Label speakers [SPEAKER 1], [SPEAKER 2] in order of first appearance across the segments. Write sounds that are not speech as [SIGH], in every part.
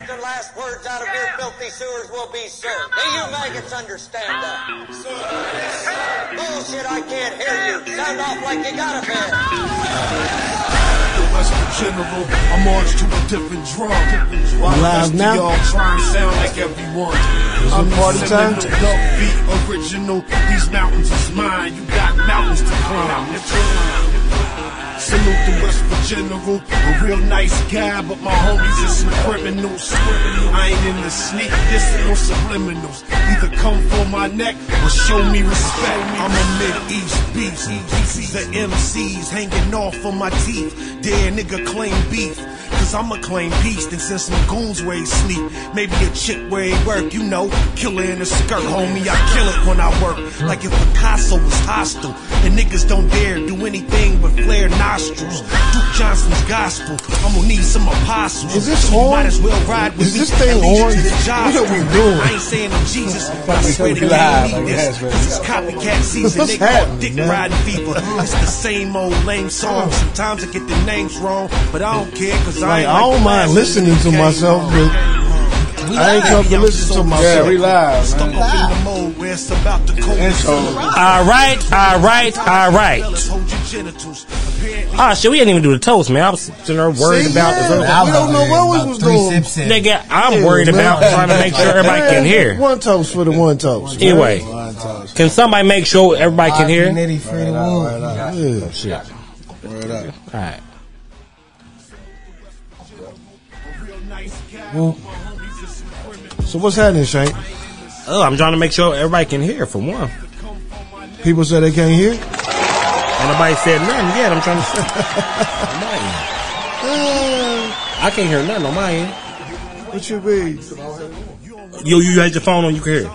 [SPEAKER 1] The last words out of your filthy sewers will be, sir. Do you maggots understand that? Bullshit, I can't hear you. Sound off like you got a bed.
[SPEAKER 2] the Western General. I march to a different drum. While
[SPEAKER 3] Live
[SPEAKER 2] the rest of
[SPEAKER 3] now?
[SPEAKER 2] Y'all try and sound like everyone. I'm
[SPEAKER 3] party time?
[SPEAKER 2] the dope beat original. These mountains is mine. You got mountains to climb. Salute the West Virginia. A real nice guy, but my homies is some criminals. I ain't in the sneak, this ain't no subliminals. Either come for my neck or show me respect. I'm a mid-east beast. The MCs hanging off of my teeth. Dare a nigga claim beef. Cause I'ma claim peace, then send some goons where he sleep. Maybe a chick where he work, you know. Killer in a skirt, homie. I kill it when I work. Like if Picasso was hostile. And niggas don't dare do anything but flare nostrils. Duke Johnson's gospel. I'm gonna need some apostles.
[SPEAKER 3] Is this
[SPEAKER 2] So you
[SPEAKER 3] on?
[SPEAKER 2] Might as well ride with
[SPEAKER 3] Is
[SPEAKER 2] me
[SPEAKER 3] this thing
[SPEAKER 2] and lead you
[SPEAKER 3] on?
[SPEAKER 2] to the job
[SPEAKER 3] What are we
[SPEAKER 2] site.
[SPEAKER 3] doing?
[SPEAKER 2] I ain't saying I'm Jesus, but I
[SPEAKER 3] Probably
[SPEAKER 2] swear
[SPEAKER 3] we
[SPEAKER 2] to
[SPEAKER 3] live,
[SPEAKER 2] God,
[SPEAKER 3] I
[SPEAKER 2] I need this.
[SPEAKER 3] guess, but-
[SPEAKER 2] This is copycat season.
[SPEAKER 3] What's
[SPEAKER 2] They call
[SPEAKER 3] happening,
[SPEAKER 2] it dick
[SPEAKER 3] man?
[SPEAKER 2] riding fever. It's the same old lame song. Sometimes I get the names wrong, but I don't care because I
[SPEAKER 3] Like,
[SPEAKER 2] ain't
[SPEAKER 3] I
[SPEAKER 2] like
[SPEAKER 3] don't
[SPEAKER 2] the
[SPEAKER 3] mind
[SPEAKER 2] last
[SPEAKER 3] listening to
[SPEAKER 2] nigga that
[SPEAKER 3] myself,
[SPEAKER 2] came
[SPEAKER 3] but
[SPEAKER 2] along. We
[SPEAKER 3] I
[SPEAKER 2] live.
[SPEAKER 3] ain't come to
[SPEAKER 2] I'm
[SPEAKER 3] listen
[SPEAKER 2] so
[SPEAKER 3] to myself.
[SPEAKER 4] Yeah, we live,
[SPEAKER 2] Stuck
[SPEAKER 4] man.
[SPEAKER 2] up in the mode where it's about to cold.
[SPEAKER 4] Intro.
[SPEAKER 5] All right, all right, all right.
[SPEAKER 2] Fellas, hold your genitals. Apparently,
[SPEAKER 5] Ah, shit, we didn't even do the toast, man. I was sitting there worried
[SPEAKER 3] See,
[SPEAKER 5] about
[SPEAKER 3] yeah.
[SPEAKER 5] the
[SPEAKER 3] I don't know what we was doing.
[SPEAKER 5] Nigga, I'm worried about trying to make sure everybody
[SPEAKER 3] [LAUGHS]
[SPEAKER 5] can hear.
[SPEAKER 3] One toast for the one toast.
[SPEAKER 5] Anyway, can somebody make sure everybody can hear?
[SPEAKER 4] Nitty free to win.
[SPEAKER 3] Yeah.
[SPEAKER 4] Word up.
[SPEAKER 5] All right.
[SPEAKER 3] So what's happening, Shane?
[SPEAKER 5] Oh, I'm trying to make sure everybody can hear for one.
[SPEAKER 3] People say they can't hear.
[SPEAKER 5] And nobody said nothing yet. I'm trying to.
[SPEAKER 3] [LAUGHS]
[SPEAKER 5] On my end. I can't hear nothing on my end.
[SPEAKER 3] What you mean?
[SPEAKER 5] Yo, you had your phone on, you can hear.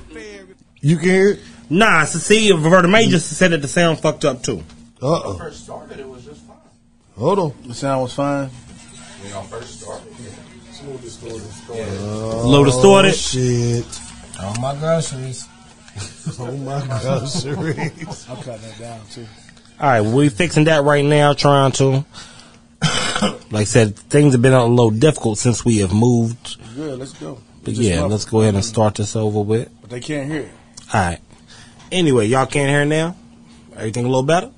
[SPEAKER 5] it.
[SPEAKER 3] You can hear?
[SPEAKER 5] Nah, Cecilia Verdemayja said that the sound fucked up too.
[SPEAKER 3] Uh oh. Hold on.
[SPEAKER 4] The sound was fine.
[SPEAKER 5] Low
[SPEAKER 3] Oh,
[SPEAKER 5] distorted.
[SPEAKER 3] shit.
[SPEAKER 4] All my groceries.
[SPEAKER 3] [LAUGHS] Oh my groceries.
[SPEAKER 4] I'm cutting that down too.
[SPEAKER 5] All right, we fixing that right now. Trying to, like I said, things have been a little difficult since we have moved.
[SPEAKER 4] Good, let's go.
[SPEAKER 5] But yeah, let's go ahead and start this over with.
[SPEAKER 4] But they can't hear it.
[SPEAKER 5] All right. Anyway, y'all can't hear now. Everything a little better.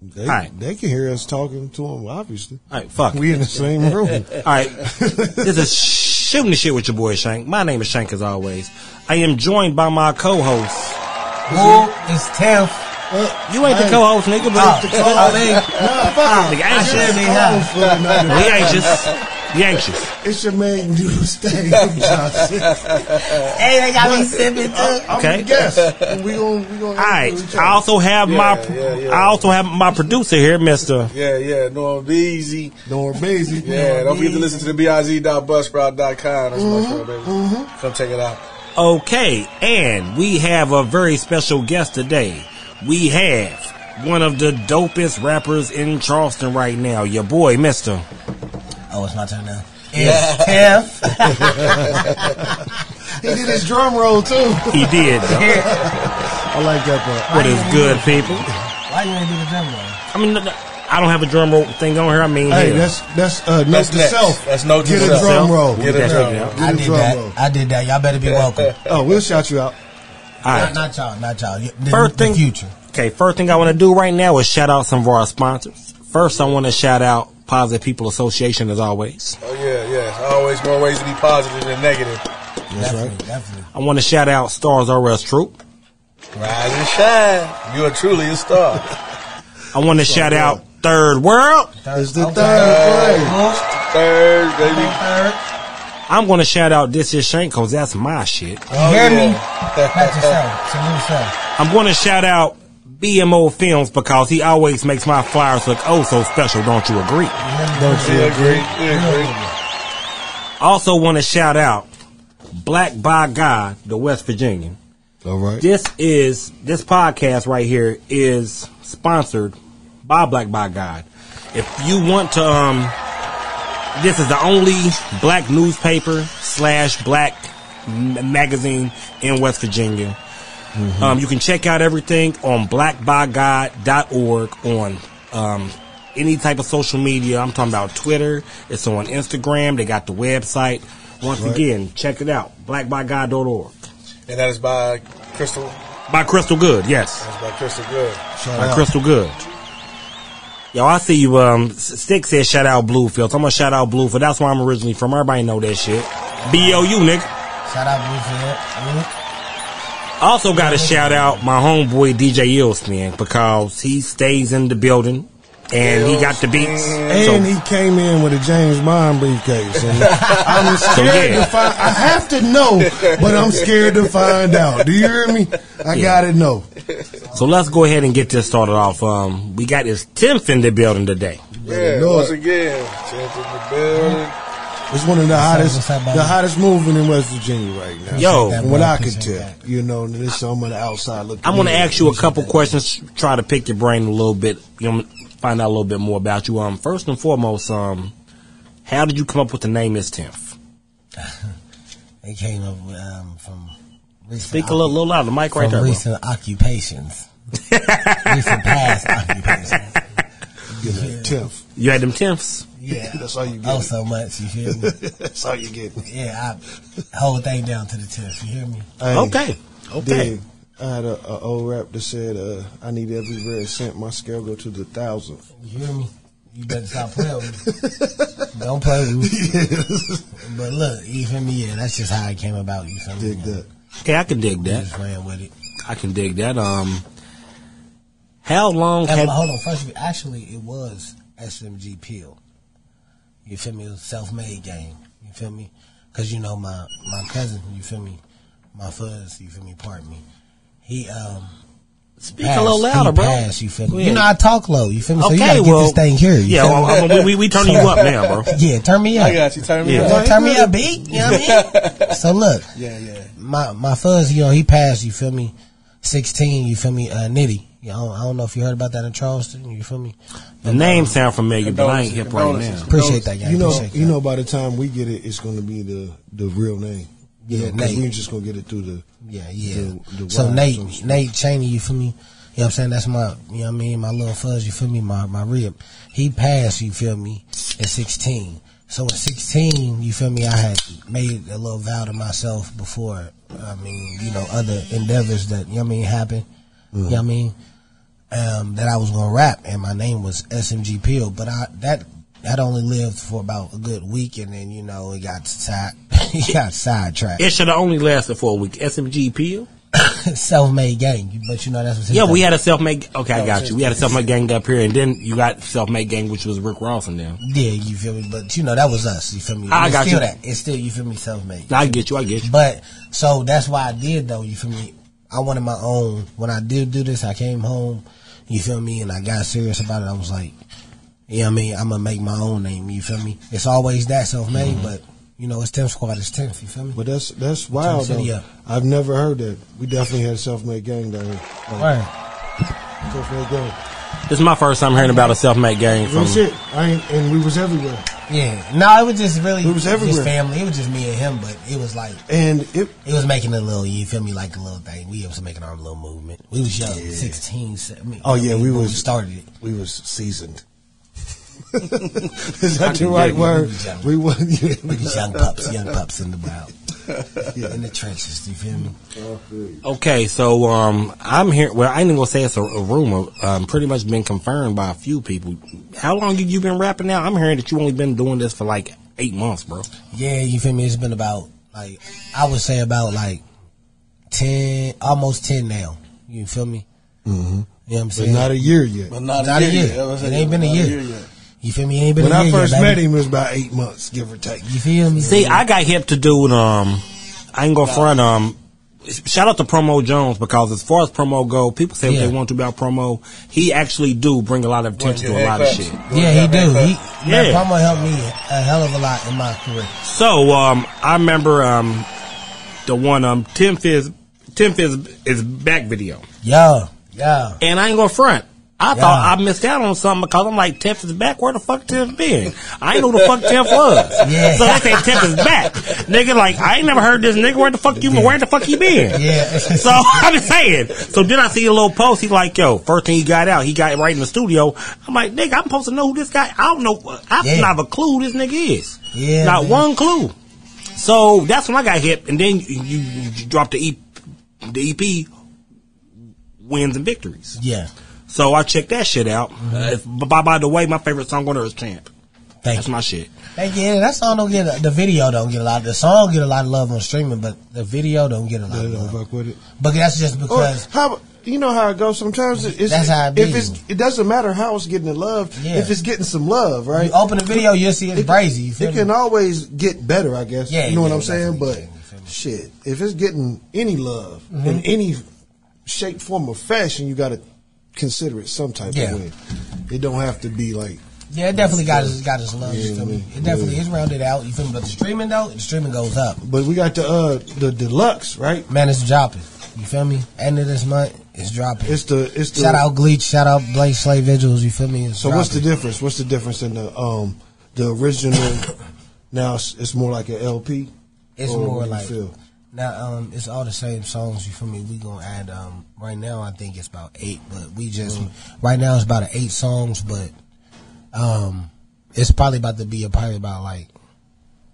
[SPEAKER 3] They,
[SPEAKER 5] Alright.
[SPEAKER 3] they can hear us talking to them, obviously.
[SPEAKER 5] All right, fuck.
[SPEAKER 3] We in the same
[SPEAKER 5] [LAUGHS]
[SPEAKER 3] room.
[SPEAKER 5] All right, this is shooting the shit with your boy Shank. My name is Shank as always. I am joined by my co-host. Uh,
[SPEAKER 6] Who is Tiff?
[SPEAKER 5] You ain't the
[SPEAKER 3] Hey.
[SPEAKER 5] co-host, nigga, but
[SPEAKER 6] I mean,
[SPEAKER 3] Nah,
[SPEAKER 5] Nigga,
[SPEAKER 4] Ah,
[SPEAKER 6] I should
[SPEAKER 5] anxious.
[SPEAKER 6] be
[SPEAKER 3] fuck
[SPEAKER 6] high.
[SPEAKER 3] for the night.
[SPEAKER 5] We
[SPEAKER 2] [LAUGHS]
[SPEAKER 5] anxious. We anxious.
[SPEAKER 3] It's your man new stage.
[SPEAKER 4] [LAUGHS]
[SPEAKER 3] I'm
[SPEAKER 6] Hey, they got me sipping too.
[SPEAKER 5] Okay.
[SPEAKER 3] Yes. We gon' we gon'
[SPEAKER 5] All right. I also have my
[SPEAKER 4] Yeah, yeah, yeah.
[SPEAKER 5] I also have my producer here, Mister.
[SPEAKER 4] Yeah, yeah, Norm Beasy.
[SPEAKER 3] Norm Basie.
[SPEAKER 4] Yeah, don't forget to listen to the biz.buzzsprout.com. That's my show, baby.
[SPEAKER 3] Mm-hmm,
[SPEAKER 4] Come check it out.
[SPEAKER 5] Okay, and we have a very special guest today. We have one of the dopest rappers in Charleston right now, your boy, Mister.
[SPEAKER 6] Oh, it's my turn now. It's Tiff.
[SPEAKER 3] [LAUGHS] He did his drum roll too.
[SPEAKER 5] He did. though.
[SPEAKER 3] [LAUGHS] I like that part.
[SPEAKER 5] What is good, people?
[SPEAKER 6] Why you ain't do the drum roll?
[SPEAKER 5] I mean, no, no, I don't have a drum roll thing on here. I mean,
[SPEAKER 3] Hey,
[SPEAKER 5] yeah.
[SPEAKER 3] that's that's uh, note
[SPEAKER 4] That's
[SPEAKER 3] to
[SPEAKER 4] next.
[SPEAKER 3] self.
[SPEAKER 4] That's note to
[SPEAKER 3] Get
[SPEAKER 4] self.
[SPEAKER 3] a drum roll.
[SPEAKER 4] Get a
[SPEAKER 5] That's
[SPEAKER 4] drum
[SPEAKER 5] right
[SPEAKER 4] roll.
[SPEAKER 3] Get
[SPEAKER 6] I
[SPEAKER 3] a
[SPEAKER 6] did
[SPEAKER 3] drum
[SPEAKER 6] that.
[SPEAKER 3] roll.
[SPEAKER 6] I did that. Y'all better be welcome.
[SPEAKER 3] Oh, we'll shout you out.
[SPEAKER 5] All
[SPEAKER 6] Not,
[SPEAKER 5] right.
[SPEAKER 6] not y'all. Not y'all. You- The,
[SPEAKER 5] First
[SPEAKER 6] the
[SPEAKER 5] thing-
[SPEAKER 6] future.
[SPEAKER 5] Okay, first thing I want to do right now is shout out some of our sponsors. First, I want to shout out Positive People Association as always.
[SPEAKER 4] Oh, yeah, yeah. Always more ways to be positive than negative.
[SPEAKER 6] definitely, definitely.
[SPEAKER 5] I want to shout out Stars RS Troop.
[SPEAKER 4] Rise and shine. You are truly
[SPEAKER 3] [LAUGHS]
[SPEAKER 4] a star.
[SPEAKER 5] I want to shout out Third World.
[SPEAKER 6] Third,
[SPEAKER 3] It's the third play.
[SPEAKER 4] Third, baby.
[SPEAKER 6] Third.
[SPEAKER 5] I'm going to shout out This Is Shank because that's my shit.
[SPEAKER 6] You hear me?
[SPEAKER 4] Oh, yeah.
[SPEAKER 6] Clap
[SPEAKER 4] [LAUGHS]
[SPEAKER 6] yourself. Salute yourself.
[SPEAKER 5] I'm going to shout out BMO Films because he always makes my flyers look oh so special, don't you agree?
[SPEAKER 6] You hear me?
[SPEAKER 3] Don't you
[SPEAKER 4] Yeah,
[SPEAKER 3] agree?
[SPEAKER 4] great. Yeah,
[SPEAKER 6] Real
[SPEAKER 4] great.
[SPEAKER 6] nigga.
[SPEAKER 5] Also want to shout out Black by God, the West Virginian.
[SPEAKER 3] All right.
[SPEAKER 5] This is this podcast right here is sponsored by Black by God. If you want to, um, this is the only black newspaper slash black m- magazine in West Virginia. Um, you can check out everything on blackbygod.org on um, any type of social media. I'm talking about Twitter. It's on Instagram. They got the website. Once
[SPEAKER 3] Right.
[SPEAKER 5] again, check it out. BlackByGod.org.
[SPEAKER 4] And that is by Crystal.
[SPEAKER 5] By Crystal Good, yes.
[SPEAKER 4] That's by Crystal Good.
[SPEAKER 3] Shout
[SPEAKER 5] By
[SPEAKER 3] out.
[SPEAKER 5] Crystal Good. Yo, I see you. Um, S- Stick said shout out Bluefields. I'm gonna shout out Bluefield. That's where I'm originally from. Everybody know that shit. B O U nigga.
[SPEAKER 6] Shout out Bluefield. Mm.
[SPEAKER 5] Also got to shout out my homeboy DJ Ills, man, because he stays in the building and he got the beats.
[SPEAKER 3] And
[SPEAKER 5] So,
[SPEAKER 3] he came in with a James Bond briefcase.
[SPEAKER 4] [LAUGHS]
[SPEAKER 3] And I'm scared
[SPEAKER 5] yeah.
[SPEAKER 3] to find. I have to know, but I'm scared to find out. Do you hear me? I gotta know.
[SPEAKER 5] so let's go ahead and get this started off. Um, we got his 10th in the building today.
[SPEAKER 4] Yeah,
[SPEAKER 3] know
[SPEAKER 4] once
[SPEAKER 3] it.
[SPEAKER 4] again, Chance in the building.
[SPEAKER 3] It's one of the
[SPEAKER 6] up,
[SPEAKER 3] hottest,
[SPEAKER 6] what's up, buddy?
[SPEAKER 3] the hottest movement in West Virginia right now.
[SPEAKER 5] Yo.
[SPEAKER 3] From what I could
[SPEAKER 6] Appreciate
[SPEAKER 3] tell,
[SPEAKER 6] that.
[SPEAKER 3] you know, and there's some on the outside looking.
[SPEAKER 5] I'm going to
[SPEAKER 3] in.
[SPEAKER 5] ask you a couple questions, try to pick your brain a little bit, you know, find out a little bit more about you. Um, first and foremost, um, how did you come up with the name is 10th?
[SPEAKER 6] They came up with, um, from recent,
[SPEAKER 5] Speak a little, little louder, the mic
[SPEAKER 6] from
[SPEAKER 5] right there. bro.
[SPEAKER 6] recent occupations. recent past occupations.
[SPEAKER 3] Get a tenth. [LAUGHS]
[SPEAKER 5] You had them 10ths?
[SPEAKER 6] Yeah.
[SPEAKER 3] That's all you get.
[SPEAKER 6] Oh, so much. You feel me?
[SPEAKER 3] That's all you get.
[SPEAKER 6] yeah, I whole thing down to the test. You hear me?
[SPEAKER 3] Hey,
[SPEAKER 5] Okay. Okay.
[SPEAKER 3] Then I had a, a old rap that said, uh, "I need every red cent. My scale go to the thousandth.
[SPEAKER 6] You hear me? You better stop playing
[SPEAKER 3] [LAUGHS]
[SPEAKER 6] with me. Don't play with me. But look, you feel me? Yeah, that's just how it came about. You feel me?
[SPEAKER 3] Dig that.
[SPEAKER 5] Okay, I can dig that.
[SPEAKER 6] Just ran with it.
[SPEAKER 5] I can dig that. Um, how long
[SPEAKER 6] And,
[SPEAKER 5] have
[SPEAKER 6] hold on, first of all, actually, it was SMG Peel. You feel me? It was self-made game. You feel me? Because you know my my cousin. You feel me? My fuzz. You feel me? Pardon me. He um.
[SPEAKER 5] Speak a little louder,
[SPEAKER 6] he
[SPEAKER 5] bro.
[SPEAKER 6] Passed, you feel
[SPEAKER 5] Go
[SPEAKER 6] me? You know I
[SPEAKER 5] ahead.
[SPEAKER 6] talk low. You feel me? so you
[SPEAKER 5] Okay,
[SPEAKER 6] gotta
[SPEAKER 5] well,
[SPEAKER 6] get this thing here. You
[SPEAKER 5] yeah,
[SPEAKER 6] feel
[SPEAKER 5] well,
[SPEAKER 6] me?
[SPEAKER 5] I mean, we, we turning you up
[SPEAKER 6] [LAUGHS]
[SPEAKER 5] now, bro.
[SPEAKER 6] yeah, turn me up.
[SPEAKER 4] I got you. Turn me
[SPEAKER 5] Yeah.
[SPEAKER 4] up.
[SPEAKER 6] Yeah, turn me up, B. You know what
[SPEAKER 3] [LAUGHS]
[SPEAKER 6] I mean? so look,
[SPEAKER 4] Yeah, yeah.
[SPEAKER 6] my my fuzz, you know, he passed. You feel me? Sixteen. You feel me? Uh, Nitty. You know, I, don't, I don't know if you heard about that in Charleston. You feel me?
[SPEAKER 5] The name sound familiar, but I ain't hip right
[SPEAKER 4] Condolences.
[SPEAKER 5] now.
[SPEAKER 6] Appreciate that, guy.
[SPEAKER 3] you know,
[SPEAKER 6] Appreciate
[SPEAKER 3] you
[SPEAKER 6] that.
[SPEAKER 3] know. By the time we get it, it's going to be the the real name. You
[SPEAKER 6] Yeah,
[SPEAKER 3] know, 'cause
[SPEAKER 6] Nate.
[SPEAKER 3] we're just going to get it through the.
[SPEAKER 6] Yeah, yeah.
[SPEAKER 3] The- the
[SPEAKER 6] so
[SPEAKER 3] wild
[SPEAKER 6] Nate,
[SPEAKER 3] social.
[SPEAKER 6] Nate Cheney, you feel me? You know what I'm saying? That's my, you know what I mean? My little fuzz, you feel me? My, my rib. He passed, you feel me, at 16. So at 16, you feel me? I had made a little vow to myself before, I mean, you know, other endeavors that, you know what I mean, happened. You know what I
[SPEAKER 3] Mm-hmm.
[SPEAKER 6] mean? um, that I was gonna rap, and my name was SMG Peel. But I that had only lived for about a good week, and then you know it got side [LAUGHS] it got sidetracked.
[SPEAKER 5] It should have only lasted for a week. SMG Peel?
[SPEAKER 6] Self made gang, but you know that's what.
[SPEAKER 5] Yeah, we had a self made. Okay, I got you. We had a self made gang up here, and then you got self made gang, which was Rick Ross and them.
[SPEAKER 6] Yeah, you feel me? But you know that was us. You feel me?
[SPEAKER 5] I
[SPEAKER 6] It's
[SPEAKER 5] got
[SPEAKER 6] still
[SPEAKER 5] you.
[SPEAKER 6] That. It's still you feel me? Self made.
[SPEAKER 5] I get you. I get you.
[SPEAKER 6] But so that's why I did though. You feel me? I wanted my own. When I did do this, I came home. You feel me? And I got serious about it. I was like, you know what I mean? I'm gonna make my own name. You feel me? It's always that self-made,
[SPEAKER 5] Mm-hmm.
[SPEAKER 6] but you know it's 10th squad. It's 10th. You feel me?
[SPEAKER 3] But that's that's wild
[SPEAKER 6] City,
[SPEAKER 3] though.
[SPEAKER 6] yeah.
[SPEAKER 3] I've never heard that. We definitely had a self-made gang down here. Like,
[SPEAKER 6] Right.
[SPEAKER 3] Self-made gang.
[SPEAKER 5] This is my first time hearing about a self made gang
[SPEAKER 3] That's
[SPEAKER 5] from.
[SPEAKER 3] it. I ain't, and we was everywhere.
[SPEAKER 6] Yeah. No, it was just really.
[SPEAKER 3] It was everywhere.
[SPEAKER 6] Just family. It was just me and him, but it was like.
[SPEAKER 3] And it
[SPEAKER 6] It was making a little, you feel me, like a little thing. We was making our little movement. We was young, 16, 17.
[SPEAKER 3] Oh, yeah, we
[SPEAKER 6] when
[SPEAKER 3] was-
[SPEAKER 6] started it.
[SPEAKER 3] we was seasoned. [LAUGHS] Is that the right word? We were. [LAUGHS] Yeah,
[SPEAKER 6] We was young pups, young pups in the
[SPEAKER 3] [LAUGHS]
[SPEAKER 6] wild, in the trenches. You feel me?
[SPEAKER 5] Okay, so um, I'm here. Well, I ain't even gonna say it's a, a rumor. Um, pretty much been confirmed by a few people. How long have you been rapping now? I'm hearing that you only been doing this for like eight months, bro.
[SPEAKER 6] Yeah, you feel me? It's been about like I would say about like ten, almost ten now. You feel me? Mm-hmm. You know what I'm
[SPEAKER 3] but
[SPEAKER 6] saying?
[SPEAKER 3] not a year yet.
[SPEAKER 4] But not,
[SPEAKER 6] Not
[SPEAKER 4] a year. yet. I was
[SPEAKER 6] It
[SPEAKER 4] saying,
[SPEAKER 6] ain't been a
[SPEAKER 4] not
[SPEAKER 6] year.
[SPEAKER 4] yet.
[SPEAKER 6] You feel me? It ain't been
[SPEAKER 3] When
[SPEAKER 6] a
[SPEAKER 3] I
[SPEAKER 6] year
[SPEAKER 3] first
[SPEAKER 6] yet,
[SPEAKER 3] met
[SPEAKER 6] baby.
[SPEAKER 3] him, it was about eight months, give or take.
[SPEAKER 6] You feel me?
[SPEAKER 5] See, I got hip to dude. Um, I ain't gonna front. Um, shout out to Promo Jones because as far as promo go, people say
[SPEAKER 6] Yeah.
[SPEAKER 5] what they want to about promo. He actually do bring a lot of attention to a lot of shit.
[SPEAKER 6] yeah, he do. He yeah.
[SPEAKER 5] Yeah.
[SPEAKER 6] Promo helped me a hell of a lot in my career.
[SPEAKER 5] So, um, I remember um, the one um, Tim Fizz, Tim Fizz is back video,
[SPEAKER 6] Yo, yo.
[SPEAKER 5] and I ain't gonna front. I thought I missed out on something because I'm like, Tiff is back. Where the fuck Tiff been? I ain't know who the fuck Tiff was.
[SPEAKER 6] Yeah.
[SPEAKER 5] So they say Tiff is back. nigga, like, I ain't never heard this nigga. Where the fuck you been? Where the fuck he been?
[SPEAKER 6] Yeah.
[SPEAKER 5] So [LAUGHS] I'm just saying. So then I see a little post. He like, yo, first thing he got out, he got right in the studio. I'm like, nigga, I'm supposed to know who this guy. I don't know. I
[SPEAKER 6] Yeah.
[SPEAKER 5] don't have a clue who this nigga is.
[SPEAKER 6] Yeah,
[SPEAKER 5] Not
[SPEAKER 6] man.
[SPEAKER 5] one clue. So that's when I got hip, and then you, you, you dropped the EP, the EP wins and victories.
[SPEAKER 6] [LAUGHS] Yeah.
[SPEAKER 5] So I checked that shit out. Uh, if- but by, by the way, my favorite song on earth is Champ.
[SPEAKER 6] Thank
[SPEAKER 5] That's
[SPEAKER 6] you.
[SPEAKER 5] my shit.
[SPEAKER 6] Thank you. Yeah, that song don't get a, the video don't get a lot. The song get a lot of love on streaming, but the video don't get a lot.
[SPEAKER 3] They
[SPEAKER 6] Of
[SPEAKER 3] don't
[SPEAKER 6] love.
[SPEAKER 3] fuck with it.
[SPEAKER 6] But that's just
[SPEAKER 3] Or
[SPEAKER 6] because
[SPEAKER 3] Oh, how you know how it goes sometimes. It's,
[SPEAKER 6] That's how it
[SPEAKER 3] if
[SPEAKER 6] be.
[SPEAKER 3] it's it doesn't matter how it's getting the love
[SPEAKER 6] Yeah.
[SPEAKER 3] if it's getting some love, right?
[SPEAKER 6] you open the video, you'll see it's
[SPEAKER 3] It-
[SPEAKER 6] crazy. You feel
[SPEAKER 3] It can
[SPEAKER 6] me?
[SPEAKER 3] always get better, I guess.
[SPEAKER 6] Yeah,
[SPEAKER 3] you know what
[SPEAKER 6] yeah,
[SPEAKER 3] I'm saying. But
[SPEAKER 6] definitely Mm-hmm. can, you feel me?
[SPEAKER 3] shit, if it's getting any love in any shape, form, or fashion, you got to consider it some type
[SPEAKER 6] Yeah.
[SPEAKER 3] of way. It don't have to be like
[SPEAKER 6] Yeah, it definitely got its got its love. you
[SPEAKER 3] Yeah,
[SPEAKER 6] feel me?
[SPEAKER 3] yeah.
[SPEAKER 6] It definitely is rounded out. You feel me? But the streaming though, the streaming goes up.
[SPEAKER 3] But we got the uh the deluxe, right?
[SPEAKER 6] Man, it's dropping. You feel me? End of this month, it's dropping.
[SPEAKER 3] It's the it's the
[SPEAKER 6] shout out Gleech. Shout out Blake Slay Vigils. You feel me? It's
[SPEAKER 3] So what's the
[SPEAKER 6] dropping.
[SPEAKER 3] difference? What's the difference in the um the
[SPEAKER 6] [COUGHS]
[SPEAKER 3] original? now it's, it's more like an LP.
[SPEAKER 6] It's
[SPEAKER 3] Or what
[SPEAKER 6] more
[SPEAKER 3] do Oh, you
[SPEAKER 6] like
[SPEAKER 3] feel?
[SPEAKER 6] now. Um, it's all the same songs. You feel me? We gonna add um right now. I think it's about eight, but we just
[SPEAKER 5] Mm.
[SPEAKER 6] right now it's about eight songs, but um, it's probably about to be probably about like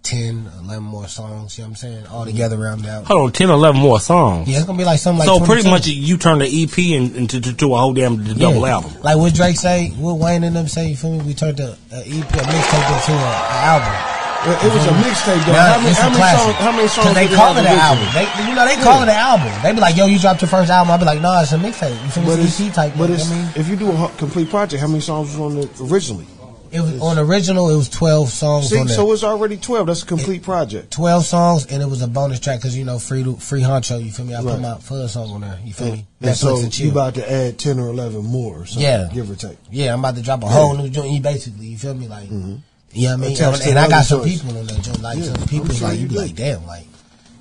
[SPEAKER 6] 10, 11 more songs. You know what I'm saying?
[SPEAKER 5] Mm.
[SPEAKER 6] All together round out.
[SPEAKER 5] Hold on, 10, 11 more songs.
[SPEAKER 6] Yeah, it's gonna be like something like
[SPEAKER 5] so pretty
[SPEAKER 6] 22.
[SPEAKER 5] much you turn the EP in- into to, to a whole damn double
[SPEAKER 6] Yeah.
[SPEAKER 5] album.
[SPEAKER 6] Like what Drake say, what Wayne and them say. You feel me? We turned the uh, EP, a mixtape into an album.
[SPEAKER 3] Well, It was a mixtape though.
[SPEAKER 6] Mm-hmm. Nah,
[SPEAKER 3] how, many,
[SPEAKER 6] it's a
[SPEAKER 3] how, many
[SPEAKER 6] classic.
[SPEAKER 3] songs, how many
[SPEAKER 6] 'Cause
[SPEAKER 3] songs?
[SPEAKER 6] They
[SPEAKER 3] did it
[SPEAKER 6] call
[SPEAKER 3] have
[SPEAKER 6] it an album.
[SPEAKER 3] originally?
[SPEAKER 6] They, you know, they call it an album. They be like, "Yo, you dropped your first album." I be like, "No, it's a mixtape." You feel me?
[SPEAKER 3] But
[SPEAKER 6] It's EP
[SPEAKER 3] it's,
[SPEAKER 6] type.
[SPEAKER 3] but
[SPEAKER 6] you know
[SPEAKER 3] it's
[SPEAKER 6] what I mean?
[SPEAKER 3] if you do a ho- complete project, how many songs was on it originally?
[SPEAKER 6] It was on original. It was twelve songs
[SPEAKER 3] See,
[SPEAKER 6] on there.
[SPEAKER 3] so it's already twelve. That's a complete project.
[SPEAKER 6] twelve songs, and it was a bonus track because you know, free free honcho. You feel me? I put
[SPEAKER 3] Right.
[SPEAKER 6] my fuzz song on there. You feel me?
[SPEAKER 3] And
[SPEAKER 6] Netflix
[SPEAKER 3] so
[SPEAKER 6] and
[SPEAKER 3] you
[SPEAKER 6] chill.
[SPEAKER 3] about to add ten or eleven more, or something,
[SPEAKER 6] Yeah.
[SPEAKER 3] give or take.
[SPEAKER 6] yeah, I'm about to drop a whole new joint. You basically, you feel me? Like, you know what I mean?
[SPEAKER 3] Mm-hmm. Attached
[SPEAKER 6] And,
[SPEAKER 3] to
[SPEAKER 6] and I got
[SPEAKER 3] another
[SPEAKER 6] some
[SPEAKER 3] choice.
[SPEAKER 6] people on that joint. Like,
[SPEAKER 3] Yeah,
[SPEAKER 6] some
[SPEAKER 3] I'm
[SPEAKER 6] people
[SPEAKER 3] sure
[SPEAKER 6] like
[SPEAKER 3] you
[SPEAKER 6] you be
[SPEAKER 3] do.
[SPEAKER 6] like, damn, like,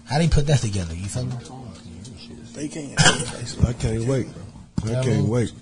[SPEAKER 6] how they put that together? You feel me?
[SPEAKER 4] They can't.
[SPEAKER 3] I can't wait, bro.
[SPEAKER 6] Yeah,
[SPEAKER 3] I
[SPEAKER 6] I
[SPEAKER 3] can't
[SPEAKER 6] mean-
[SPEAKER 3] wait.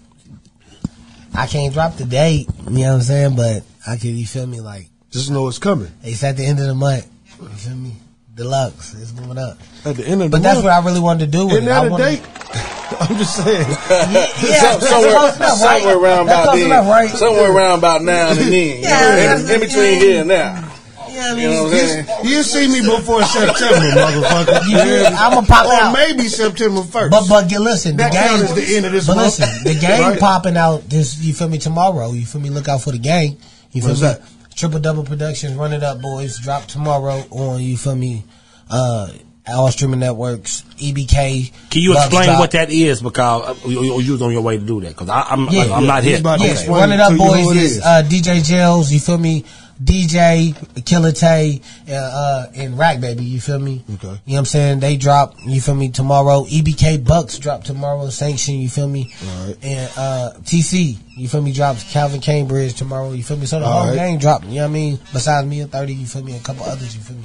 [SPEAKER 6] I can't drop the date. You know what I'm saying? But I could, you feel me? Like.
[SPEAKER 3] Just know it's coming
[SPEAKER 6] It's at the end of the month. You feel me? Deluxe. It's moving up.
[SPEAKER 3] at the end of the
[SPEAKER 6] But that's
[SPEAKER 3] month.
[SPEAKER 6] what I really wanted to do with
[SPEAKER 3] Isn't
[SPEAKER 6] it. I
[SPEAKER 3] that a date?
[SPEAKER 6] wanted-
[SPEAKER 3] [LAUGHS] I'm just saying.
[SPEAKER 6] [LAUGHS]
[SPEAKER 4] [LAUGHS]
[SPEAKER 6] Yeah, yeah,
[SPEAKER 4] So-
[SPEAKER 6] that's
[SPEAKER 4] somewhere,
[SPEAKER 6] close enough, right?
[SPEAKER 4] somewhere around
[SPEAKER 6] That's
[SPEAKER 4] about
[SPEAKER 6] close
[SPEAKER 4] then.
[SPEAKER 6] enough, right?
[SPEAKER 4] Somewhere around about now and then. you know,
[SPEAKER 6] Yeah,
[SPEAKER 4] in-
[SPEAKER 6] that's-
[SPEAKER 4] in, between here and now.
[SPEAKER 6] Yeah, I
[SPEAKER 4] You
[SPEAKER 6] mean,
[SPEAKER 4] know what I'm saying?
[SPEAKER 3] You see me before
[SPEAKER 6] [LAUGHS]
[SPEAKER 3] September, motherfucker.
[SPEAKER 6] You did. I'ma pop
[SPEAKER 3] or
[SPEAKER 6] out.
[SPEAKER 3] maybe September first.
[SPEAKER 6] But but yeah, listen,
[SPEAKER 3] That
[SPEAKER 6] the
[SPEAKER 3] count
[SPEAKER 6] game
[SPEAKER 3] as the end of this
[SPEAKER 6] But
[SPEAKER 3] month. [LAUGHS]
[SPEAKER 6] listen, the game
[SPEAKER 3] Right.
[SPEAKER 6] popping out this. You feel me? Tomorrow. You feel me? Look out for the game. You feel
[SPEAKER 3] What's
[SPEAKER 6] me?
[SPEAKER 3] that?
[SPEAKER 6] Triple Double Productions, Run It Up Boys, drop tomorrow on. You feel me? Uh, all streaming networks. E EBK.
[SPEAKER 5] Can you
[SPEAKER 6] Bugs
[SPEAKER 5] explain
[SPEAKER 6] Drop.
[SPEAKER 5] what that is? Because uh, you, you- you was on your way to do that. Because I'm,
[SPEAKER 6] Yeah.
[SPEAKER 5] like, I'm not
[SPEAKER 3] He's
[SPEAKER 5] hit.
[SPEAKER 3] about to
[SPEAKER 6] Yeah,
[SPEAKER 3] explain
[SPEAKER 6] Run It
[SPEAKER 3] to
[SPEAKER 6] Up
[SPEAKER 3] you
[SPEAKER 6] Boys
[SPEAKER 3] who it
[SPEAKER 6] is
[SPEAKER 3] is.
[SPEAKER 6] uh, DJ Gels, you feel me? DJ, Killer Tay, uh, uh, and Rack Baby, you feel me?
[SPEAKER 3] Okay.
[SPEAKER 6] You know what I'm saying? They drop, you feel me, tomorrow. EBK Bucks drop tomorrow, Sanction, you feel me?
[SPEAKER 3] Alright.
[SPEAKER 6] And uh, TC, you feel me, drops Calvin Cambridge tomorrow, you feel me? So the whole
[SPEAKER 3] Alright.
[SPEAKER 6] gang dropping, you know what I mean? Besides me and 30, you feel me, a couple others, you feel me?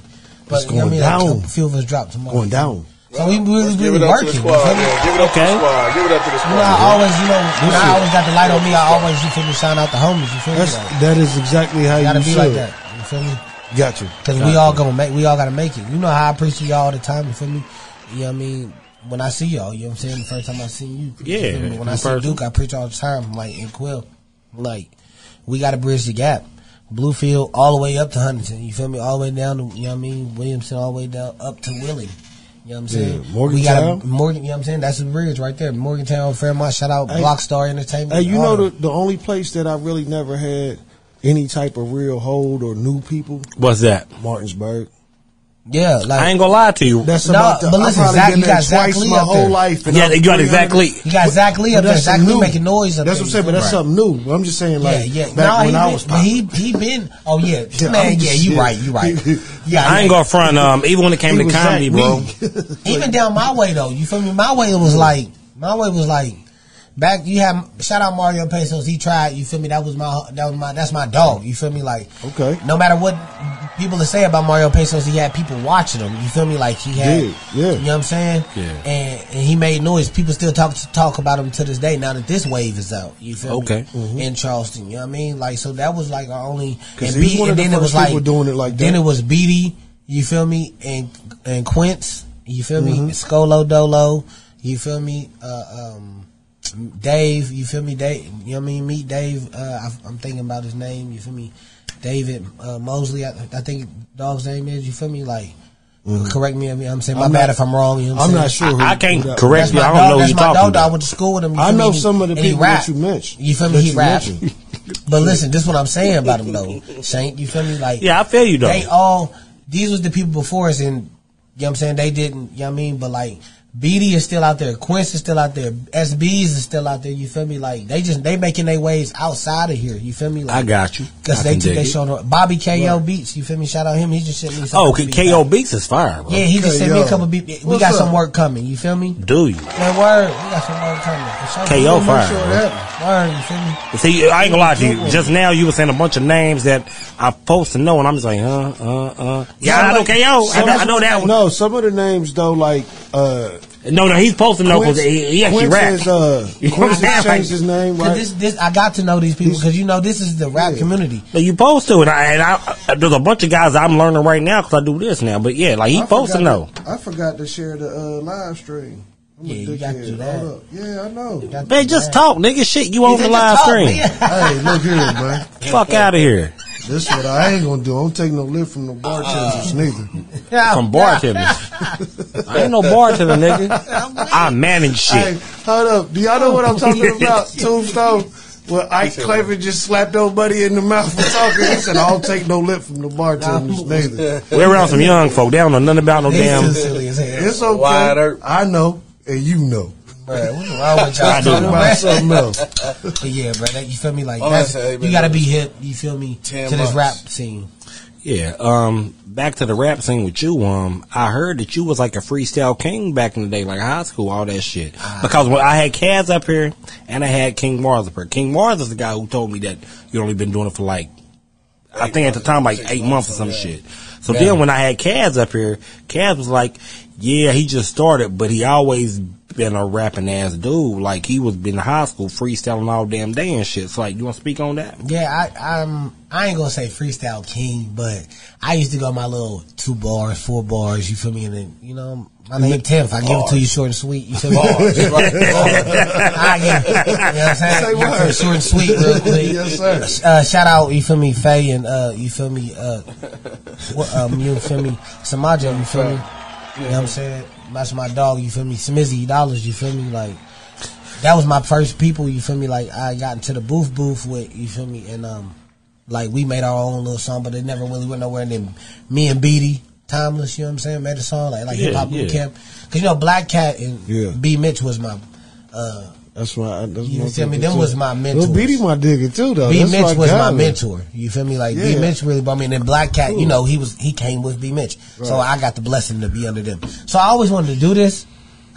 [SPEAKER 6] But
[SPEAKER 3] It's
[SPEAKER 6] you know what I
[SPEAKER 3] going
[SPEAKER 6] mean? Like, a
[SPEAKER 3] down.
[SPEAKER 6] couple- few of us drop tomorrow.
[SPEAKER 3] going down.
[SPEAKER 6] So we
[SPEAKER 4] Let's
[SPEAKER 6] really,
[SPEAKER 4] give it
[SPEAKER 6] really
[SPEAKER 4] up
[SPEAKER 6] working.
[SPEAKER 4] to the
[SPEAKER 6] you
[SPEAKER 4] squad.
[SPEAKER 6] feel me?
[SPEAKER 4] man. Give it up to
[SPEAKER 5] Okay.
[SPEAKER 4] the squad. Give it up to the
[SPEAKER 6] You
[SPEAKER 4] squad.
[SPEAKER 6] know, I always, you know, when
[SPEAKER 3] Listen.
[SPEAKER 6] I always got the light on me, I always, you feel me, shine out the homies, you feel me?
[SPEAKER 3] That's
[SPEAKER 6] Like,
[SPEAKER 3] that is exactly how
[SPEAKER 6] gotta
[SPEAKER 3] you
[SPEAKER 6] be
[SPEAKER 3] should.
[SPEAKER 6] like that, you feel me?
[SPEAKER 3] Got you.
[SPEAKER 6] Because we all gonna make, we all gotta make it. You know how I appreciate y'all all the time, you feel me? You know what I mean? When I see y'all, you know what I'm saying? The first time I seen you. you
[SPEAKER 5] Yeah,
[SPEAKER 6] feel me? When
[SPEAKER 5] in
[SPEAKER 6] I see
[SPEAKER 5] person.
[SPEAKER 6] Duke, I preach all the time, like, in Quill. Like, we gotta bridge the gap. Bluefield all the way up to Huntington, you feel me? All the way down to, you know what I mean? Williamson all the way down up to Willie. You know what I'm saying?
[SPEAKER 3] Yeah,
[SPEAKER 6] We gotta,
[SPEAKER 3] Morgantown.
[SPEAKER 6] Morgan, you know what I'm saying? That's the bridge right there. Morgantown, Fairmont, shout out
[SPEAKER 3] Hey.
[SPEAKER 6] Blockstar Entertainment.
[SPEAKER 3] Hey, you
[SPEAKER 6] all
[SPEAKER 3] know
[SPEAKER 6] of them.
[SPEAKER 3] the the only place that I really never had any type of real hold or new people,
[SPEAKER 5] What's that?
[SPEAKER 3] Martinsburg.
[SPEAKER 6] Yeah, like,
[SPEAKER 5] I ain't gonna lie to you.
[SPEAKER 3] That's
[SPEAKER 6] No,
[SPEAKER 3] about the.
[SPEAKER 6] but
[SPEAKER 3] I've
[SPEAKER 6] listen,
[SPEAKER 3] probably
[SPEAKER 6] Zach-
[SPEAKER 3] been
[SPEAKER 6] you
[SPEAKER 3] there
[SPEAKER 6] got Zach
[SPEAKER 3] twice
[SPEAKER 6] Lee
[SPEAKER 3] my
[SPEAKER 6] up
[SPEAKER 3] whole
[SPEAKER 6] there.
[SPEAKER 3] life. and
[SPEAKER 5] yeah,
[SPEAKER 3] I'm
[SPEAKER 5] you got
[SPEAKER 3] 300
[SPEAKER 5] exactly.
[SPEAKER 6] You got Zach Lee up there. Zach Lee making noise up
[SPEAKER 3] That's
[SPEAKER 6] there.
[SPEAKER 3] what I'm saying, but that's
[SPEAKER 6] Right.
[SPEAKER 3] something new. But I'm just saying, like,
[SPEAKER 6] yeah, yeah.
[SPEAKER 3] back
[SPEAKER 6] Nah,
[SPEAKER 3] when
[SPEAKER 6] he
[SPEAKER 3] I
[SPEAKER 6] been,
[SPEAKER 3] was
[SPEAKER 6] but
[SPEAKER 3] popping.
[SPEAKER 6] he he been. Oh yeah,
[SPEAKER 3] [LAUGHS] Yeah,
[SPEAKER 6] man.
[SPEAKER 3] I'm
[SPEAKER 6] yeah,
[SPEAKER 3] just-
[SPEAKER 6] you
[SPEAKER 3] yeah.
[SPEAKER 6] right. You right.
[SPEAKER 3] [LAUGHS]
[SPEAKER 6] Yeah,
[SPEAKER 5] I ain't
[SPEAKER 6] yeah.
[SPEAKER 5] gonna front. Um, even when it came
[SPEAKER 3] He
[SPEAKER 5] to
[SPEAKER 3] was [LAUGHS]
[SPEAKER 5] comedy,
[SPEAKER 3] Zach
[SPEAKER 5] bro.
[SPEAKER 3] Lee.
[SPEAKER 6] Even down my way though. You feel me? My way was like my way was like back you have shout out Mario Pesos. He tried. You feel me? That was my that was my that's my dog. You feel me? Like
[SPEAKER 3] Okay.
[SPEAKER 6] No matter what people are saying about Mario Pesos, he had people watching him. You feel me? Like he had.
[SPEAKER 3] Did, yeah.
[SPEAKER 6] You know what I'm saying?
[SPEAKER 5] Yeah.
[SPEAKER 6] And and he made noise. People still talk talk about him to this day. Now that this wave is out, you feel
[SPEAKER 5] Okay.
[SPEAKER 6] me? In Charleston, you know what I mean? Like so that was like our only.
[SPEAKER 3] 'Cause he was one of the first people doing it like
[SPEAKER 6] Then
[SPEAKER 3] that.
[SPEAKER 6] it was Beatty. You feel me? And and Quince. You feel me?
[SPEAKER 3] Mm-hmm.
[SPEAKER 6] Scolo Dolo. You feel me? Uh, um, Dave. You feel me? Dave. You know what I mean? Meet Dave. Uh, I, I'm thinking about his name. You feel me? David uh, Mosley. I, I think dog's name is. You feel me? Like. Correct me. I mean, I'm saying my
[SPEAKER 3] Mm-hmm. I'm
[SPEAKER 6] bad
[SPEAKER 3] not-
[SPEAKER 6] if I'm wrong. You know what
[SPEAKER 3] I'm
[SPEAKER 6] saying?
[SPEAKER 3] not sure. who-
[SPEAKER 5] I can't
[SPEAKER 3] who that-
[SPEAKER 5] correct you. I don't know who
[SPEAKER 6] that's
[SPEAKER 5] you're
[SPEAKER 6] my
[SPEAKER 5] talking
[SPEAKER 6] dog that I
[SPEAKER 5] about.
[SPEAKER 6] went to school with him. you
[SPEAKER 3] I
[SPEAKER 6] feel
[SPEAKER 3] know
[SPEAKER 6] me?
[SPEAKER 3] some of the
[SPEAKER 6] And he
[SPEAKER 3] people that
[SPEAKER 6] rap.
[SPEAKER 3] you mentioned,
[SPEAKER 6] You feel me?
[SPEAKER 3] that
[SPEAKER 6] He
[SPEAKER 3] you
[SPEAKER 6] rapped.
[SPEAKER 3] mentioned.
[SPEAKER 6] But listen, this is what I'm saying about him [LAUGHS] though, Saint. You feel me? Like
[SPEAKER 5] Yeah, I feel you though.
[SPEAKER 6] they all these was the people before us and you know what I'm saying they didn't you know what I mean but like BD is still out there Quince is still out there SBs is still out there you feel me like they just they making their ways outside of here you feel me
[SPEAKER 5] I
[SPEAKER 6] like
[SPEAKER 5] got you. I
[SPEAKER 6] because they
[SPEAKER 5] can
[SPEAKER 6] took
[SPEAKER 5] dig
[SPEAKER 6] they
[SPEAKER 5] it.
[SPEAKER 6] show Bobby KO Beats you feel me shout out him he just sent me some
[SPEAKER 5] Oh, K- KO Beats is fire, bro.
[SPEAKER 6] yeah he just sent me a
[SPEAKER 3] KO.
[SPEAKER 6] couple beats we
[SPEAKER 3] What's
[SPEAKER 6] got some
[SPEAKER 3] up?
[SPEAKER 6] work coming you feel me
[SPEAKER 5] Do you?
[SPEAKER 6] man word we got some work coming for sure.
[SPEAKER 5] KO
[SPEAKER 6] Make
[SPEAKER 5] fire,
[SPEAKER 6] sure
[SPEAKER 5] bro.
[SPEAKER 6] that- word you feel me
[SPEAKER 5] See, I ain't gonna lie to you. Just now, you were saying a bunch of names that I'm supposed to know, and I'm just like, uh, uh, uh. Yeah, I know
[SPEAKER 3] like,
[SPEAKER 5] KO. I
[SPEAKER 3] some-
[SPEAKER 5] know, I know that one. No,
[SPEAKER 3] No, some of the names though, like uh,
[SPEAKER 5] no, he's supposed to know because he, he actually
[SPEAKER 3] Quince
[SPEAKER 5] raps. [LAUGHS]
[SPEAKER 3] Is, uh, Quince
[SPEAKER 5] Right.
[SPEAKER 3] has changed his name,
[SPEAKER 6] Cause
[SPEAKER 3] right?
[SPEAKER 6] this, this, I got to know these people because you know this is the rap community.
[SPEAKER 5] But you supposed to, and, I, and I, uh, there's a bunch of guys I'm learning right now because I do this now. But yeah, like he's supposed to know.
[SPEAKER 7] I forgot to share the uh, live stream. I'm
[SPEAKER 6] Yeah,
[SPEAKER 7] a
[SPEAKER 6] you got to do
[SPEAKER 7] dickhead.
[SPEAKER 6] that.
[SPEAKER 7] Hold up. Yeah, I know.
[SPEAKER 6] Got
[SPEAKER 5] Man,
[SPEAKER 6] to-
[SPEAKER 5] just talk, nigga. Shit, you on
[SPEAKER 6] He
[SPEAKER 5] the
[SPEAKER 6] said,
[SPEAKER 5] live
[SPEAKER 6] "Just talk,
[SPEAKER 5] stream?
[SPEAKER 6] nigga."
[SPEAKER 7] [LAUGHS] hey, look here, man.
[SPEAKER 5] Fuck out of here
[SPEAKER 7] This what I ain't gonna do. I don't take no lift from no bartenders
[SPEAKER 6] Uh,
[SPEAKER 7] neither.
[SPEAKER 5] from bartenders. I ain't no bartender, nigga. I manage
[SPEAKER 7] Hey,
[SPEAKER 5] shit.
[SPEAKER 7] hold up. Do y'all know what I'm
[SPEAKER 5] [LAUGHS]
[SPEAKER 7] talking about? Tombstone. Well, Ike Clavin just slapped old buddy in the mouth for talking. He said, "I don't take no lip from the bartenders
[SPEAKER 6] [LAUGHS]
[SPEAKER 7] neither."
[SPEAKER 5] We're around some young folk. They don't know nothing about no
[SPEAKER 6] He's
[SPEAKER 5] damn.
[SPEAKER 6] too silly as hell.
[SPEAKER 7] It's okay.
[SPEAKER 4] Wide earth.
[SPEAKER 7] I know, and you know.
[SPEAKER 6] Bruh, what's wrong with
[SPEAKER 5] I
[SPEAKER 6] y'all?
[SPEAKER 5] do know.
[SPEAKER 7] About something else.
[SPEAKER 6] [LAUGHS] But yeah, bro, that, you feel me? Like
[SPEAKER 4] Oh,
[SPEAKER 6] that's,
[SPEAKER 4] that's- hey,
[SPEAKER 6] you
[SPEAKER 4] man,
[SPEAKER 6] gotta
[SPEAKER 4] that
[SPEAKER 6] be hip. You feel me? To
[SPEAKER 4] Ten
[SPEAKER 6] this
[SPEAKER 4] months.
[SPEAKER 6] rap scene.
[SPEAKER 5] Yeah. Um. Back to the rap scene with you. Um. I heard that you was like a freestyle king back in the day, like high school, all that shit. Because when I had Kaz up here, and I had King Mars up here. King Mars is the guy who told me that you only been doing it for like, I think at the time like eight months or some shit. So then when I had Kaz up here, Kaz was like, "Yeah, he just started, but he always." Been a rapping ass dude, like he was been in high school freestyling all damn day and shit. So like, you want to speak on that?
[SPEAKER 6] Yeah, I, I'm. I ain't gonna say freestyle king, but I used to go my little two bars, four bars. You feel me? And then you know, my name tenth. I give it to you short and sweet. You feel me?
[SPEAKER 4] Bars,
[SPEAKER 6] [LAUGHS]
[SPEAKER 4] right.
[SPEAKER 6] I give it. You know what I'm saying?
[SPEAKER 7] Say
[SPEAKER 6] Give it to you
[SPEAKER 7] word.
[SPEAKER 6] Short and sweet, real quick.
[SPEAKER 7] Yes, sir.
[SPEAKER 6] Uh, shout out, you feel me, Faye, and uh, you feel me, uh, what, um, you feel me, Samaja, you feel me. You know what I'm saying? That's my dog, you feel me, Smizzy Dollars, you feel me, like. That was my first people, you feel me? Like I got into the booth booth with, you feel me, and um, like we made our own little song, but it never really went nowhere. And then me and Beatty, Timeless, you know what I'm saying, made a song like like
[SPEAKER 5] Yeah,
[SPEAKER 6] hip hop boot
[SPEAKER 5] yeah.
[SPEAKER 6] camp, because you know Black Cat and
[SPEAKER 3] Yeah.
[SPEAKER 6] B Mitch was my uh
[SPEAKER 3] That's why. I, that's
[SPEAKER 6] You
[SPEAKER 3] my
[SPEAKER 6] feel me?
[SPEAKER 3] nigga,
[SPEAKER 6] Them
[SPEAKER 3] too.
[SPEAKER 6] was my mentors.
[SPEAKER 3] Lil Beatty, my digger too, though.
[SPEAKER 6] B
[SPEAKER 3] That's
[SPEAKER 6] Mitch was
[SPEAKER 3] guy.
[SPEAKER 6] my mentor. You feel me? Like B
[SPEAKER 3] Yeah.
[SPEAKER 6] Mitch really brought me, and then Black Cat, you know, he was he came with B Mitch, so I got the blessing to be under them. So I always wanted to do this.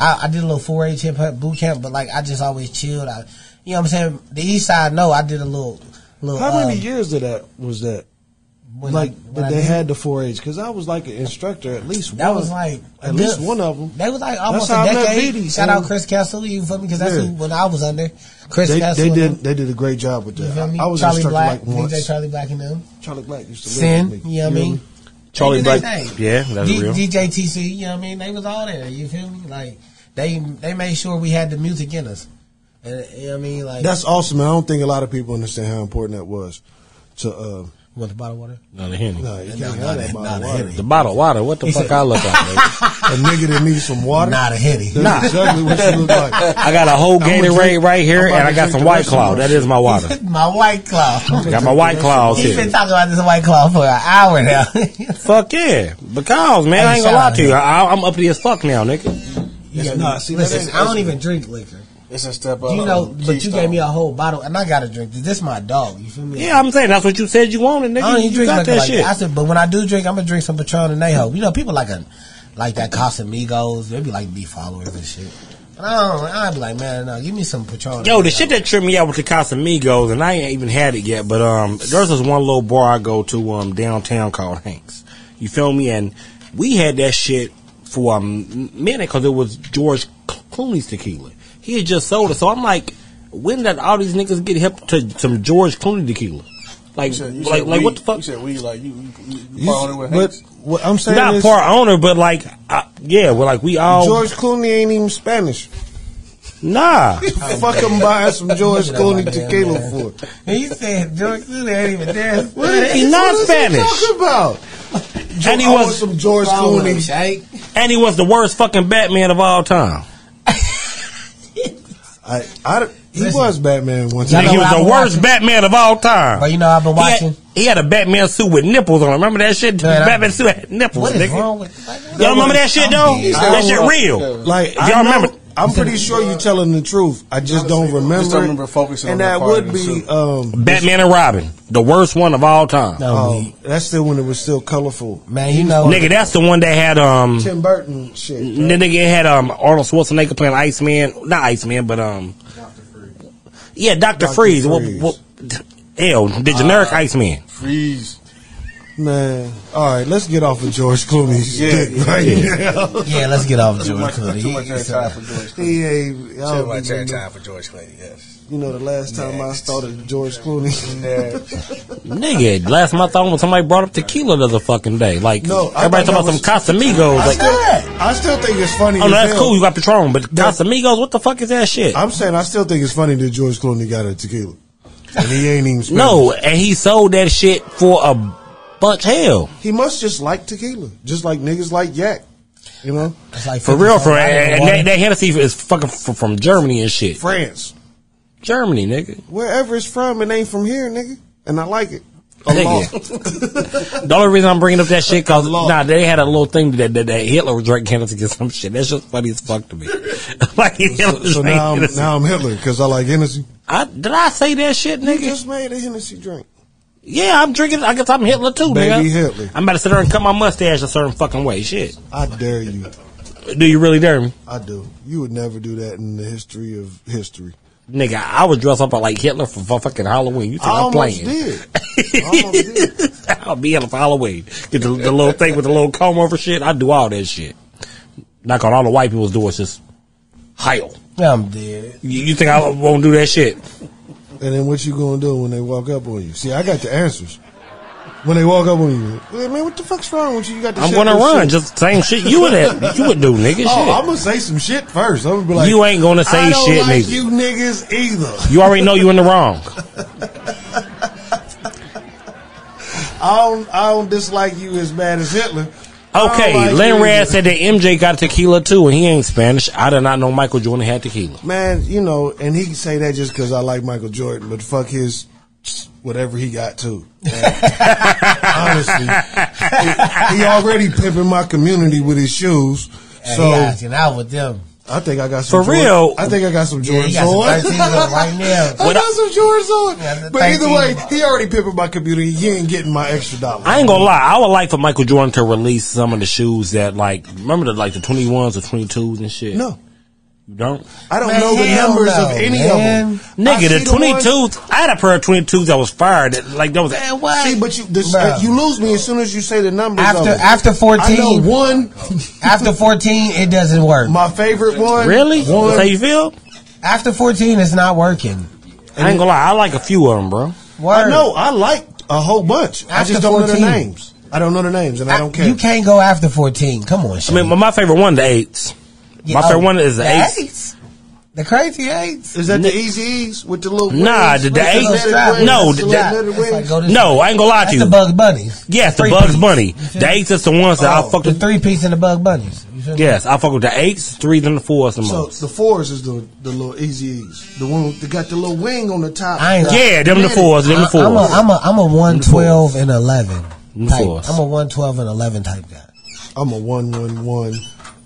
[SPEAKER 6] I, I did a little 4-H hip hop boot camp, but like I just always chilled. I, you know what I'm saying? The East Side, no, I did a little little.
[SPEAKER 3] How many
[SPEAKER 6] um,
[SPEAKER 3] years of that was that?
[SPEAKER 6] when
[SPEAKER 3] like
[SPEAKER 6] I- when
[SPEAKER 3] that
[SPEAKER 6] I
[SPEAKER 3] they
[SPEAKER 6] did-
[SPEAKER 3] had the 4-H because I was like an instructor at least.
[SPEAKER 6] That
[SPEAKER 3] one,
[SPEAKER 6] was like
[SPEAKER 3] at
[SPEAKER 6] a
[SPEAKER 3] least
[SPEAKER 6] good-
[SPEAKER 3] one of them.
[SPEAKER 6] They was like almost
[SPEAKER 3] how
[SPEAKER 6] a
[SPEAKER 3] I met
[SPEAKER 6] decade.
[SPEAKER 3] BD,
[SPEAKER 6] Shout out
[SPEAKER 3] so-
[SPEAKER 6] Chris Castle, you feel me? Because that's
[SPEAKER 3] Yeah.
[SPEAKER 6] who when I was under Chris
[SPEAKER 3] They,
[SPEAKER 6] Castle.
[SPEAKER 3] they
[SPEAKER 6] and
[SPEAKER 3] did
[SPEAKER 6] them,
[SPEAKER 3] they did a great job with
[SPEAKER 6] You
[SPEAKER 3] that.
[SPEAKER 6] feel me?
[SPEAKER 3] I, I was
[SPEAKER 6] Charlie
[SPEAKER 3] instructor
[SPEAKER 6] Black,
[SPEAKER 3] like once.
[SPEAKER 6] DJ Charlie Black, and them.
[SPEAKER 3] Charlie Black used to live
[SPEAKER 6] Sin,
[SPEAKER 3] with me.
[SPEAKER 6] you know what I
[SPEAKER 3] You
[SPEAKER 6] mean?
[SPEAKER 5] Charlie
[SPEAKER 6] They
[SPEAKER 5] Black,
[SPEAKER 6] did their thing.
[SPEAKER 5] yeah, that's
[SPEAKER 6] D-
[SPEAKER 5] real.
[SPEAKER 6] DJ TC, you know what I mean? They was all there. You feel me? Like they they made sure we had the music in us. And, you know what I mean? Like
[SPEAKER 3] That's awesome. man. I don't think a lot of people understand how important that was to. Uh,
[SPEAKER 6] you want the bottle of water?
[SPEAKER 5] No, the Henny.
[SPEAKER 3] nah, you can't
[SPEAKER 6] Nah,
[SPEAKER 3] have
[SPEAKER 6] nah,
[SPEAKER 3] that
[SPEAKER 6] nah,
[SPEAKER 3] bottle of
[SPEAKER 6] nah,
[SPEAKER 3] water.
[SPEAKER 6] Henny.
[SPEAKER 5] The bottle of water. What the fuck I look like? nigga?
[SPEAKER 3] A nigga that needs some water.
[SPEAKER 6] Not a hitty.
[SPEAKER 3] That's
[SPEAKER 6] [LAUGHS]
[SPEAKER 3] exactly what you look
[SPEAKER 5] [LAUGHS]
[SPEAKER 3] like.
[SPEAKER 5] I got a whole
[SPEAKER 3] I'm gonna
[SPEAKER 5] Gatorade
[SPEAKER 3] drink-
[SPEAKER 5] right here,
[SPEAKER 3] I'm about
[SPEAKER 5] and I
[SPEAKER 3] to
[SPEAKER 5] got
[SPEAKER 3] drink
[SPEAKER 5] some
[SPEAKER 3] the
[SPEAKER 5] White
[SPEAKER 3] rest of
[SPEAKER 5] Claw.
[SPEAKER 3] mine.
[SPEAKER 5] That is my water.
[SPEAKER 6] My white claw.
[SPEAKER 5] [LAUGHS] Got my White Claws
[SPEAKER 6] He's
[SPEAKER 5] here.
[SPEAKER 6] been talking about this white claw for an hour now. [LAUGHS]
[SPEAKER 5] Fuck yeah, because man, I
[SPEAKER 6] Hey,
[SPEAKER 5] ain't gonna
[SPEAKER 6] shout
[SPEAKER 5] lie to you. I, I'm uppity as fuck now, nigga.
[SPEAKER 6] yeah,
[SPEAKER 4] nah, see, that
[SPEAKER 6] listen,
[SPEAKER 4] ain't-
[SPEAKER 6] I don't even drink liquor.
[SPEAKER 4] It's a step up.
[SPEAKER 6] You know, but you
[SPEAKER 4] Keystone.
[SPEAKER 6] gave me a whole bottle, and I gotta drink this. This is my dog. You feel me?
[SPEAKER 5] Yeah, I'm saying that's what you said you wanted, nigga.
[SPEAKER 6] I don't even
[SPEAKER 5] you
[SPEAKER 6] drink
[SPEAKER 5] got
[SPEAKER 6] liquor
[SPEAKER 5] that
[SPEAKER 6] like
[SPEAKER 5] shit.
[SPEAKER 6] that. I said, but when I do drink, I'm gonna drink some Patron and Neho. You know, people like a like that Casamigos. They be like be followers and shit. And I don't, I'd be like, man, no, give me some Patron.
[SPEAKER 5] Yo, the shit that tripped me out with the Casamigos, and I ain't even had it yet, but um, there's this one little bar I go to um downtown called Hanks. You feel me? And we had that shit for a minute because it was George Clooney's tequila. He had just sold it, so I'm like, when did all these niggas get hip to some George Clooney tequila? Like,
[SPEAKER 4] said- you
[SPEAKER 5] like,
[SPEAKER 4] said
[SPEAKER 5] like
[SPEAKER 4] we-
[SPEAKER 5] what the
[SPEAKER 4] You
[SPEAKER 5] fuck?
[SPEAKER 4] said we like you. you- You, you
[SPEAKER 3] You-
[SPEAKER 4] following with
[SPEAKER 3] but
[SPEAKER 4] Hanks.
[SPEAKER 3] what I'm saying
[SPEAKER 5] Not
[SPEAKER 3] is,
[SPEAKER 5] part owner, but like, I, yeah, we're like we all
[SPEAKER 3] George Clooney ain't even Spanish.
[SPEAKER 5] nah.
[SPEAKER 3] Fuck him buying some George
[SPEAKER 6] Get out my
[SPEAKER 3] Clooney
[SPEAKER 6] damn
[SPEAKER 3] tequila
[SPEAKER 6] ass.
[SPEAKER 3] for.
[SPEAKER 6] He said, George Clooney ain't even there.
[SPEAKER 3] [LAUGHS] What is-
[SPEAKER 5] He's
[SPEAKER 3] what
[SPEAKER 5] not
[SPEAKER 3] is
[SPEAKER 5] Spanish.
[SPEAKER 3] He talking about?
[SPEAKER 5] and he
[SPEAKER 3] I want
[SPEAKER 5] was
[SPEAKER 3] some George Clooney.
[SPEAKER 6] shake.
[SPEAKER 5] and he was the worst fucking Batman of all time.
[SPEAKER 3] I, I, he
[SPEAKER 6] Listen.
[SPEAKER 3] was Batman once.
[SPEAKER 6] Y'all
[SPEAKER 5] Nigga,
[SPEAKER 6] know
[SPEAKER 5] he was
[SPEAKER 6] what I've
[SPEAKER 5] the
[SPEAKER 6] been
[SPEAKER 5] worst
[SPEAKER 6] watching?
[SPEAKER 5] Batman of all time.
[SPEAKER 6] But you know, I've been
[SPEAKER 5] He had-
[SPEAKER 6] watching.
[SPEAKER 5] He had, a Batman suit with nipples on. it. Remember that shit?
[SPEAKER 6] Man, I-
[SPEAKER 5] Batman suit had nipples.
[SPEAKER 6] What is
[SPEAKER 5] nigga.
[SPEAKER 6] wrong with like, what-
[SPEAKER 5] Y'all remember that shit though?
[SPEAKER 6] I'm-
[SPEAKER 5] That shit real.
[SPEAKER 4] Yeah.
[SPEAKER 3] Like
[SPEAKER 5] Y'all
[SPEAKER 3] I know-
[SPEAKER 5] remember-
[SPEAKER 3] I'm pretty sure you're telling the truth. I just don't remember.
[SPEAKER 4] Just don't
[SPEAKER 3] it.
[SPEAKER 4] remember focusing
[SPEAKER 3] and
[SPEAKER 4] on
[SPEAKER 3] that
[SPEAKER 4] that part
[SPEAKER 3] would
[SPEAKER 4] of
[SPEAKER 3] be
[SPEAKER 4] the suit.
[SPEAKER 3] um,
[SPEAKER 5] Batman and Robin, the worst one of all time.
[SPEAKER 6] No,
[SPEAKER 3] um, that's still when it was still colorful.
[SPEAKER 6] man, you know,
[SPEAKER 5] Oh. Nigga, that's the one that had um.
[SPEAKER 3] Tim Burton shit.
[SPEAKER 5] The nigga had um Arnold Schwarzenegger playing Iceman, not Iceman, but um. Yeah, Doctor
[SPEAKER 3] Dr.
[SPEAKER 5] Freeze. What,
[SPEAKER 3] Freeze.
[SPEAKER 5] what, hell, the generic Iceman.
[SPEAKER 4] Freeze.
[SPEAKER 3] Man, all right, let's get off of George Clooney's
[SPEAKER 4] Yeah,
[SPEAKER 3] dick right now.
[SPEAKER 6] [LAUGHS] yeah, let's get off of
[SPEAKER 4] Too
[SPEAKER 6] George
[SPEAKER 4] much,
[SPEAKER 6] Clooney.
[SPEAKER 4] too much
[SPEAKER 6] He- Oh, he's
[SPEAKER 4] time
[SPEAKER 6] a-
[SPEAKER 4] for George
[SPEAKER 3] [LAUGHS]
[SPEAKER 4] Clooney.
[SPEAKER 3] He ain't. I
[SPEAKER 4] Too
[SPEAKER 3] don't
[SPEAKER 4] much
[SPEAKER 3] even know.
[SPEAKER 4] time for George Clooney. Yes.
[SPEAKER 3] You know, the last time I
[SPEAKER 4] Next.
[SPEAKER 3] started George Clooney. [LAUGHS]
[SPEAKER 4] Yeah.
[SPEAKER 5] Nigga, last month I almost somebody brought up tequila the other fucking day. Like
[SPEAKER 3] No, I
[SPEAKER 5] everybody
[SPEAKER 3] thought
[SPEAKER 5] talking
[SPEAKER 3] that
[SPEAKER 5] about some Casamigos.
[SPEAKER 3] I
[SPEAKER 5] Like,
[SPEAKER 3] still, I still think it's funny.
[SPEAKER 5] oh no,
[SPEAKER 3] as
[SPEAKER 5] that's
[SPEAKER 3] hell.
[SPEAKER 5] cool. You got Patron, but Casamigos, what the fuck is that shit?
[SPEAKER 3] I'm saying I still think it's funny that George Clooney got a tequila, and he ain't even. Spanish.
[SPEAKER 5] [LAUGHS] no, and he sold that shit for a bunch. Hell,
[SPEAKER 3] he must just like tequila, just like niggas like yak. You know,
[SPEAKER 6] it's like
[SPEAKER 5] for real,
[SPEAKER 6] 50
[SPEAKER 5] for
[SPEAKER 6] cent
[SPEAKER 5] and, and
[SPEAKER 6] water.
[SPEAKER 5] that, that Hennessy is fucking from, from Germany and shit.
[SPEAKER 3] France,
[SPEAKER 5] Germany, nigga.
[SPEAKER 3] wherever it's from, it ain't from here, nigga, and I like it. A lot.
[SPEAKER 5] [LAUGHS] Nigga. the only reason I'm bringing up that shit because nah, they had a little thing that that, that Hitler was drinking Hennessy or some shit. That's just funny as fuck to me. [LAUGHS] like Hitler
[SPEAKER 3] So
[SPEAKER 5] drank
[SPEAKER 3] now I'm,
[SPEAKER 5] Hennessy.
[SPEAKER 3] now I'm Hitler because I like Hennessy.
[SPEAKER 5] I, did I say that shit,
[SPEAKER 3] He
[SPEAKER 5] nigga?
[SPEAKER 3] just made a Hennessy drink.
[SPEAKER 5] Yeah, I'm drinking. I guess I'm Hitler too,
[SPEAKER 3] Baby
[SPEAKER 5] nigga.
[SPEAKER 3] Hitler.
[SPEAKER 5] I'm about to sit there and cut my mustache a certain fucking way. Shit.
[SPEAKER 3] I dare you.
[SPEAKER 5] Do you really dare me?
[SPEAKER 3] I do. You would never do that in the history of history.
[SPEAKER 5] Nigga, I was dressed up like Hitler for, for fucking Halloween. You think
[SPEAKER 3] I
[SPEAKER 5] I'm
[SPEAKER 3] almost
[SPEAKER 5] playing? [LAUGHS]
[SPEAKER 3] did. I almost did.
[SPEAKER 5] I'll be Hitler for Halloween. Get the, the little thing with the little comb over shit. I do all that shit. Knock on all the white people's doors. Just heil.
[SPEAKER 6] I'm dead.
[SPEAKER 5] You, you think I won't do that shit?
[SPEAKER 3] And then what you gonna do when they walk up on you? See, I got the answers. When they walk up on you, hey, man, what the fuck's wrong with you? You got the
[SPEAKER 5] I'm
[SPEAKER 3] shit
[SPEAKER 5] gonna
[SPEAKER 3] this
[SPEAKER 5] run.
[SPEAKER 3] shit.
[SPEAKER 5] Just same shit you would have, you would do, nigga.
[SPEAKER 3] [LAUGHS] Oh,
[SPEAKER 5] shit.
[SPEAKER 3] I'm gonna say some shit first. I'm gonna be like,
[SPEAKER 5] You ain't gonna say
[SPEAKER 3] I don't
[SPEAKER 5] shit,
[SPEAKER 3] like
[SPEAKER 5] nigga.
[SPEAKER 3] You niggas either.
[SPEAKER 5] you already know you in
[SPEAKER 3] [LAUGHS]
[SPEAKER 5] the wrong.
[SPEAKER 3] I don't. I don't dislike you as bad as Hitler.
[SPEAKER 5] Okay,
[SPEAKER 3] I don't like
[SPEAKER 5] Lynn
[SPEAKER 3] you
[SPEAKER 5] Rad
[SPEAKER 3] either.
[SPEAKER 5] said that MJ got tequila too, and he ain't Spanish. I did not know Michael Jordan had tequila.
[SPEAKER 3] man, you know, and he can say that just because I like Michael Jordan, but fuck his whatever he got too. man. Honestly, he, he already pimping my community with his shoes.
[SPEAKER 6] And
[SPEAKER 3] So
[SPEAKER 6] he asking out with them.
[SPEAKER 3] I think I got some
[SPEAKER 5] For
[SPEAKER 3] Jord-
[SPEAKER 5] real?
[SPEAKER 3] I think I got some
[SPEAKER 6] Yeah, he
[SPEAKER 3] Jordans
[SPEAKER 6] got some 13s
[SPEAKER 3] on.
[SPEAKER 6] on right now.
[SPEAKER 3] [LAUGHS] I got some Jordans on.
[SPEAKER 6] Yeah, the
[SPEAKER 3] but either
[SPEAKER 6] 13.
[SPEAKER 3] way, he already pimping my community. He ain't getting my extra dollar.
[SPEAKER 5] I ain't gonna lie. I would like for Michael Jordan to release some of the shoes that, like, remember the like the twenty ones or twenty twos and shit.
[SPEAKER 3] no,
[SPEAKER 5] you don't,
[SPEAKER 3] I don't
[SPEAKER 6] Man,
[SPEAKER 3] know the
[SPEAKER 6] hell
[SPEAKER 3] numbers
[SPEAKER 6] no,
[SPEAKER 3] of any
[SPEAKER 6] man.
[SPEAKER 3] of them. I
[SPEAKER 5] nigga.
[SPEAKER 3] see
[SPEAKER 5] The
[SPEAKER 3] the ones-
[SPEAKER 5] twenty twos. I had a pair of twenty twos that was fired. That, like that was. Man, what?
[SPEAKER 3] See, but you this,
[SPEAKER 6] Bruh.
[SPEAKER 3] you lose me as soon as you say the numbers. of
[SPEAKER 6] After
[SPEAKER 3] them.
[SPEAKER 6] after
[SPEAKER 3] I know
[SPEAKER 6] fourteen,
[SPEAKER 3] one.
[SPEAKER 6] after fourteen, it doesn't work.
[SPEAKER 3] My favorite one.
[SPEAKER 5] really? That's how
[SPEAKER 3] One.
[SPEAKER 5] you feel?
[SPEAKER 6] After fourteen, it's not working.
[SPEAKER 5] I ain't gonna lie. I like a few of them, bro.
[SPEAKER 6] Word.
[SPEAKER 3] I know. I like a whole bunch. I
[SPEAKER 6] After
[SPEAKER 3] just don't know
[SPEAKER 6] 14.
[SPEAKER 3] their names. I don't know the names, and I, don't care.
[SPEAKER 6] You can't go after fourteen. Come on,
[SPEAKER 5] I mean, my, my favorite one, the eights. my
[SPEAKER 6] oh,
[SPEAKER 5] favorite one is the eights.
[SPEAKER 6] The crazy eights.
[SPEAKER 3] Is that the Easy E's with the little?
[SPEAKER 5] Nah,
[SPEAKER 3] wings?
[SPEAKER 5] the-
[SPEAKER 3] With
[SPEAKER 5] the eight-
[SPEAKER 3] little
[SPEAKER 5] no,
[SPEAKER 3] wings?
[SPEAKER 5] the-
[SPEAKER 3] With
[SPEAKER 5] that-
[SPEAKER 3] little
[SPEAKER 6] That's like
[SPEAKER 3] wings?
[SPEAKER 6] go to-
[SPEAKER 5] No, I ain't gonna lie to
[SPEAKER 6] That's
[SPEAKER 5] you.
[SPEAKER 6] the Bugs Bunnies.
[SPEAKER 5] yes, the
[SPEAKER 6] Three
[SPEAKER 5] Bugs
[SPEAKER 6] piece.
[SPEAKER 5] Bunny.
[SPEAKER 6] You feel
[SPEAKER 5] The
[SPEAKER 6] me?
[SPEAKER 5] eights is the ones that I
[SPEAKER 3] Oh.
[SPEAKER 5] fuck
[SPEAKER 6] the
[SPEAKER 5] with.
[SPEAKER 6] three piece and the Bug Bunnies. You feel me?
[SPEAKER 5] Yes, I fuck with the eights, threes, and the fours the
[SPEAKER 3] So
[SPEAKER 5] most.
[SPEAKER 3] the fours is the the little Easy E's. The one that got the little wing on the top.
[SPEAKER 6] I ain't gonna-
[SPEAKER 5] yeah, them the fours, them the
[SPEAKER 6] I- I'm a,
[SPEAKER 5] fours.
[SPEAKER 6] I'm a, I'm a 112 and 11
[SPEAKER 5] Them
[SPEAKER 6] type.
[SPEAKER 5] fours.
[SPEAKER 6] I'm a 112 and 11 type guy.
[SPEAKER 3] I'm a one one one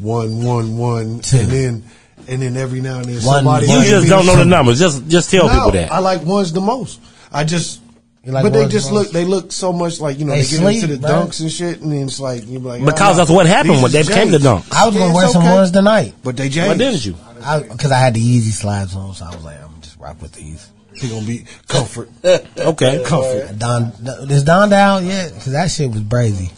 [SPEAKER 3] one one one,
[SPEAKER 6] Two.
[SPEAKER 3] and then and then every now and then
[SPEAKER 6] One,
[SPEAKER 3] somebody.
[SPEAKER 5] You
[SPEAKER 6] one.
[SPEAKER 3] give
[SPEAKER 5] just
[SPEAKER 3] me
[SPEAKER 5] don't know the
[SPEAKER 3] some-
[SPEAKER 5] numbers. Just just tell
[SPEAKER 3] No,
[SPEAKER 5] people that.
[SPEAKER 3] I like ones the most. I just.
[SPEAKER 6] You like
[SPEAKER 3] but they
[SPEAKER 6] ones
[SPEAKER 3] just
[SPEAKER 6] the most?
[SPEAKER 3] look, they look so much like, you know,
[SPEAKER 6] They
[SPEAKER 3] they,
[SPEAKER 6] sleep,
[SPEAKER 3] get into the
[SPEAKER 6] bro.
[SPEAKER 3] dunks and shit, and then it's like, "Ah, you're like,
[SPEAKER 5] Because that's what happened when they became the
[SPEAKER 3] dunk.
[SPEAKER 5] dunks.
[SPEAKER 6] I was gonna wear some ones tonight.
[SPEAKER 3] But they
[SPEAKER 5] Why
[SPEAKER 3] changed.
[SPEAKER 5] didn't you?
[SPEAKER 6] I because I, had the Yeezy slides on, so I was like, I'm gonna just rock with these.
[SPEAKER 3] He gonna be
[SPEAKER 5] [LAUGHS]
[SPEAKER 3] comfort.
[SPEAKER 5] Okay.
[SPEAKER 3] Comfort.
[SPEAKER 6] Don, is Don down yet? Because that shit was brazy.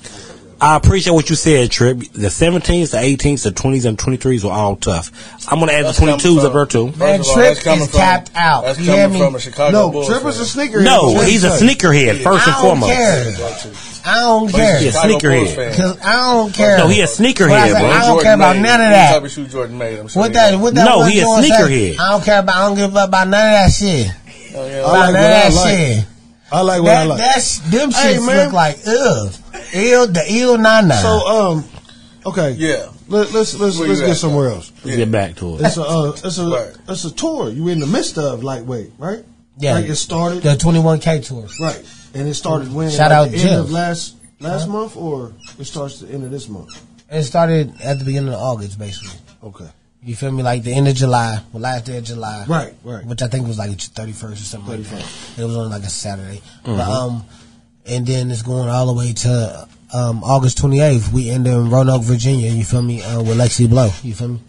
[SPEAKER 5] I appreciate what you said, Trip. The 17s, the 18s, the 20s, and 23s were all tough. I'm going to add the
[SPEAKER 4] That's coming
[SPEAKER 5] 22s up
[SPEAKER 4] from-
[SPEAKER 5] there, too.
[SPEAKER 6] Man,
[SPEAKER 4] First of all,
[SPEAKER 6] Trip
[SPEAKER 4] that's coming
[SPEAKER 6] is
[SPEAKER 4] from-
[SPEAKER 6] tapped out.
[SPEAKER 4] That's
[SPEAKER 6] You hear
[SPEAKER 4] coming
[SPEAKER 6] me?
[SPEAKER 4] from a Chicago
[SPEAKER 7] No,
[SPEAKER 4] Bulls
[SPEAKER 7] Trip is
[SPEAKER 4] fan.
[SPEAKER 7] a sneaker.
[SPEAKER 5] No, he's a sneakerhead, first
[SPEAKER 6] I
[SPEAKER 5] and
[SPEAKER 6] don't
[SPEAKER 5] foremost. Oh,
[SPEAKER 6] care. I
[SPEAKER 4] But
[SPEAKER 6] don't
[SPEAKER 4] he's
[SPEAKER 6] care.
[SPEAKER 5] Yeah,
[SPEAKER 4] Chicago Bulls
[SPEAKER 5] sneakerhead.
[SPEAKER 4] fan.
[SPEAKER 6] Cause I don't care.
[SPEAKER 5] No, he a
[SPEAKER 6] What I
[SPEAKER 5] sneakerhead,
[SPEAKER 6] said,
[SPEAKER 5] bro.
[SPEAKER 6] I don't
[SPEAKER 4] Jordan
[SPEAKER 6] care about
[SPEAKER 4] made.
[SPEAKER 6] none of
[SPEAKER 4] He's
[SPEAKER 6] that.
[SPEAKER 4] type of shoe Jordan made. I'm sure
[SPEAKER 6] What
[SPEAKER 4] he
[SPEAKER 6] that?
[SPEAKER 4] did.
[SPEAKER 6] What that?
[SPEAKER 5] No,
[SPEAKER 6] one
[SPEAKER 5] he a
[SPEAKER 6] doing say,
[SPEAKER 5] sneakerhead.
[SPEAKER 6] I don't care about. I don't give up about none of that shit.
[SPEAKER 4] Oh, yeah.
[SPEAKER 6] About
[SPEAKER 3] like
[SPEAKER 6] none
[SPEAKER 3] what
[SPEAKER 6] of
[SPEAKER 3] I
[SPEAKER 6] that
[SPEAKER 3] like.
[SPEAKER 6] shit.
[SPEAKER 3] I like what I
[SPEAKER 6] That,
[SPEAKER 3] like.
[SPEAKER 6] that's them
[SPEAKER 3] Hey,
[SPEAKER 6] shits
[SPEAKER 3] man.
[SPEAKER 6] look like ugh. Ill the ill nana.
[SPEAKER 3] So um, okay.
[SPEAKER 4] Yeah.
[SPEAKER 3] Let, let's let's
[SPEAKER 4] Where
[SPEAKER 3] let's
[SPEAKER 4] you
[SPEAKER 3] get
[SPEAKER 4] at,
[SPEAKER 3] somewhere else.
[SPEAKER 5] Let's get back to it.
[SPEAKER 3] It's a uh, it's a
[SPEAKER 4] Right.
[SPEAKER 3] it's a tour. You in the midst of lightweight, right?
[SPEAKER 6] yeah,
[SPEAKER 3] Like it started
[SPEAKER 6] the twenty one K tour.
[SPEAKER 3] right, and it started when like
[SPEAKER 6] Shout out
[SPEAKER 3] the end
[SPEAKER 6] Jeff.
[SPEAKER 3] of last last month, or it starts the end of this month.
[SPEAKER 6] It started at the beginning of August, basically.
[SPEAKER 3] Okay.
[SPEAKER 6] You feel me? Like the end of July, well, last day of July,
[SPEAKER 3] Right, right.
[SPEAKER 6] Which I think was like thirty first or something. like that. It was on like a Saturday,
[SPEAKER 3] Mm-hmm.
[SPEAKER 6] but, um, and then it's going all the way to um, August twenty eighth. We end in Roanoke, Virginia. You feel me? Uh, with Lexi Blow. You feel me?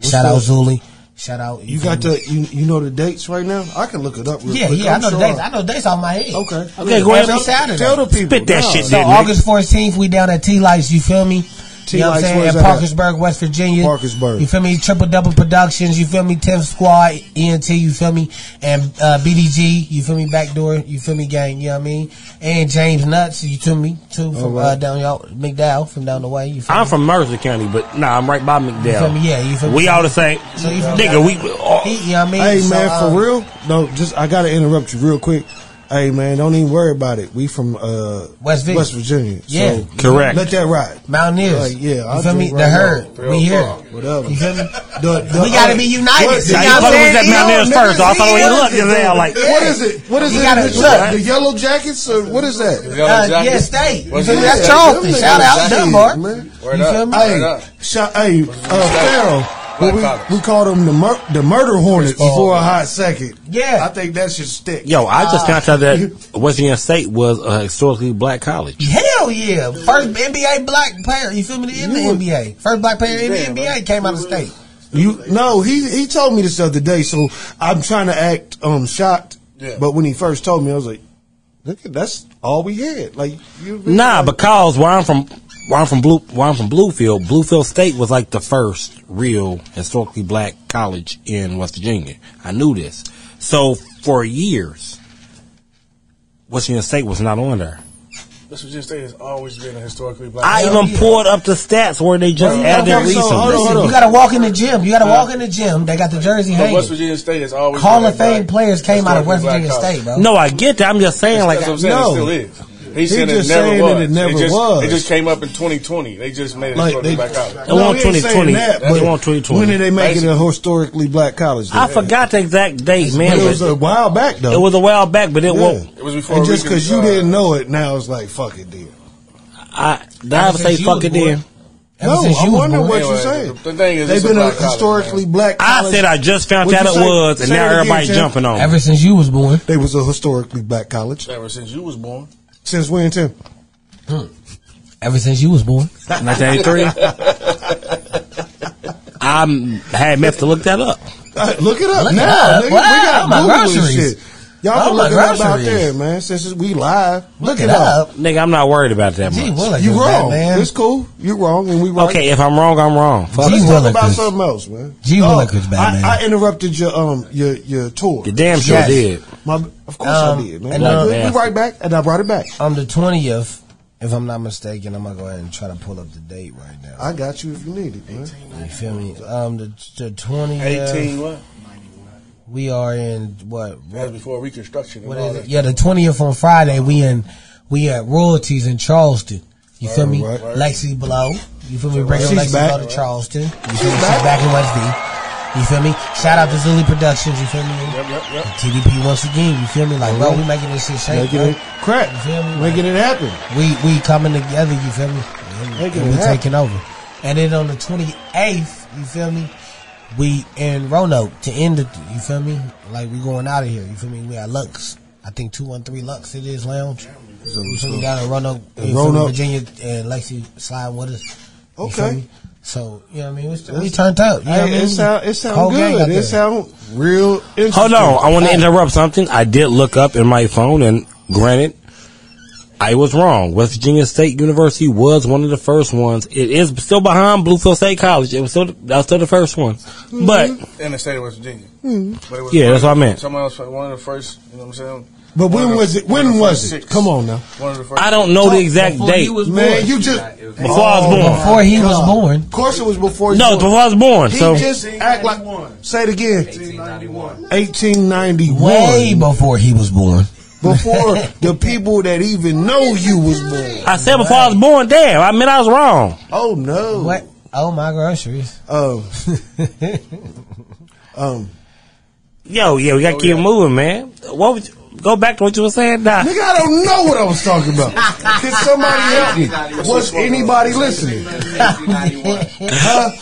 [SPEAKER 6] Shout out
[SPEAKER 3] the-
[SPEAKER 6] Zuli. Shout out.
[SPEAKER 3] You
[SPEAKER 6] feel
[SPEAKER 3] got
[SPEAKER 6] me?
[SPEAKER 3] the you, you know the dates right now. I can look it up. Real
[SPEAKER 6] Yeah,
[SPEAKER 3] quick.
[SPEAKER 6] yeah. I
[SPEAKER 3] I'm
[SPEAKER 6] know the
[SPEAKER 3] sure
[SPEAKER 6] dates. I know the dates off my head.
[SPEAKER 3] Okay.
[SPEAKER 5] Okay, go ahead.
[SPEAKER 6] Every Saturday.
[SPEAKER 3] Tell the people.
[SPEAKER 5] Spit that
[SPEAKER 3] No.
[SPEAKER 5] shit,
[SPEAKER 6] So
[SPEAKER 5] Didn't it?
[SPEAKER 6] August fourteenth, we down at T Lights. You feel me? You know what I'm
[SPEAKER 3] T-Lights,
[SPEAKER 6] saying?
[SPEAKER 3] where's
[SPEAKER 6] In
[SPEAKER 3] that at?
[SPEAKER 6] Parkersburg, West Virginia.
[SPEAKER 3] Parkersburg.
[SPEAKER 6] You feel me? Triple Double Productions. You feel me? Tim Squad, ENT. You feel me? And uh, BDG. You feel me? Backdoor. You feel me? Gang. You know what I mean? And James Nuts. You feel me? Too from uh, down y'all McDowell from down the way. You feel
[SPEAKER 5] I'm
[SPEAKER 6] me?
[SPEAKER 5] from Mercer County, but nah, I'm right by
[SPEAKER 6] You
[SPEAKER 5] McDowell.
[SPEAKER 6] feel me? Yeah, you feel me?
[SPEAKER 5] We all the same.
[SPEAKER 6] So you from-
[SPEAKER 5] Nigga, we. all-
[SPEAKER 6] He, you know what I mean?
[SPEAKER 3] Hey
[SPEAKER 6] So,
[SPEAKER 3] man,
[SPEAKER 6] uh,
[SPEAKER 3] for real? No, just I gotta interrupt you real quick. Hey man, don't even worry about it. We from uh,
[SPEAKER 6] West Virginia.
[SPEAKER 3] West Virginia.
[SPEAKER 6] Yeah.
[SPEAKER 3] So
[SPEAKER 5] Correct.
[SPEAKER 3] let that ride.
[SPEAKER 6] Mountaineers.
[SPEAKER 3] Like, yeah, I
[SPEAKER 6] you feel me?
[SPEAKER 3] drink
[SPEAKER 6] The
[SPEAKER 3] right
[SPEAKER 6] herd.
[SPEAKER 4] now.
[SPEAKER 6] We here.
[SPEAKER 3] Whatever.
[SPEAKER 6] You feel me?
[SPEAKER 3] The- the- uh,
[SPEAKER 6] We gotta be united.
[SPEAKER 3] What,
[SPEAKER 6] See,
[SPEAKER 5] Now, you
[SPEAKER 6] I'm
[SPEAKER 5] thought it was
[SPEAKER 6] saying?
[SPEAKER 5] that
[SPEAKER 6] You
[SPEAKER 5] Mountaineers
[SPEAKER 6] know,
[SPEAKER 5] first, so I thought he
[SPEAKER 6] niggas,
[SPEAKER 5] looked at that like.
[SPEAKER 3] what is it? What is
[SPEAKER 6] You
[SPEAKER 3] it?
[SPEAKER 6] gotta-
[SPEAKER 3] the,
[SPEAKER 6] look.
[SPEAKER 3] the yellow jackets or what is that?
[SPEAKER 4] Yellow
[SPEAKER 6] Uh,
[SPEAKER 4] jacket.
[SPEAKER 6] yeah, state.
[SPEAKER 4] What's
[SPEAKER 6] You feel me?
[SPEAKER 4] that?
[SPEAKER 6] That's Charleston.
[SPEAKER 3] Them
[SPEAKER 6] Shout
[SPEAKER 3] niggas
[SPEAKER 6] out
[SPEAKER 3] jackets,
[SPEAKER 6] Dunbar.
[SPEAKER 3] man.
[SPEAKER 4] Word
[SPEAKER 6] you
[SPEAKER 4] up.
[SPEAKER 6] feel me?
[SPEAKER 4] Word up.
[SPEAKER 3] Hey, shout, hey, uh,
[SPEAKER 4] Black
[SPEAKER 3] Pharaoh.
[SPEAKER 4] collars.
[SPEAKER 3] We, we called them the, mur- the murder hornets
[SPEAKER 4] Paul,
[SPEAKER 3] for a
[SPEAKER 4] man.
[SPEAKER 3] hot second.
[SPEAKER 6] Yeah.
[SPEAKER 3] I think that should stick.
[SPEAKER 5] Yo, I just
[SPEAKER 6] Uh,
[SPEAKER 5] found out that West Virginia State was a historically black college.
[SPEAKER 6] Hell yeah. First NBA black player. You feel me? In the
[SPEAKER 3] You would-
[SPEAKER 6] NBA. First black player in the
[SPEAKER 4] Damn,
[SPEAKER 6] NBA came out of state.
[SPEAKER 3] You no, he he told me this the other day, so I'm trying to act um shocked.
[SPEAKER 4] Yeah.
[SPEAKER 3] But when he first told me, I was like, "Look, at that's all we had." Like, you really-
[SPEAKER 5] Nah, because where I'm from, where I'm from Blue, where I'm from Bluefield, Bluefield State was like the first real historically black college in West Virginia. I knew this, so for years, West Virginia State was not on there.
[SPEAKER 4] West Virginia State has always been a historically black.
[SPEAKER 5] I even pulled up the stats where they just added
[SPEAKER 3] okay, so, hold
[SPEAKER 5] resources.
[SPEAKER 3] on.
[SPEAKER 6] Listen, you gotta walk in the gym. You gotta walk in the gym. They got the jersey
[SPEAKER 4] But West
[SPEAKER 6] hanging.
[SPEAKER 4] Virginia State has always
[SPEAKER 6] Hall
[SPEAKER 4] been
[SPEAKER 6] of
[SPEAKER 4] a
[SPEAKER 6] Fame
[SPEAKER 4] black-
[SPEAKER 6] players came out of
[SPEAKER 4] historically
[SPEAKER 6] West
[SPEAKER 4] black
[SPEAKER 6] Virginia
[SPEAKER 4] college.
[SPEAKER 6] State, bro.
[SPEAKER 5] No, I get that. I'm just saying, like,
[SPEAKER 4] That's what I'm saying.
[SPEAKER 3] no.
[SPEAKER 4] It still is. He said
[SPEAKER 3] just
[SPEAKER 4] it never
[SPEAKER 3] saying that
[SPEAKER 4] was.
[SPEAKER 3] it never
[SPEAKER 4] just,
[SPEAKER 3] was.
[SPEAKER 4] It just came up in 2020. They just made it
[SPEAKER 3] like
[SPEAKER 4] historically black college.
[SPEAKER 5] They want
[SPEAKER 3] he ain't saying
[SPEAKER 5] 2020.
[SPEAKER 3] that,
[SPEAKER 5] They
[SPEAKER 3] but
[SPEAKER 5] want 2020.
[SPEAKER 3] When did they make it a
[SPEAKER 4] Basically.
[SPEAKER 3] historically black college?
[SPEAKER 5] I
[SPEAKER 3] though?
[SPEAKER 5] forgot the exact date, man.
[SPEAKER 3] It
[SPEAKER 5] but
[SPEAKER 3] was a while back though.
[SPEAKER 5] while back, but it
[SPEAKER 3] Yeah.
[SPEAKER 5] won't.
[SPEAKER 4] It was before
[SPEAKER 3] And just
[SPEAKER 4] Reagan's,
[SPEAKER 3] because you
[SPEAKER 4] uh,
[SPEAKER 3] didn't know it, now it's like fuck it, deal.
[SPEAKER 5] I, I would
[SPEAKER 6] Ever
[SPEAKER 5] say
[SPEAKER 6] since you
[SPEAKER 5] fuck
[SPEAKER 6] was
[SPEAKER 5] it
[SPEAKER 6] born.
[SPEAKER 5] then.
[SPEAKER 6] Ever
[SPEAKER 3] no,
[SPEAKER 6] since
[SPEAKER 3] I
[SPEAKER 6] you was
[SPEAKER 3] wonder
[SPEAKER 6] born.
[SPEAKER 3] what you're
[SPEAKER 4] Anyway,
[SPEAKER 3] saying.
[SPEAKER 4] the- the thing is,
[SPEAKER 3] they've
[SPEAKER 4] it's a
[SPEAKER 3] been a
[SPEAKER 4] black college,
[SPEAKER 3] historically
[SPEAKER 4] man.
[SPEAKER 3] black.
[SPEAKER 5] I
[SPEAKER 3] college.
[SPEAKER 5] said I just found
[SPEAKER 3] What'd
[SPEAKER 5] out
[SPEAKER 3] you
[SPEAKER 5] it
[SPEAKER 3] say?
[SPEAKER 5] was, and
[SPEAKER 3] Say
[SPEAKER 5] now
[SPEAKER 3] it again,
[SPEAKER 5] everybody's
[SPEAKER 3] Jim.
[SPEAKER 5] jumping on. it.
[SPEAKER 6] Ever since you was born.
[SPEAKER 3] They was a historically black college
[SPEAKER 4] Ever since you was born.
[SPEAKER 3] since when, Tim?
[SPEAKER 6] Ever since you was born.
[SPEAKER 5] 1983. I'm had meth to look that up.
[SPEAKER 3] Uh, look it up
[SPEAKER 6] Look it
[SPEAKER 3] now.
[SPEAKER 6] up.
[SPEAKER 3] nigga.
[SPEAKER 6] Wow,
[SPEAKER 3] we
[SPEAKER 6] my
[SPEAKER 3] got Google and
[SPEAKER 6] groceries.
[SPEAKER 3] shit. Y'all
[SPEAKER 6] Oh,
[SPEAKER 3] can
[SPEAKER 6] my
[SPEAKER 3] look it up out
[SPEAKER 6] groceries.
[SPEAKER 3] there, man. Since we live,
[SPEAKER 6] Look it up.
[SPEAKER 5] Nigga, I'm not worried about that
[SPEAKER 6] Gee
[SPEAKER 5] much.
[SPEAKER 6] Willikers.
[SPEAKER 3] You wrong.
[SPEAKER 6] man.
[SPEAKER 3] It's cool. You wrong, and we right.
[SPEAKER 5] Okay, if I'm wrong, I'm wrong. Fuck
[SPEAKER 6] Gee
[SPEAKER 5] it.
[SPEAKER 3] Talk about
[SPEAKER 6] Willikers.
[SPEAKER 3] something else, man.
[SPEAKER 6] Gee
[SPEAKER 3] Oh,
[SPEAKER 6] Willikers, Batman.
[SPEAKER 3] I, I interrupted your um your your tour.
[SPEAKER 5] You damn sure
[SPEAKER 6] Yes.
[SPEAKER 5] did.
[SPEAKER 3] My, of course I
[SPEAKER 6] Um,
[SPEAKER 3] did, man.
[SPEAKER 6] and,
[SPEAKER 3] We
[SPEAKER 6] uh,
[SPEAKER 3] good.
[SPEAKER 5] yeah.
[SPEAKER 3] we right back, and I brought it back.
[SPEAKER 6] On the twentieth, if I'm not mistaken, I'm gonna go ahead and try to pull up the date right now.
[SPEAKER 3] I got you if you need it, man.
[SPEAKER 6] You feel me? Um, the the twentieth.
[SPEAKER 4] 18 what?
[SPEAKER 6] We are in what?
[SPEAKER 4] That was before Reconstruction. And
[SPEAKER 6] What
[SPEAKER 4] all
[SPEAKER 6] is
[SPEAKER 4] that.
[SPEAKER 6] it? Yeah, the twentieth on Friday. We in we at royalties in Charleston. You feel me?
[SPEAKER 3] Right, right.
[SPEAKER 6] Lexi Blow. You feel me? Bringing
[SPEAKER 3] She's
[SPEAKER 6] Lexi
[SPEAKER 3] back.
[SPEAKER 6] Blow to Charleston. You feel me? She's
[SPEAKER 3] back.
[SPEAKER 6] back in West V. You feel me? Shout out to Zuli Productions. You feel me?
[SPEAKER 4] Yep, yep, yep.
[SPEAKER 6] TDP once again. You feel me? Like, bro, we making this shit shake.
[SPEAKER 3] Making
[SPEAKER 6] bro.
[SPEAKER 3] it crack,
[SPEAKER 6] You feel me?
[SPEAKER 3] making it happen.
[SPEAKER 6] we we coming together. You feel me? And,
[SPEAKER 3] Making
[SPEAKER 6] and
[SPEAKER 3] it
[SPEAKER 6] we
[SPEAKER 3] happen.
[SPEAKER 6] taking over. And then on the twenty eighth, you feel me? We in Roanoke to end it. You feel me? Like we going out of here. You feel me? We at Lux. I think two one three Lux. It is lounge. You feel me? Down in Roanoke, you feel me?
[SPEAKER 3] Roanoke.
[SPEAKER 6] Virginia, and Lexi slide with us. You feel
[SPEAKER 3] Okay.
[SPEAKER 6] me? So, you know what I mean? We, we turned out. You know what I
[SPEAKER 7] Hey,
[SPEAKER 6] mean?
[SPEAKER 7] it sound it sound
[SPEAKER 6] Whole gang out
[SPEAKER 7] good.
[SPEAKER 6] there.
[SPEAKER 7] It sound real interesting.
[SPEAKER 5] Hold on, I want to interrupt something. I did look up in my phone, and granted, I was wrong. West Virginia State University was one of the first ones. It is still behind Bluefield State College. It was still that was still the first one, but
[SPEAKER 4] in the state of West Virginia.
[SPEAKER 3] Mm-hmm.
[SPEAKER 4] But it was
[SPEAKER 5] Yeah, that's what I meant.
[SPEAKER 4] Someone else, one of the first. You know what I'm saying?
[SPEAKER 3] But
[SPEAKER 4] One of
[SPEAKER 3] when
[SPEAKER 4] the-
[SPEAKER 3] was it?
[SPEAKER 4] one of
[SPEAKER 3] When
[SPEAKER 4] the
[SPEAKER 3] was
[SPEAKER 4] first
[SPEAKER 3] it?
[SPEAKER 4] six.
[SPEAKER 3] Come on now,
[SPEAKER 4] One of the first.
[SPEAKER 5] I don't know the exact
[SPEAKER 8] Before
[SPEAKER 5] date.
[SPEAKER 8] you was
[SPEAKER 3] man.
[SPEAKER 8] born.
[SPEAKER 3] You just
[SPEAKER 5] Before I was born.
[SPEAKER 6] Before he was born.
[SPEAKER 3] Of course, it was before.
[SPEAKER 5] No,
[SPEAKER 3] you-
[SPEAKER 5] before I was born.
[SPEAKER 3] He
[SPEAKER 5] So
[SPEAKER 3] just act like. Say it again.
[SPEAKER 8] 1891.
[SPEAKER 3] 1891.
[SPEAKER 6] Way before he was born.
[SPEAKER 3] before
[SPEAKER 6] [LAUGHS]
[SPEAKER 3] the people that even know you was born.
[SPEAKER 5] I said before I was born. Damn, I meant I was wrong.
[SPEAKER 3] Oh no.
[SPEAKER 6] What? Oh, my groceries. [LAUGHS]
[SPEAKER 3] Um. um.
[SPEAKER 5] Yo, yeah, we got to keep moving, man. What would you, go back to what you were
[SPEAKER 3] [LAUGHS]
[SPEAKER 5] saying? Nah.
[SPEAKER 3] Nigga, I don't know what I was talking about. Can
[SPEAKER 6] [LAUGHS]
[SPEAKER 3] somebody help me? Was anybody listening?
[SPEAKER 8] 1891.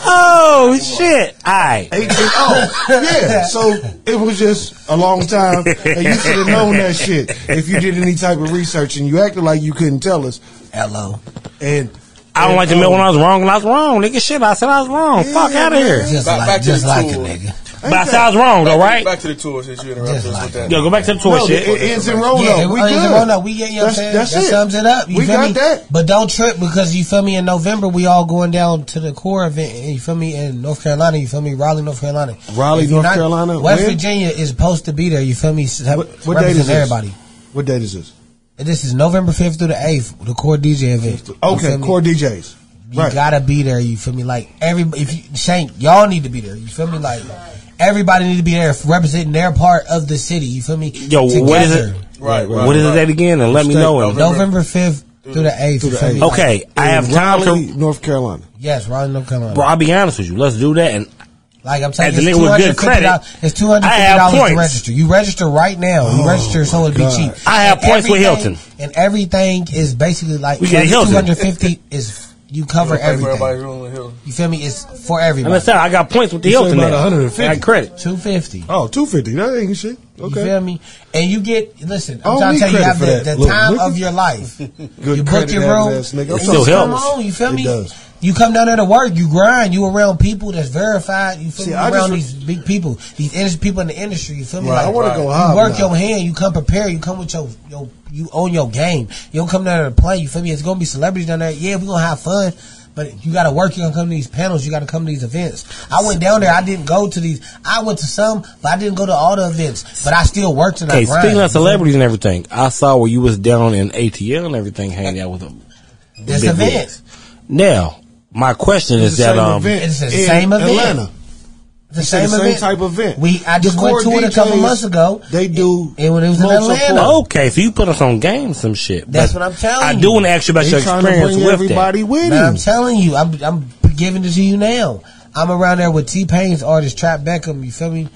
[SPEAKER 5] Oh shit! All right.
[SPEAKER 3] 18, oh, yeah. So it was just a long time. And you should have known that shit if you did any type of research and you acted like you couldn't tell us.
[SPEAKER 6] Hello.
[SPEAKER 3] And
[SPEAKER 5] I don't like to
[SPEAKER 3] oh.
[SPEAKER 5] admit when I was wrong. When I was wrong, nigga, shit, I said I was wrong. Fuck out of here.
[SPEAKER 6] Just
[SPEAKER 4] Back-
[SPEAKER 6] like,
[SPEAKER 4] back to
[SPEAKER 6] just
[SPEAKER 4] the
[SPEAKER 6] like
[SPEAKER 4] tool.
[SPEAKER 6] a nigga.
[SPEAKER 5] But I said I was wrong, though, right?
[SPEAKER 4] Back to the tour since you interrupted
[SPEAKER 6] Just
[SPEAKER 4] us
[SPEAKER 6] like
[SPEAKER 4] with that.
[SPEAKER 5] Yo, go back to the tour
[SPEAKER 3] no,
[SPEAKER 5] shit.
[SPEAKER 3] it ends in roll
[SPEAKER 6] Yeah,
[SPEAKER 3] up.
[SPEAKER 6] we,
[SPEAKER 3] We
[SPEAKER 6] oh, it's a roll
[SPEAKER 3] good.
[SPEAKER 6] up. we yeah, you know what
[SPEAKER 3] That's-
[SPEAKER 6] I'm saying?
[SPEAKER 3] that's
[SPEAKER 6] that
[SPEAKER 3] it.
[SPEAKER 6] sums it up. You
[SPEAKER 3] We
[SPEAKER 6] feel
[SPEAKER 3] got
[SPEAKER 6] me?
[SPEAKER 3] that.
[SPEAKER 6] But don't trip because you feel me. In November, we all going down to the core event. and You feel me? In North Carolina, you feel me? Raleigh, North Carolina.
[SPEAKER 3] Raleigh,
[SPEAKER 6] If you're
[SPEAKER 3] North Carolina,
[SPEAKER 6] West
[SPEAKER 3] when?
[SPEAKER 6] Virginia is supposed to be there. You feel me? S- have-
[SPEAKER 3] What- what date is
[SPEAKER 6] represent
[SPEAKER 3] this?
[SPEAKER 6] everybody?
[SPEAKER 3] What date is this?
[SPEAKER 6] And This is November fifth through the eighth. The core DJ event. You
[SPEAKER 3] Okay,
[SPEAKER 6] feel me?
[SPEAKER 3] core DJs.
[SPEAKER 6] You
[SPEAKER 3] Right.
[SPEAKER 6] gotta be there. You feel me? Like every if you Shank, y'all need to be there. You feel me? Like everybody need to be there representing their part of the city. You feel me?
[SPEAKER 5] Yo, what is it?
[SPEAKER 6] Together.
[SPEAKER 4] Right, right.
[SPEAKER 5] What is
[SPEAKER 4] right.
[SPEAKER 5] the date again? And let me know. And-
[SPEAKER 6] November fifth through the eighth. you feel me? Like,
[SPEAKER 5] Okay, I have time
[SPEAKER 3] Raleigh,
[SPEAKER 5] to.
[SPEAKER 3] North Carolina.
[SPEAKER 6] yes, Raleigh, North Carolina.
[SPEAKER 5] Bro, I'll be honest with you. Let's do that. And
[SPEAKER 6] Like I'm
[SPEAKER 5] As
[SPEAKER 6] telling
[SPEAKER 5] a
[SPEAKER 6] you,
[SPEAKER 5] nigga
[SPEAKER 6] it's two
[SPEAKER 5] with
[SPEAKER 6] hundred
[SPEAKER 5] good
[SPEAKER 6] fifty dollars.
[SPEAKER 5] credit,
[SPEAKER 6] It's two
[SPEAKER 5] I
[SPEAKER 6] hundred fifty
[SPEAKER 5] have
[SPEAKER 6] dollars to
[SPEAKER 5] points.
[SPEAKER 6] register. You register right now.
[SPEAKER 3] Oh
[SPEAKER 6] You register, so it'd be
[SPEAKER 3] God.
[SPEAKER 6] cheap.
[SPEAKER 5] I have
[SPEAKER 6] And
[SPEAKER 5] points with
[SPEAKER 6] everything-
[SPEAKER 5] Hilton.
[SPEAKER 6] and everything is basically like
[SPEAKER 5] We get a Hilton.
[SPEAKER 6] two hundred fifty is you cover
[SPEAKER 4] Everybody's
[SPEAKER 6] everything.
[SPEAKER 4] room in the hill.
[SPEAKER 6] You feel me? It's for
[SPEAKER 5] I'm gonna
[SPEAKER 6] everybody.
[SPEAKER 5] say I got points with the
[SPEAKER 3] You say
[SPEAKER 5] Hilton.
[SPEAKER 3] about
[SPEAKER 5] now.
[SPEAKER 3] 150.
[SPEAKER 5] I got credit.
[SPEAKER 6] Two fifty.
[SPEAKER 3] Oh, 250. That ain't shit.
[SPEAKER 6] You
[SPEAKER 3] Okay.
[SPEAKER 6] feel me? And you get listen.
[SPEAKER 3] I
[SPEAKER 6] I'm
[SPEAKER 3] don't
[SPEAKER 6] trying to tell
[SPEAKER 3] need
[SPEAKER 6] you, you have
[SPEAKER 3] credit
[SPEAKER 6] the,
[SPEAKER 3] for that,
[SPEAKER 6] the
[SPEAKER 3] little
[SPEAKER 6] time
[SPEAKER 3] nigga.
[SPEAKER 6] of your
[SPEAKER 3] [LAUGHS]
[SPEAKER 6] life.
[SPEAKER 3] Good
[SPEAKER 6] you book
[SPEAKER 3] credit
[SPEAKER 6] your
[SPEAKER 3] having
[SPEAKER 6] room.
[SPEAKER 3] ass nigga. I'm
[SPEAKER 6] You
[SPEAKER 5] still
[SPEAKER 6] come
[SPEAKER 5] helps.
[SPEAKER 6] on, you feel
[SPEAKER 3] It
[SPEAKER 6] me?
[SPEAKER 3] does.
[SPEAKER 6] You come down there to work. You grind. You around people that's verified. You feel
[SPEAKER 3] See,
[SPEAKER 6] me?
[SPEAKER 3] I
[SPEAKER 6] You around
[SPEAKER 3] just-
[SPEAKER 6] these big people, these industry people in the industry. You feel me?
[SPEAKER 3] Right, I wanna go
[SPEAKER 6] You
[SPEAKER 3] hob
[SPEAKER 6] work
[SPEAKER 3] now.
[SPEAKER 6] your hand. You come prepared. You come with your your you own your game. You don't come down there to play. You feel me? It's gonna be celebrities down there. Yeah, we gonna have fun. But you gotta work. You gotta come to these panels. You gotta come to these events. I went down there. I didn't go to these. I went to some, but I didn't go to all the events. But I still worked and I
[SPEAKER 5] Okay,
[SPEAKER 6] grinded.
[SPEAKER 5] speaking of celebrities and everything, I saw where you was down in ATL and everything, hanging out with them.
[SPEAKER 6] This
[SPEAKER 5] Big
[SPEAKER 6] event.
[SPEAKER 5] wigs. Now, my question
[SPEAKER 3] It's
[SPEAKER 5] is that um,
[SPEAKER 6] It's the same event.
[SPEAKER 3] Atlanta.
[SPEAKER 6] The
[SPEAKER 3] It's the
[SPEAKER 6] same,
[SPEAKER 3] same
[SPEAKER 6] event.
[SPEAKER 3] type event.
[SPEAKER 6] We I just
[SPEAKER 3] The
[SPEAKER 6] went to
[SPEAKER 3] core
[SPEAKER 6] it a couple
[SPEAKER 3] DJs,
[SPEAKER 6] months ago.
[SPEAKER 3] they do
[SPEAKER 6] It, it was in
[SPEAKER 3] multiple- Oh,
[SPEAKER 6] Atlanta.
[SPEAKER 5] okay, so you put us on game some shit.
[SPEAKER 6] That's
[SPEAKER 5] But
[SPEAKER 6] what I'm telling
[SPEAKER 5] I
[SPEAKER 6] you.
[SPEAKER 5] do want to ask you about
[SPEAKER 3] They
[SPEAKER 5] your
[SPEAKER 3] trying to
[SPEAKER 5] experience
[SPEAKER 3] bring
[SPEAKER 5] with
[SPEAKER 3] everybody
[SPEAKER 5] that.
[SPEAKER 3] with
[SPEAKER 6] Man, I'm
[SPEAKER 3] him.
[SPEAKER 6] telling you, I'm I'm giving it to you now. I'm around there with T Pain's artist Trap Beckham. You feel me?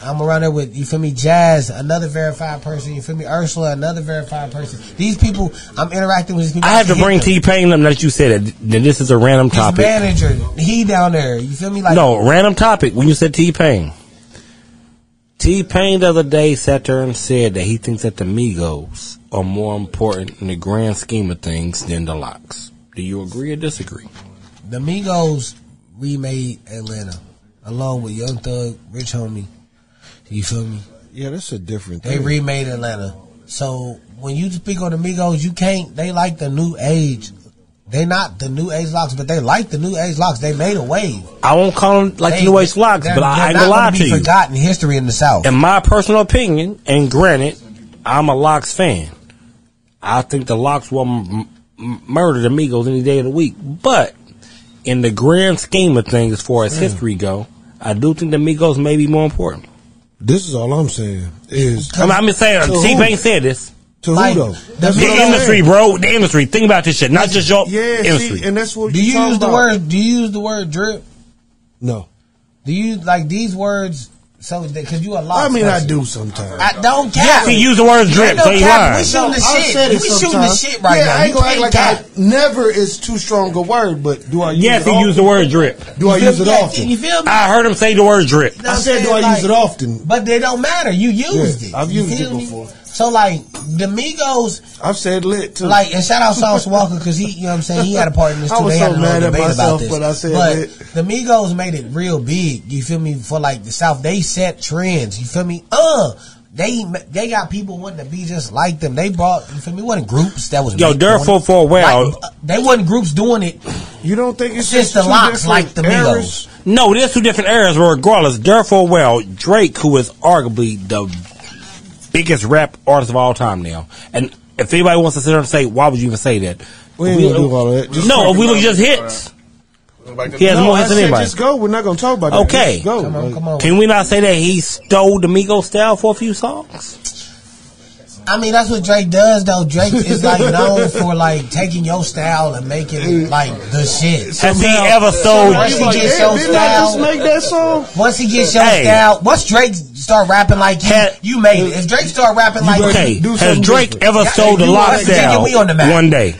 [SPEAKER 6] I'm around there with you feel me Jazz, another verified person. You feel me Ursula, another verified person. These people, I'm interacting with these people.
[SPEAKER 5] I have to
[SPEAKER 6] can
[SPEAKER 5] bring
[SPEAKER 6] hit them.
[SPEAKER 5] T Pain up now that you said it. Then this is a random
[SPEAKER 6] His
[SPEAKER 5] topic.
[SPEAKER 6] manager, he down there. You feel me? Like
[SPEAKER 5] no, random topic. When you said T Pain, T Pain the other day sat there and said that he thinks that the Migos are more important in the grand scheme of things than the Locks. Do you agree or disagree?
[SPEAKER 6] the Migos remade Atlanta along with Young Thug, Rich Homie. You feel me?
[SPEAKER 3] Yeah, that's a different
[SPEAKER 6] They
[SPEAKER 3] thing.
[SPEAKER 6] remade Atlanta. So when you speak on the Migos, you can't. They like the new age. They not the new age locks, but they like the new age locks. They made a wave.
[SPEAKER 5] I won't call them like
[SPEAKER 6] They-
[SPEAKER 5] the New Age Locks,
[SPEAKER 6] they're-
[SPEAKER 5] but
[SPEAKER 6] they're
[SPEAKER 5] I ain't
[SPEAKER 6] not
[SPEAKER 5] gonna lie
[SPEAKER 6] be
[SPEAKER 5] to you.
[SPEAKER 6] Forgotten history in the South.
[SPEAKER 5] in my personal opinion, and granted, I'm a Locks fan. I think the Locks will m- m- murder the Migos any day of the week. But in the grand scheme of things, as far as
[SPEAKER 3] Mm.
[SPEAKER 5] history go, I do think the Migos may be more important.
[SPEAKER 3] This is all I'm saying is
[SPEAKER 5] I mean, I'm just saying,
[SPEAKER 3] who?
[SPEAKER 5] T Pain said this.
[SPEAKER 3] to
[SPEAKER 6] Like,
[SPEAKER 3] who though?
[SPEAKER 6] the
[SPEAKER 5] The
[SPEAKER 6] That's what I'm
[SPEAKER 5] industry, bro. The industry. Think about this shit. Not just your
[SPEAKER 3] Yeah,
[SPEAKER 5] industry.
[SPEAKER 3] see, and that's what
[SPEAKER 6] do
[SPEAKER 3] you
[SPEAKER 6] you
[SPEAKER 3] talking
[SPEAKER 6] use the
[SPEAKER 3] about.
[SPEAKER 6] word? Do you use the word drip?
[SPEAKER 3] No,
[SPEAKER 6] Do you like these words? So because you a
[SPEAKER 3] I
[SPEAKER 6] locks.
[SPEAKER 3] mean I
[SPEAKER 6] person.
[SPEAKER 3] do sometimes.
[SPEAKER 6] I don't care.
[SPEAKER 5] yes, he used the word drip,
[SPEAKER 6] no
[SPEAKER 5] so he
[SPEAKER 6] cap.
[SPEAKER 5] lied.
[SPEAKER 6] We shooting the
[SPEAKER 3] I
[SPEAKER 6] shit.
[SPEAKER 3] said it
[SPEAKER 6] We shooting the
[SPEAKER 3] sometimes.
[SPEAKER 6] shit right
[SPEAKER 3] yeah,
[SPEAKER 6] now.
[SPEAKER 3] I ain't
[SPEAKER 6] You
[SPEAKER 3] gonna act
[SPEAKER 6] can't
[SPEAKER 3] like
[SPEAKER 6] cap.
[SPEAKER 3] I never is too strong a word, but do I? Use
[SPEAKER 5] Yes,
[SPEAKER 3] it
[SPEAKER 5] he
[SPEAKER 3] often?
[SPEAKER 5] used the word drip.
[SPEAKER 3] Do I
[SPEAKER 6] You
[SPEAKER 3] use
[SPEAKER 6] feel
[SPEAKER 3] it
[SPEAKER 6] me?
[SPEAKER 3] often?
[SPEAKER 6] You feel me?
[SPEAKER 5] I heard him say the word drip.
[SPEAKER 6] You know
[SPEAKER 3] I
[SPEAKER 6] what I'm
[SPEAKER 3] said, do
[SPEAKER 6] saying?
[SPEAKER 3] I use
[SPEAKER 6] Like-
[SPEAKER 3] it often?
[SPEAKER 6] But they don't matter. You used
[SPEAKER 3] Yeah,
[SPEAKER 6] it.
[SPEAKER 3] I've
[SPEAKER 6] You
[SPEAKER 3] used
[SPEAKER 6] feel
[SPEAKER 3] it
[SPEAKER 6] me?
[SPEAKER 3] before.
[SPEAKER 6] So like the Migos,
[SPEAKER 7] I've said lit too.
[SPEAKER 6] like and shout out Sauce Walker because he, you know what I'm saying, he had a part in this too.
[SPEAKER 7] I was
[SPEAKER 6] they
[SPEAKER 7] so
[SPEAKER 6] had a
[SPEAKER 7] mad
[SPEAKER 6] little
[SPEAKER 7] at
[SPEAKER 6] debate about
[SPEAKER 7] myself
[SPEAKER 6] this.
[SPEAKER 7] when I said
[SPEAKER 6] but
[SPEAKER 7] that.
[SPEAKER 6] the Migos made it real big. You feel me? For like the South, they set trends. You feel me? Uh. They they got people wanting to be just like them. They brought you feel me. Wasn't groups that was
[SPEAKER 5] Yo,
[SPEAKER 6] made
[SPEAKER 5] Durfo
[SPEAKER 6] doing it.
[SPEAKER 5] for a while-
[SPEAKER 6] Like, uh, they wasn't groups doing it.
[SPEAKER 7] you don't think it's
[SPEAKER 6] Since
[SPEAKER 7] just
[SPEAKER 6] the
[SPEAKER 7] two
[SPEAKER 6] locks
[SPEAKER 7] different
[SPEAKER 6] like the Migos.
[SPEAKER 7] eras?
[SPEAKER 5] No, there's two different eras. but Regardless, therefore, well, Drake, who is arguably the biggest rap artist of all time now, and if anybody wants to sit there and say, why would you even say that?
[SPEAKER 7] We ain't gonna do all that. Just
[SPEAKER 5] no,
[SPEAKER 4] talk
[SPEAKER 5] if we look
[SPEAKER 4] about
[SPEAKER 5] just
[SPEAKER 4] it.
[SPEAKER 5] hits.
[SPEAKER 4] Go back to
[SPEAKER 5] He has
[SPEAKER 4] the-
[SPEAKER 5] more
[SPEAKER 7] I
[SPEAKER 5] hits than
[SPEAKER 7] said
[SPEAKER 5] anybody.
[SPEAKER 7] just go. We're not gonna talk about that.
[SPEAKER 5] Okay.
[SPEAKER 7] Just go.
[SPEAKER 6] Come on,
[SPEAKER 7] Like,
[SPEAKER 6] come on.
[SPEAKER 5] Can we not say that he stole the Migos style for a few songs?
[SPEAKER 6] I mean, that's what Drake does, though. Drake is like [LAUGHS] known for like taking your style and making it like the shit.
[SPEAKER 5] Has he ever sold?
[SPEAKER 6] Once he
[SPEAKER 7] Did,
[SPEAKER 6] gets your
[SPEAKER 7] did I just
[SPEAKER 6] style,
[SPEAKER 7] make that song?
[SPEAKER 6] once he gets your
[SPEAKER 5] Hey.
[SPEAKER 6] style, once Drake start rapping like you,
[SPEAKER 5] Had-
[SPEAKER 6] you made it. If Drake start rapping like
[SPEAKER 5] Okay,
[SPEAKER 6] you,
[SPEAKER 5] has Drake ever
[SPEAKER 6] Y'all
[SPEAKER 5] sold
[SPEAKER 6] niggas
[SPEAKER 5] the
[SPEAKER 6] do
[SPEAKER 5] lock
[SPEAKER 6] us, nigga,
[SPEAKER 5] style
[SPEAKER 6] we on the map.
[SPEAKER 5] one day?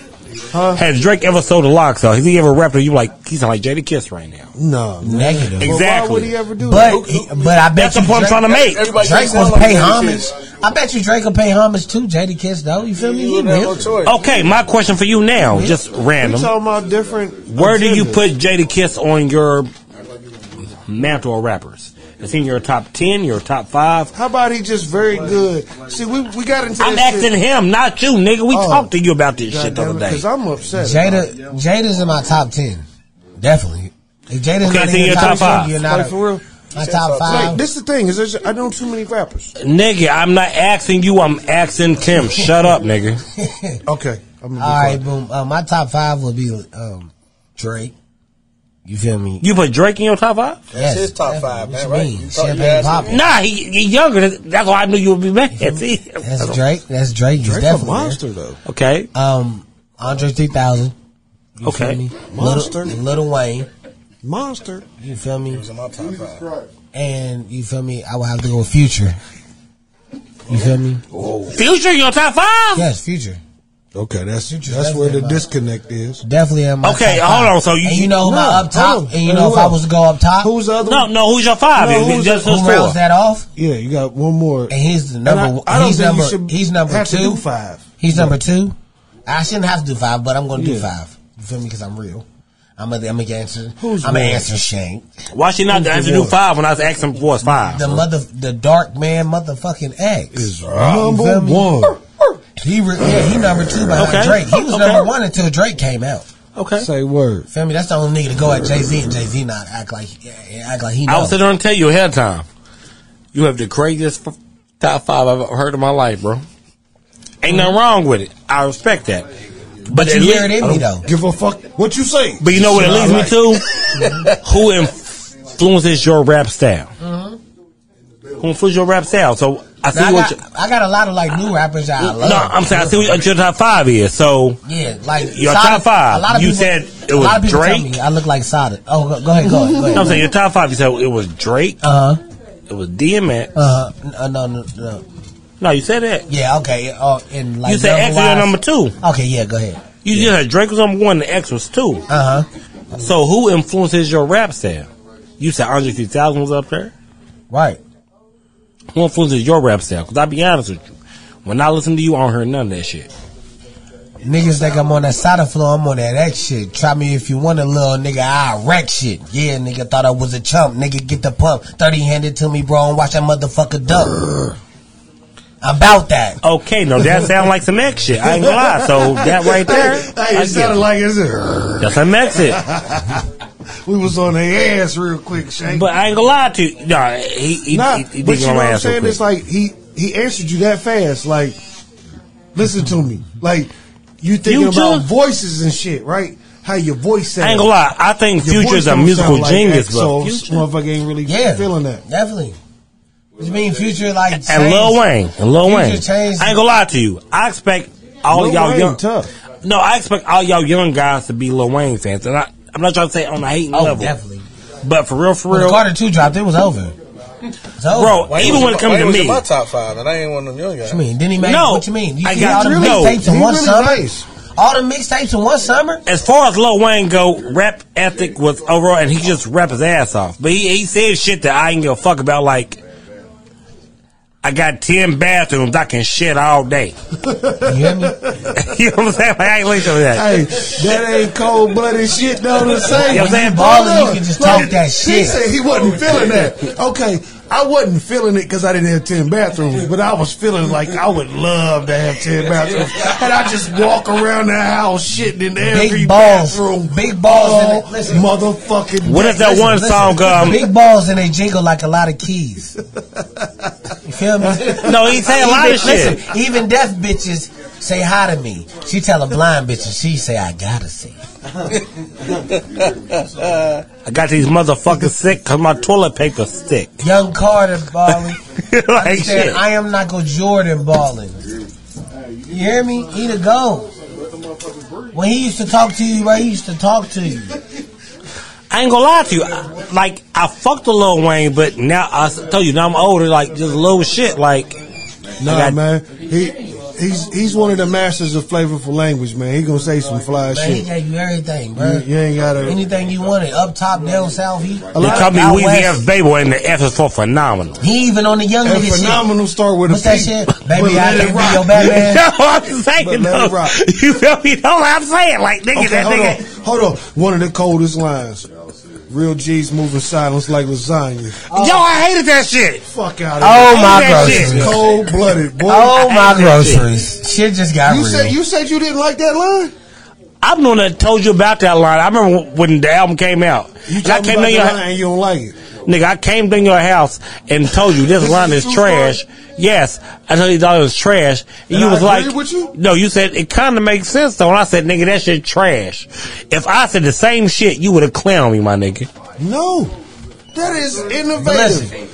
[SPEAKER 5] Has Drake ever sold the lock style? Has he ever rapped? or You like he's like Jada Kiss right now?
[SPEAKER 7] No.
[SPEAKER 6] negative,
[SPEAKER 5] Exactly.
[SPEAKER 7] Why would he ever do
[SPEAKER 6] but
[SPEAKER 7] that?
[SPEAKER 6] but I bet
[SPEAKER 5] That's the
[SPEAKER 6] you
[SPEAKER 5] point I'm
[SPEAKER 6] Drake,
[SPEAKER 5] trying to make.
[SPEAKER 4] Everybody
[SPEAKER 6] Drake
[SPEAKER 4] just
[SPEAKER 6] will
[SPEAKER 4] sound like
[SPEAKER 6] pay
[SPEAKER 4] that
[SPEAKER 6] homage.
[SPEAKER 4] shit.
[SPEAKER 6] I bet you Drake will pay homage to Jada Kiss though. You feel me?
[SPEAKER 4] You
[SPEAKER 6] He
[SPEAKER 4] don't have no
[SPEAKER 6] real.
[SPEAKER 4] choice.
[SPEAKER 5] Okay, my question for you now, just
[SPEAKER 7] We
[SPEAKER 5] random.
[SPEAKER 7] talking about different.
[SPEAKER 5] Where do you
[SPEAKER 7] agendas.
[SPEAKER 5] put Jada Kiss on your mantle of rappers? Is he in your top ten, your top five?
[SPEAKER 7] How about he just very good? See, we, we got into
[SPEAKER 5] I'm
[SPEAKER 7] this
[SPEAKER 5] asking
[SPEAKER 7] shit.
[SPEAKER 5] him, not you, nigga. We
[SPEAKER 7] Oh.
[SPEAKER 5] talked to you about this shit the other day.
[SPEAKER 7] because I'm upset.
[SPEAKER 6] Jada Jada's in my top ten, definitely. If Jada's
[SPEAKER 5] Okay,
[SPEAKER 6] not
[SPEAKER 5] so
[SPEAKER 6] in
[SPEAKER 5] you're
[SPEAKER 6] your
[SPEAKER 5] top
[SPEAKER 6] top,
[SPEAKER 5] five.
[SPEAKER 6] ten, you're not
[SPEAKER 7] like
[SPEAKER 6] a-
[SPEAKER 7] for real.
[SPEAKER 6] my top
[SPEAKER 7] Like,
[SPEAKER 6] five.
[SPEAKER 7] this is the thing is, there's- I know too many rappers.
[SPEAKER 5] Nigga, I'm not asking you. I'm asking
[SPEAKER 7] [LAUGHS]
[SPEAKER 5] Tim. Shut up, nigga.
[SPEAKER 7] Okay, I'm gonna be
[SPEAKER 6] [LAUGHS] All right,
[SPEAKER 7] quiet.
[SPEAKER 6] boom. Uh, my top five would be um, Drake. You feel me?
[SPEAKER 5] You put Drake in your top five?
[SPEAKER 4] That's his top five,
[SPEAKER 6] what
[SPEAKER 4] man,
[SPEAKER 6] you
[SPEAKER 4] right?
[SPEAKER 6] mean?
[SPEAKER 4] You thought you
[SPEAKER 6] Champagne
[SPEAKER 4] had some-
[SPEAKER 6] poppin'.
[SPEAKER 5] Nah, he, he younger. That's why I knew you would be mad. [LAUGHS] See?
[SPEAKER 6] That's Drake. That's Drake. He's
[SPEAKER 7] Drake a
[SPEAKER 6] definitely
[SPEAKER 7] monster though.
[SPEAKER 5] Okay.
[SPEAKER 6] there. Um, Andre 3000. You
[SPEAKER 5] Okay.
[SPEAKER 6] Feel me?
[SPEAKER 7] Monster.
[SPEAKER 6] Little, Little Wayne.
[SPEAKER 7] Monster.
[SPEAKER 6] You feel me?
[SPEAKER 4] was in my top five.
[SPEAKER 6] And you feel me? I would have to go with Future. You feel me?
[SPEAKER 5] Future, your top five?
[SPEAKER 6] Yes, Future.
[SPEAKER 7] Okay, that's
[SPEAKER 6] Future's
[SPEAKER 7] that's where the
[SPEAKER 6] definitely a-
[SPEAKER 7] disconnect is.
[SPEAKER 6] Definitely in my
[SPEAKER 5] Okay,
[SPEAKER 6] top
[SPEAKER 5] hold
[SPEAKER 6] five.
[SPEAKER 5] on, so you-
[SPEAKER 6] and you know my
[SPEAKER 7] No,
[SPEAKER 6] up top,
[SPEAKER 7] hold on.
[SPEAKER 6] and you know
[SPEAKER 7] Who
[SPEAKER 6] if I
[SPEAKER 7] else?
[SPEAKER 6] was to go up top,
[SPEAKER 7] Who's the other?
[SPEAKER 5] No,
[SPEAKER 7] one?
[SPEAKER 5] no. Who's your five?
[SPEAKER 7] No,
[SPEAKER 5] Is it
[SPEAKER 7] who's
[SPEAKER 5] just
[SPEAKER 7] the-
[SPEAKER 5] who's
[SPEAKER 6] who rounds
[SPEAKER 5] four.
[SPEAKER 6] that off?
[SPEAKER 7] Yeah, you got one more.
[SPEAKER 6] And he's the
[SPEAKER 7] And I-
[SPEAKER 6] number.
[SPEAKER 7] I don't
[SPEAKER 6] he's
[SPEAKER 7] think you
[SPEAKER 6] number.
[SPEAKER 7] should
[SPEAKER 6] he's number
[SPEAKER 7] have
[SPEAKER 6] two.
[SPEAKER 7] to do five.
[SPEAKER 6] He's number two. I shouldn't have to do five, but I'm going to do
[SPEAKER 7] Yeah.
[SPEAKER 6] five. You feel me? Because I'm real. I'm a. I'm a answer.
[SPEAKER 7] Who's
[SPEAKER 6] I'm an
[SPEAKER 7] one?
[SPEAKER 6] answer Shane.
[SPEAKER 5] Why she not answer new five when I was asking for is five?
[SPEAKER 6] The mother. The dark man. Motherfucking X.
[SPEAKER 7] Is
[SPEAKER 6] You feel
[SPEAKER 7] number
[SPEAKER 6] me?
[SPEAKER 7] one.
[SPEAKER 6] He re, yeah. He number two behind
[SPEAKER 5] Okay.
[SPEAKER 6] Drake. He was
[SPEAKER 5] Okay.
[SPEAKER 6] number one until Drake came out.
[SPEAKER 5] Okay.
[SPEAKER 7] Say word.
[SPEAKER 6] Feel me? That's the only nigga to go at Jay Z and Jay Z not act like act like he.
[SPEAKER 5] I
[SPEAKER 6] Know.
[SPEAKER 5] will sit there and tell you ahead of time. You have the craziest f- top five I've ever heard in my life, bro. Ain't nothing wrong with it. I respect that. But,
[SPEAKER 6] but
[SPEAKER 5] at
[SPEAKER 6] Mm-hmm. you hear it
[SPEAKER 5] lea-
[SPEAKER 6] in me though.
[SPEAKER 7] Give a fuck what you say.
[SPEAKER 5] but you know what it
[SPEAKER 7] Shit, I
[SPEAKER 5] leads me
[SPEAKER 7] like.
[SPEAKER 5] to? [LAUGHS] Who influences your rap style? Who influences your rap style? So I see
[SPEAKER 6] Now, Mm-hmm. I,
[SPEAKER 5] what.
[SPEAKER 6] got, I got a lot of like new rappers that I
[SPEAKER 5] you,
[SPEAKER 6] love.
[SPEAKER 5] no, I'm saying I see what your top five is. So
[SPEAKER 6] Yeah, like
[SPEAKER 5] Your
[SPEAKER 6] Sada-
[SPEAKER 5] top five.
[SPEAKER 6] A lot of
[SPEAKER 5] You
[SPEAKER 6] people,
[SPEAKER 5] said it
[SPEAKER 6] a
[SPEAKER 5] was
[SPEAKER 6] lot of people
[SPEAKER 5] Drake.
[SPEAKER 6] Tell me I look like Sada. Oh, go, go ahead, go ahead. Go
[SPEAKER 5] I'm
[SPEAKER 6] ahead.
[SPEAKER 5] saying your top five. You said it was Drake.
[SPEAKER 6] Uh huh.
[SPEAKER 5] It was DMX.
[SPEAKER 6] Uh huh. No, no, no.
[SPEAKER 5] No, you said that.
[SPEAKER 6] Yeah. Okay. Uh, and like
[SPEAKER 5] You said X was your
[SPEAKER 6] number-wise-
[SPEAKER 5] number two.
[SPEAKER 6] Okay. Yeah. Go ahead.
[SPEAKER 5] You just said Drake was number one and X was two.
[SPEAKER 6] Uh huh.
[SPEAKER 5] So who influences your rap style? You said Andre 3000 was up there.
[SPEAKER 6] Right.
[SPEAKER 5] Who influences your rap style? Because I'll be honest with you. When I listen to you, I don't hear none of that shit.
[SPEAKER 6] Niggas think I'm on that Sada floor. I'm on that X shit. Try me if you want a little nigga. I wreck shit. Yeah, nigga thought I was a chump. Nigga get the pump. Thirty handed to me, bro, and watch that motherfucker dump. About that.
[SPEAKER 5] Okay, no,
[SPEAKER 7] [LAUGHS]
[SPEAKER 5] that sound like some X shit. I ain't gonna lie. So that right there,
[SPEAKER 7] Hey,
[SPEAKER 5] I
[SPEAKER 7] it sounded
[SPEAKER 5] get it.
[SPEAKER 7] like it's a-
[SPEAKER 5] that's some X shit.
[SPEAKER 7] we was on their ass real quick, Shane.
[SPEAKER 5] But I ain't gonna lie to you. Nah, he, he,
[SPEAKER 7] nah,
[SPEAKER 5] he, he
[SPEAKER 7] but
[SPEAKER 5] did
[SPEAKER 7] you
[SPEAKER 5] get
[SPEAKER 7] know
[SPEAKER 5] on
[SPEAKER 7] what
[SPEAKER 5] my
[SPEAKER 7] I'm
[SPEAKER 5] ass real
[SPEAKER 7] saying?
[SPEAKER 5] quick.
[SPEAKER 7] It's like he he answered you that fast. Like, listen to me. Like, you thinking
[SPEAKER 5] Future?
[SPEAKER 7] about voices and shit, right? How your voice sounds.
[SPEAKER 5] I ain't gonna lie. I think
[SPEAKER 7] Your voice
[SPEAKER 5] Future's a
[SPEAKER 7] don't
[SPEAKER 5] musical
[SPEAKER 7] sound like
[SPEAKER 5] genius,
[SPEAKER 7] X,
[SPEAKER 5] but
[SPEAKER 7] so
[SPEAKER 5] Future-
[SPEAKER 7] motherfucker ain't really
[SPEAKER 6] Yeah.
[SPEAKER 7] feeling that.
[SPEAKER 6] Definitely. You mean future like
[SPEAKER 5] and Lil
[SPEAKER 6] changed-
[SPEAKER 5] Wayne, and Lil
[SPEAKER 6] Future
[SPEAKER 5] Wayne. I ain't
[SPEAKER 6] changed-
[SPEAKER 5] gonna lie to you. I expect all
[SPEAKER 7] Lil
[SPEAKER 5] y'all
[SPEAKER 7] Wayne
[SPEAKER 5] young.
[SPEAKER 7] tough.
[SPEAKER 5] No, I expect all y'all young guys to be Lil Wayne fans, and I, I'm not trying to say on a hating
[SPEAKER 6] Oh,
[SPEAKER 5] level,
[SPEAKER 6] definitely.
[SPEAKER 5] but for real, for
[SPEAKER 6] When
[SPEAKER 5] real,
[SPEAKER 6] Carter Two dropped, it was over. It's over.
[SPEAKER 5] bro.
[SPEAKER 6] what
[SPEAKER 5] even when it comes
[SPEAKER 4] Wayne
[SPEAKER 5] to
[SPEAKER 4] was
[SPEAKER 5] me,
[SPEAKER 4] in my top five, and I ain't one of them young guys.
[SPEAKER 6] you mean? Didn't he make?
[SPEAKER 5] No,
[SPEAKER 6] what you mean? You
[SPEAKER 5] I
[SPEAKER 6] see
[SPEAKER 5] got
[SPEAKER 6] all the
[SPEAKER 5] you. No,
[SPEAKER 6] mixtapes in
[SPEAKER 7] he
[SPEAKER 6] one
[SPEAKER 7] really
[SPEAKER 6] summer.
[SPEAKER 7] nice.
[SPEAKER 6] All the mixtapes in one summer.
[SPEAKER 5] as far as Lil Wayne go, rap ethic was overall, and he just rap his ass off. But he, he said shit that I ain't give a fuck about. Like, I got ten bathrooms. I can shit all day. [LAUGHS]
[SPEAKER 6] You hear me?
[SPEAKER 5] you know what I'm saying? Like, I ain't listening to that.
[SPEAKER 7] Hey, that ain't cold blooded shit though to say.
[SPEAKER 5] You know what I'm saying?
[SPEAKER 6] Balling, you can just
[SPEAKER 7] Look,
[SPEAKER 6] talk that
[SPEAKER 7] He
[SPEAKER 6] shit.
[SPEAKER 7] said he wasn't feeling that. Okay, I wasn't feeling it because I didn't have 10 bathrooms, but I was feeling like I would love to have 10 bathrooms. And I just walk around the house shitting in every
[SPEAKER 6] Big balls.
[SPEAKER 7] bathroom.
[SPEAKER 6] Big balls in
[SPEAKER 7] All
[SPEAKER 6] it. Listen.
[SPEAKER 7] motherfucking
[SPEAKER 5] What
[SPEAKER 7] day.
[SPEAKER 5] is that one
[SPEAKER 6] [LAUGHS]
[SPEAKER 5] song? Um,
[SPEAKER 6] Big balls and they jingle like a lot of keys. You feel me?
[SPEAKER 5] [LAUGHS] No, he say a
[SPEAKER 6] even,
[SPEAKER 5] lot of shit.
[SPEAKER 6] Listen, even deaf bitches say hi to me. She tell a blind bitch and she say, I gotta see.
[SPEAKER 5] I got these motherfuckers sick because my toilet paper stick. [LAUGHS]
[SPEAKER 6] Young Carter balling.
[SPEAKER 5] like shit.
[SPEAKER 6] Said, I am not go Jordan balling. You hear me? He the go. When he used to talk to you, right? He used to talk to you.
[SPEAKER 5] I ain't gonna lie to you. I- Like I fucked a Lil Wayne, but now I s- tell you now I'm older. Like just little shit. Like
[SPEAKER 3] Nah,
[SPEAKER 5] I got-
[SPEAKER 3] man. He he's he's one of the masters of flavorful language, man. He gonna say some fly
[SPEAKER 6] Man, he
[SPEAKER 3] shit.
[SPEAKER 6] gave you everything,
[SPEAKER 3] You,
[SPEAKER 6] bro.
[SPEAKER 3] you ain't gotta.
[SPEAKER 6] Anything you wanted, up top, down south, he.
[SPEAKER 5] they call me
[SPEAKER 6] out
[SPEAKER 5] Weezy
[SPEAKER 6] west.
[SPEAKER 5] F Babel, and the F is for
[SPEAKER 3] [LAUGHS]
[SPEAKER 5] phenomenal.
[SPEAKER 6] He even on the young
[SPEAKER 3] And
[SPEAKER 6] nigga shit.
[SPEAKER 3] phenomenal start with
[SPEAKER 6] What's
[SPEAKER 3] a
[SPEAKER 6] that
[SPEAKER 3] P,
[SPEAKER 6] shit?
[SPEAKER 3] but
[SPEAKER 6] Baby, I
[SPEAKER 3] let it
[SPEAKER 6] can't be
[SPEAKER 3] rock.
[SPEAKER 6] your
[SPEAKER 3] [LAUGHS]
[SPEAKER 5] [LAUGHS]
[SPEAKER 6] Batman.
[SPEAKER 5] No, I'm saying
[SPEAKER 3] let it
[SPEAKER 5] though.
[SPEAKER 3] rock.
[SPEAKER 5] [LAUGHS] You feel me? No, I'm saying like nigga,
[SPEAKER 3] Okay,
[SPEAKER 5] that
[SPEAKER 3] hold
[SPEAKER 5] nigga.
[SPEAKER 3] on, hold on. One of the coldest lines. Real G's moving silence like lasagna.
[SPEAKER 5] Yo, I hated that shit.
[SPEAKER 3] Fuck out of
[SPEAKER 6] Oh my
[SPEAKER 5] That shit.
[SPEAKER 6] groceries.
[SPEAKER 3] Cold blooded, boy.
[SPEAKER 6] Oh my
[SPEAKER 5] hate that shit.
[SPEAKER 6] groceries. Shit just got
[SPEAKER 3] you
[SPEAKER 6] real.
[SPEAKER 3] said you said you didn't like that line.
[SPEAKER 5] I'm the one that told you about that line. I remember when the album came out.
[SPEAKER 3] You
[SPEAKER 5] And I
[SPEAKER 3] told me
[SPEAKER 5] came
[SPEAKER 3] about the line
[SPEAKER 5] to your
[SPEAKER 3] and you don't like it.
[SPEAKER 5] nigga. I came to your house and told you this
[SPEAKER 3] This
[SPEAKER 5] line
[SPEAKER 3] is
[SPEAKER 5] is
[SPEAKER 3] too
[SPEAKER 5] trash. Yes, I told you that was trash. And
[SPEAKER 3] And
[SPEAKER 5] you
[SPEAKER 3] I
[SPEAKER 5] was
[SPEAKER 3] agree
[SPEAKER 5] like,
[SPEAKER 3] with you?
[SPEAKER 5] no, you said it kind of makes sense though. And I said, nigga, that shit trash. If I said the same shit, you would have clowned me, my [LAUGHS] nigga.
[SPEAKER 3] No, that is
[SPEAKER 6] But
[SPEAKER 3] innovative.
[SPEAKER 6] listen.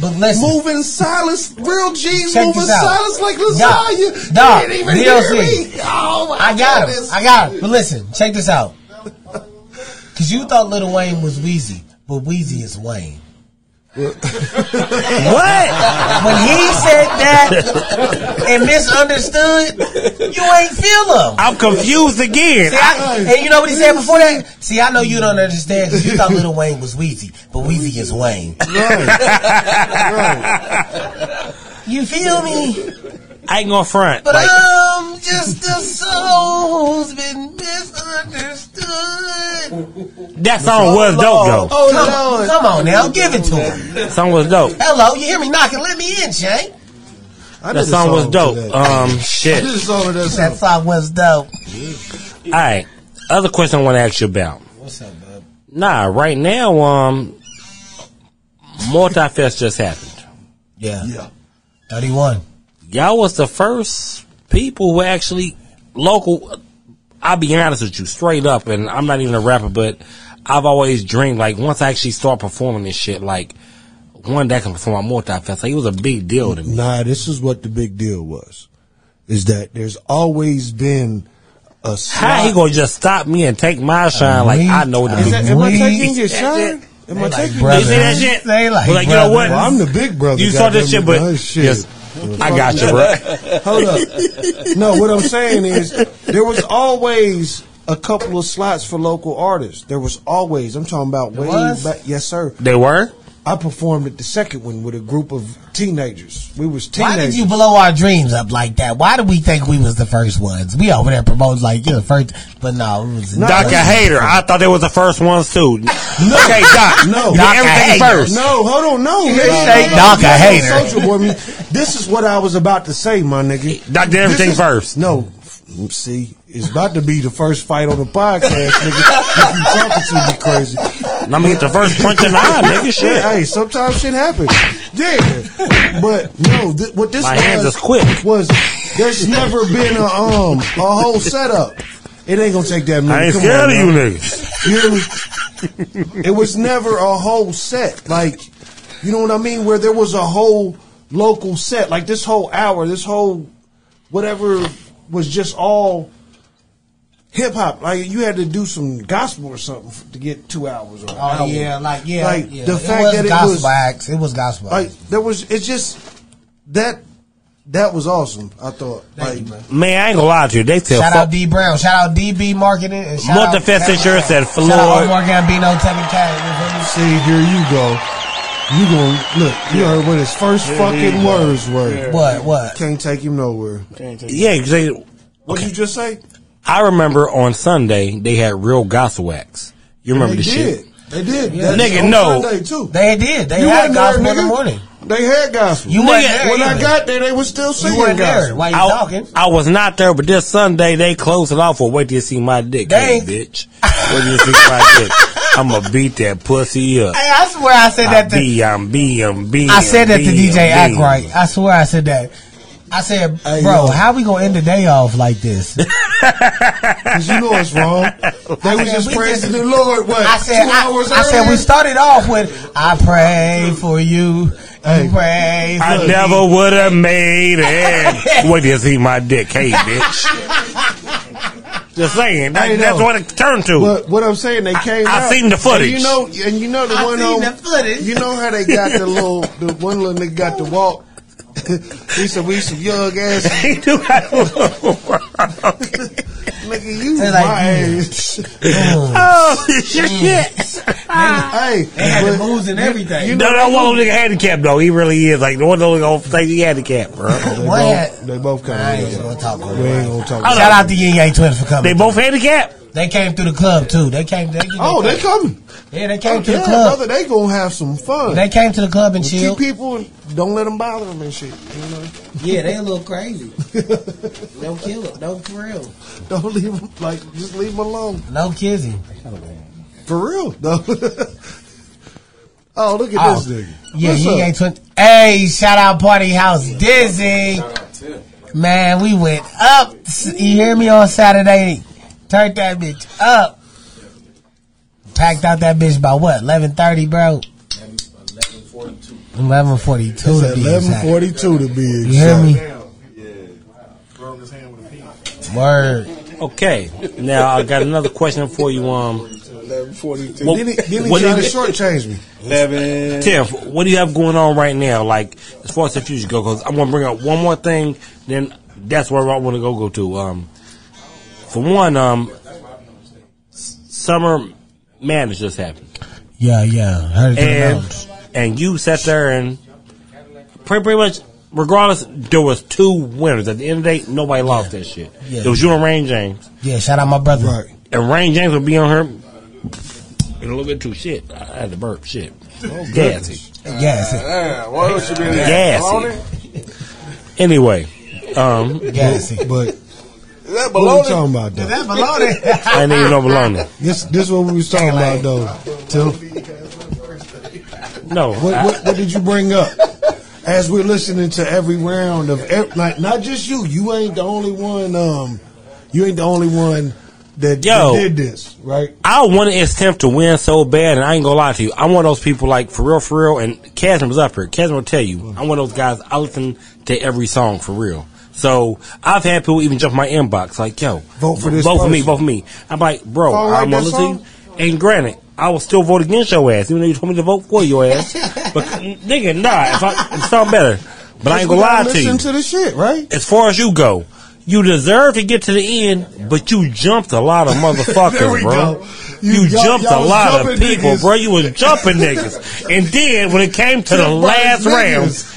[SPEAKER 6] But listen.
[SPEAKER 3] Moving silence, real G's
[SPEAKER 6] Check
[SPEAKER 3] moving
[SPEAKER 6] this out.
[SPEAKER 3] silence like
[SPEAKER 6] Doc,
[SPEAKER 3] lasagna.
[SPEAKER 6] Doc,
[SPEAKER 3] you didn't even hear
[SPEAKER 6] DLC.
[SPEAKER 3] me. Oh my
[SPEAKER 6] I got him.
[SPEAKER 3] goodness.
[SPEAKER 6] I got him. But listen, check this out. [LAUGHS] Cause you thought Lil Wayne was Wheezy, but Wheezy is Wayne.
[SPEAKER 5] What?
[SPEAKER 6] When he said
[SPEAKER 3] [LAUGHS]
[SPEAKER 6] that and misunderstood, you ain't feel him.
[SPEAKER 5] I'm confused again.
[SPEAKER 6] See, I, and you know what he said before that? See, I know you don't understand because you thought Lil Wayne was Wheezy, but Wheezy is Wayne. You feel me?
[SPEAKER 5] I ain't gonna front.
[SPEAKER 6] But
[SPEAKER 5] Like,
[SPEAKER 6] I'm just a soul who's been misunderstood.
[SPEAKER 5] that song was dope though.
[SPEAKER 6] Oh, come, come on now, give it to him.
[SPEAKER 5] That song was dope.
[SPEAKER 6] Hello, you hear me knocking? Let me in, Shane.
[SPEAKER 3] I
[SPEAKER 5] That
[SPEAKER 3] did a
[SPEAKER 5] song was
[SPEAKER 3] to
[SPEAKER 5] dope.
[SPEAKER 3] that.
[SPEAKER 5] Um,
[SPEAKER 3] I
[SPEAKER 5] shit. [LAUGHS]
[SPEAKER 3] did a song to that song.
[SPEAKER 6] That song was dope.
[SPEAKER 5] All right. Other question I want to ask you about.
[SPEAKER 6] What's up, bub?
[SPEAKER 5] Nah, right now, um, Multifest just happened.
[SPEAKER 6] Yeah.
[SPEAKER 3] Yeah.
[SPEAKER 6] 31.
[SPEAKER 5] Y'all was the first people who actually local. I'll be honest with you, straight up, and I'm not even a rapper, but I've always dreamed like once I actually start performing this shit, like one day I can perform at Multifest. Like it was a big deal to me.
[SPEAKER 3] Nah, this is what the big deal was. Is that there's always been a
[SPEAKER 5] How he gonna just stop me and take my shine? Like I know what the
[SPEAKER 3] Is
[SPEAKER 5] big
[SPEAKER 3] that, am I
[SPEAKER 6] We-
[SPEAKER 3] taking your
[SPEAKER 5] That's
[SPEAKER 3] shine? Am I
[SPEAKER 6] like
[SPEAKER 3] taking
[SPEAKER 6] brother.
[SPEAKER 5] You say that shit?
[SPEAKER 6] They like
[SPEAKER 5] Well, you know what?
[SPEAKER 6] brothers.
[SPEAKER 3] Well, I'm the big brother.
[SPEAKER 5] You saw this
[SPEAKER 3] goddammit.
[SPEAKER 5] shit, but
[SPEAKER 3] Oh,
[SPEAKER 5] yes, I got you,
[SPEAKER 3] [LAUGHS]
[SPEAKER 5] bro.
[SPEAKER 3] Hold up. No, what I'm saying is there was always a couple of slots for local artists. There was always. I'm talking about way
[SPEAKER 6] was?
[SPEAKER 3] back. Yes, sir.
[SPEAKER 5] They were.
[SPEAKER 3] I performed at the second one with a group of teenagers. We was
[SPEAKER 6] Why
[SPEAKER 3] teenagers.
[SPEAKER 6] did you blow our dreams up like that? Why did we think we was the first ones? We over there promoting like you're the first, but no, it was
[SPEAKER 3] No.
[SPEAKER 5] Doc a hater. I thought they was the first ones
[SPEAKER 3] [LAUGHS]
[SPEAKER 5] too. Okay, Doc.
[SPEAKER 3] No.
[SPEAKER 5] You did
[SPEAKER 6] Doc a
[SPEAKER 5] everything
[SPEAKER 6] hater.
[SPEAKER 5] first.
[SPEAKER 3] No, hold on, no, nigga.
[SPEAKER 6] ain't Doc a
[SPEAKER 3] You ain't
[SPEAKER 6] hater.
[SPEAKER 3] Social boy, man. This is what I was about to say, my nigga.
[SPEAKER 5] Doc did
[SPEAKER 3] This
[SPEAKER 5] everything
[SPEAKER 3] is-
[SPEAKER 5] first.
[SPEAKER 3] No, see, it's about to be the first fight on the podcast, nigga. you talking to me crazy?
[SPEAKER 5] And I'm gonna get the first punch in the
[SPEAKER 6] [LAUGHS]
[SPEAKER 5] eye, nigga. Shit.
[SPEAKER 3] Hey, sometimes shit happens. Yeah, but no, th- what this
[SPEAKER 5] My
[SPEAKER 3] was,
[SPEAKER 5] hands is quick.
[SPEAKER 3] was there's never been a um a whole setup. It ain't gonna take that many.
[SPEAKER 5] I ain't
[SPEAKER 3] Come
[SPEAKER 5] scared
[SPEAKER 3] on,
[SPEAKER 5] of
[SPEAKER 3] now.
[SPEAKER 5] you niggas.
[SPEAKER 3] You hear me? it was never a whole set. Like, you know what I mean? Where there was a whole local set. Like, this whole hour, this whole whatever was just all hip hop. Like, you had to do some gospel or something f- to get two hours or an
[SPEAKER 6] Oh
[SPEAKER 3] hour.
[SPEAKER 6] yeah, like yeah,
[SPEAKER 3] Like,
[SPEAKER 6] yeah.
[SPEAKER 3] the
[SPEAKER 6] it
[SPEAKER 3] fact
[SPEAKER 6] was
[SPEAKER 3] that it
[SPEAKER 6] gospel
[SPEAKER 3] was-
[SPEAKER 6] acts. It was gospel
[SPEAKER 3] Like,
[SPEAKER 6] acts.
[SPEAKER 3] there was, it's just that, that was awesome, I thought.
[SPEAKER 6] Thank you,
[SPEAKER 3] like,
[SPEAKER 6] man.
[SPEAKER 5] Man, I ain't gonna lie to you. They tell
[SPEAKER 6] Shout
[SPEAKER 5] fuck.
[SPEAKER 6] out D Brown. Shout out DB Marketing. And shout out
[SPEAKER 5] Multifest Insurance at
[SPEAKER 6] Shout
[SPEAKER 5] Floyd.
[SPEAKER 6] out Omar Gambino, Tevin Cash.
[SPEAKER 3] see, here you go. You gonna look? You heard what his first fucking words were.
[SPEAKER 6] What? What?
[SPEAKER 3] Can't take him nowhere.
[SPEAKER 5] Yeah, 'cause they,
[SPEAKER 3] What did you just say?
[SPEAKER 5] I remember on Sunday they had real gospel wax. You remember
[SPEAKER 3] they
[SPEAKER 5] the
[SPEAKER 3] did.
[SPEAKER 5] shit?
[SPEAKER 3] They did.
[SPEAKER 6] Yeah.
[SPEAKER 3] That's
[SPEAKER 5] Nigga,
[SPEAKER 3] on
[SPEAKER 5] no.
[SPEAKER 3] Sunday, too.
[SPEAKER 6] They did. They
[SPEAKER 3] You wasn't
[SPEAKER 6] had
[SPEAKER 3] there,
[SPEAKER 6] gospel in the
[SPEAKER 3] nigga.
[SPEAKER 6] morning.
[SPEAKER 3] They had gospel.
[SPEAKER 6] You weren't there
[SPEAKER 3] When I
[SPEAKER 6] either.
[SPEAKER 3] got there, they were still
[SPEAKER 6] You
[SPEAKER 3] singing
[SPEAKER 6] weren't there.
[SPEAKER 3] gospel.
[SPEAKER 6] Why you
[SPEAKER 5] I,
[SPEAKER 6] talking?
[SPEAKER 5] I was not there, but this Sunday they closed it off for wait till you see my dick,
[SPEAKER 6] Dang.
[SPEAKER 5] Hey, bitch. Wait till you see my dick. I'ma beat that pussy up.
[SPEAKER 6] Hey, I swear I said
[SPEAKER 5] I
[SPEAKER 6] that to
[SPEAKER 5] be, I'm be, I'm be.
[SPEAKER 6] I said that to
[SPEAKER 5] I'm be,
[SPEAKER 6] DJ
[SPEAKER 5] I'm be.
[SPEAKER 6] Ackright. I swear I said that. I said,
[SPEAKER 3] Hey,
[SPEAKER 6] bro,
[SPEAKER 3] yo.
[SPEAKER 6] how we gonna end the day off like this?
[SPEAKER 3] [LAUGHS] Cause you know it's
[SPEAKER 6] [LAUGHS]
[SPEAKER 3] wrong. They was
[SPEAKER 6] said,
[SPEAKER 3] just
[SPEAKER 6] we
[SPEAKER 3] praising
[SPEAKER 6] [LAUGHS] just-
[SPEAKER 3] the Lord. What?
[SPEAKER 6] I said,
[SPEAKER 3] two
[SPEAKER 6] I,
[SPEAKER 3] hours
[SPEAKER 6] I said we
[SPEAKER 3] earlier?
[SPEAKER 6] started off with, I pray for you,
[SPEAKER 3] Hey.
[SPEAKER 6] you pray for
[SPEAKER 5] I
[SPEAKER 6] me."
[SPEAKER 3] [LAUGHS]
[SPEAKER 5] never would have made [LAUGHS] it. Wait till you see my dick, hey bitch. Just saying, that,
[SPEAKER 3] Hey, no.
[SPEAKER 5] that's what it turned to.
[SPEAKER 3] But what I'm saying, they came.
[SPEAKER 5] I
[SPEAKER 3] out,
[SPEAKER 5] seen the footage.
[SPEAKER 3] And you know, and you know the
[SPEAKER 6] I
[SPEAKER 3] one
[SPEAKER 6] seen
[SPEAKER 3] on
[SPEAKER 6] the footage.
[SPEAKER 3] You know how they got the little, the one little nigga got the walk. [LAUGHS] he said, "We some young ass
[SPEAKER 5] He do got a little- [LAUGHS]
[SPEAKER 3] nigga. You
[SPEAKER 6] They
[SPEAKER 3] my
[SPEAKER 6] like,
[SPEAKER 3] age."
[SPEAKER 5] oh shit!
[SPEAKER 3] hey,
[SPEAKER 6] Ah. They had the
[SPEAKER 3] but-
[SPEAKER 6] moves and everything.
[SPEAKER 3] You
[SPEAKER 5] No,
[SPEAKER 3] know,
[SPEAKER 5] that one little nigga handicapped though. He really is like the one little nigga on stage. He handicapped, bro.
[SPEAKER 3] they
[SPEAKER 6] What?
[SPEAKER 3] both, they both come.
[SPEAKER 6] I ain't
[SPEAKER 3] together.
[SPEAKER 6] gonna talk about
[SPEAKER 3] We ain't
[SPEAKER 6] it.
[SPEAKER 3] gonna talk.
[SPEAKER 5] I
[SPEAKER 3] about
[SPEAKER 5] know.
[SPEAKER 3] it.
[SPEAKER 6] Shout out to Yin Yang Twins for coming.
[SPEAKER 5] They both handicapped.
[SPEAKER 6] They came through the club too. They came. They,
[SPEAKER 3] Oh, they coming.
[SPEAKER 6] yeah, they came to
[SPEAKER 3] yeah,
[SPEAKER 6] the club.
[SPEAKER 3] brother, they gonna have some fun.
[SPEAKER 6] They came to the club and
[SPEAKER 3] Keep
[SPEAKER 6] chilled.
[SPEAKER 3] people, don't let them bother them and shit. [LAUGHS] You know,
[SPEAKER 6] Yeah, they a little
[SPEAKER 3] [LAUGHS]
[SPEAKER 6] crazy. no kill it. No for real.
[SPEAKER 3] don't leave them like just leave them alone.
[SPEAKER 6] No kissing.
[SPEAKER 3] For real, though. [LAUGHS] oh, look at
[SPEAKER 6] Oh.
[SPEAKER 3] this nigga.
[SPEAKER 6] Yeah,
[SPEAKER 3] What's
[SPEAKER 6] he
[SPEAKER 3] up?
[SPEAKER 6] ain't twin. Hey, shout out Party House Dizzy. Man, we went up. You hear me on Saturday? Turned that bitch up. Packed out that bitch by what? Eleven thirty, bro. Eleven forty-two. to be exact.
[SPEAKER 3] 1142 to be
[SPEAKER 6] You hear
[SPEAKER 3] exact.
[SPEAKER 6] me? Word.
[SPEAKER 5] Okay, now I got another question for you, um,
[SPEAKER 4] 1142.
[SPEAKER 5] Well-
[SPEAKER 3] Then he, then he
[SPEAKER 5] What
[SPEAKER 3] tried to
[SPEAKER 5] is
[SPEAKER 3] shortchange me.
[SPEAKER 4] 11.
[SPEAKER 5] Tim. What do you have going on right now, like as far as the future go? Because I'm gonna bring up one more thing, then that's where I want to go go to. Um, for one, um, s- summer madness just happened.
[SPEAKER 6] Yeah, yeah. Heard it
[SPEAKER 5] and
[SPEAKER 6] announced.
[SPEAKER 5] and you sat there and pretty, pretty much regardless there was two winners at the end of the day nobody lost that shit
[SPEAKER 6] Yeah.
[SPEAKER 5] it was you and Rain James
[SPEAKER 6] Yeah, shout out my brother.
[SPEAKER 3] Right.
[SPEAKER 5] and Rain James would be on her in a little bit too shit I had to burp shit
[SPEAKER 6] Oh,
[SPEAKER 5] gassy
[SPEAKER 6] Gassy.
[SPEAKER 4] Damn, why don't you be in there?
[SPEAKER 5] Gassy.
[SPEAKER 4] Bologna?
[SPEAKER 5] anyway um
[SPEAKER 6] Gassy.
[SPEAKER 3] [LAUGHS] But
[SPEAKER 4] Is that
[SPEAKER 3] what we
[SPEAKER 4] baloney?
[SPEAKER 3] talking about, though?
[SPEAKER 6] That baloney.
[SPEAKER 5] I ain't even know bologna
[SPEAKER 3] This this what we was talking about, though. Till
[SPEAKER 5] no
[SPEAKER 3] what,
[SPEAKER 5] I-
[SPEAKER 3] what, what did you bring up? As we're listening to every round of ev- like not just you, you ain't the only one. Um, you ain't the only one that, that
[SPEAKER 5] Yo.
[SPEAKER 3] did this, right?
[SPEAKER 5] I want to attempt to win so bad, and I ain't gonna lie to you. I'm one of those people, like for real, for real. And Kazim was up here. Kazim will tell you, I'm one of those guys. I listen to every song for real. So I've had people even jump my inbox, like, "Yo,
[SPEAKER 3] Vote for this
[SPEAKER 5] vote for me,
[SPEAKER 3] person.
[SPEAKER 5] vote for me." I'm like, "Bro,
[SPEAKER 3] All right,
[SPEAKER 5] I'm
[SPEAKER 3] that
[SPEAKER 5] gonna listen." to you." And granted, I will still vote against your ass, even though you told me to vote for
[SPEAKER 3] [LAUGHS]
[SPEAKER 5] your ass. but nigga, nah, if I, it's not better. But I ain't gonna lie to
[SPEAKER 3] Listen
[SPEAKER 5] you
[SPEAKER 3] to the shit,
[SPEAKER 5] [LAUGHS]
[SPEAKER 3] right?
[SPEAKER 5] as far as you go, you deserve to get to the end, but you jumped a lot
[SPEAKER 3] [LAUGHS]
[SPEAKER 5] of
[SPEAKER 3] There we
[SPEAKER 5] motherfuckers, bro.
[SPEAKER 3] go.
[SPEAKER 5] You,
[SPEAKER 3] You- y'all-
[SPEAKER 5] jumped
[SPEAKER 3] y'all
[SPEAKER 5] a
[SPEAKER 3] was
[SPEAKER 5] lot of
[SPEAKER 3] jumping
[SPEAKER 5] people,
[SPEAKER 3] niggas.
[SPEAKER 5] bro. You was jumping niggas. And then when it
[SPEAKER 3] [LAUGHS]
[SPEAKER 5] came to the
[SPEAKER 3] Jumped by
[SPEAKER 5] last
[SPEAKER 3] niggas.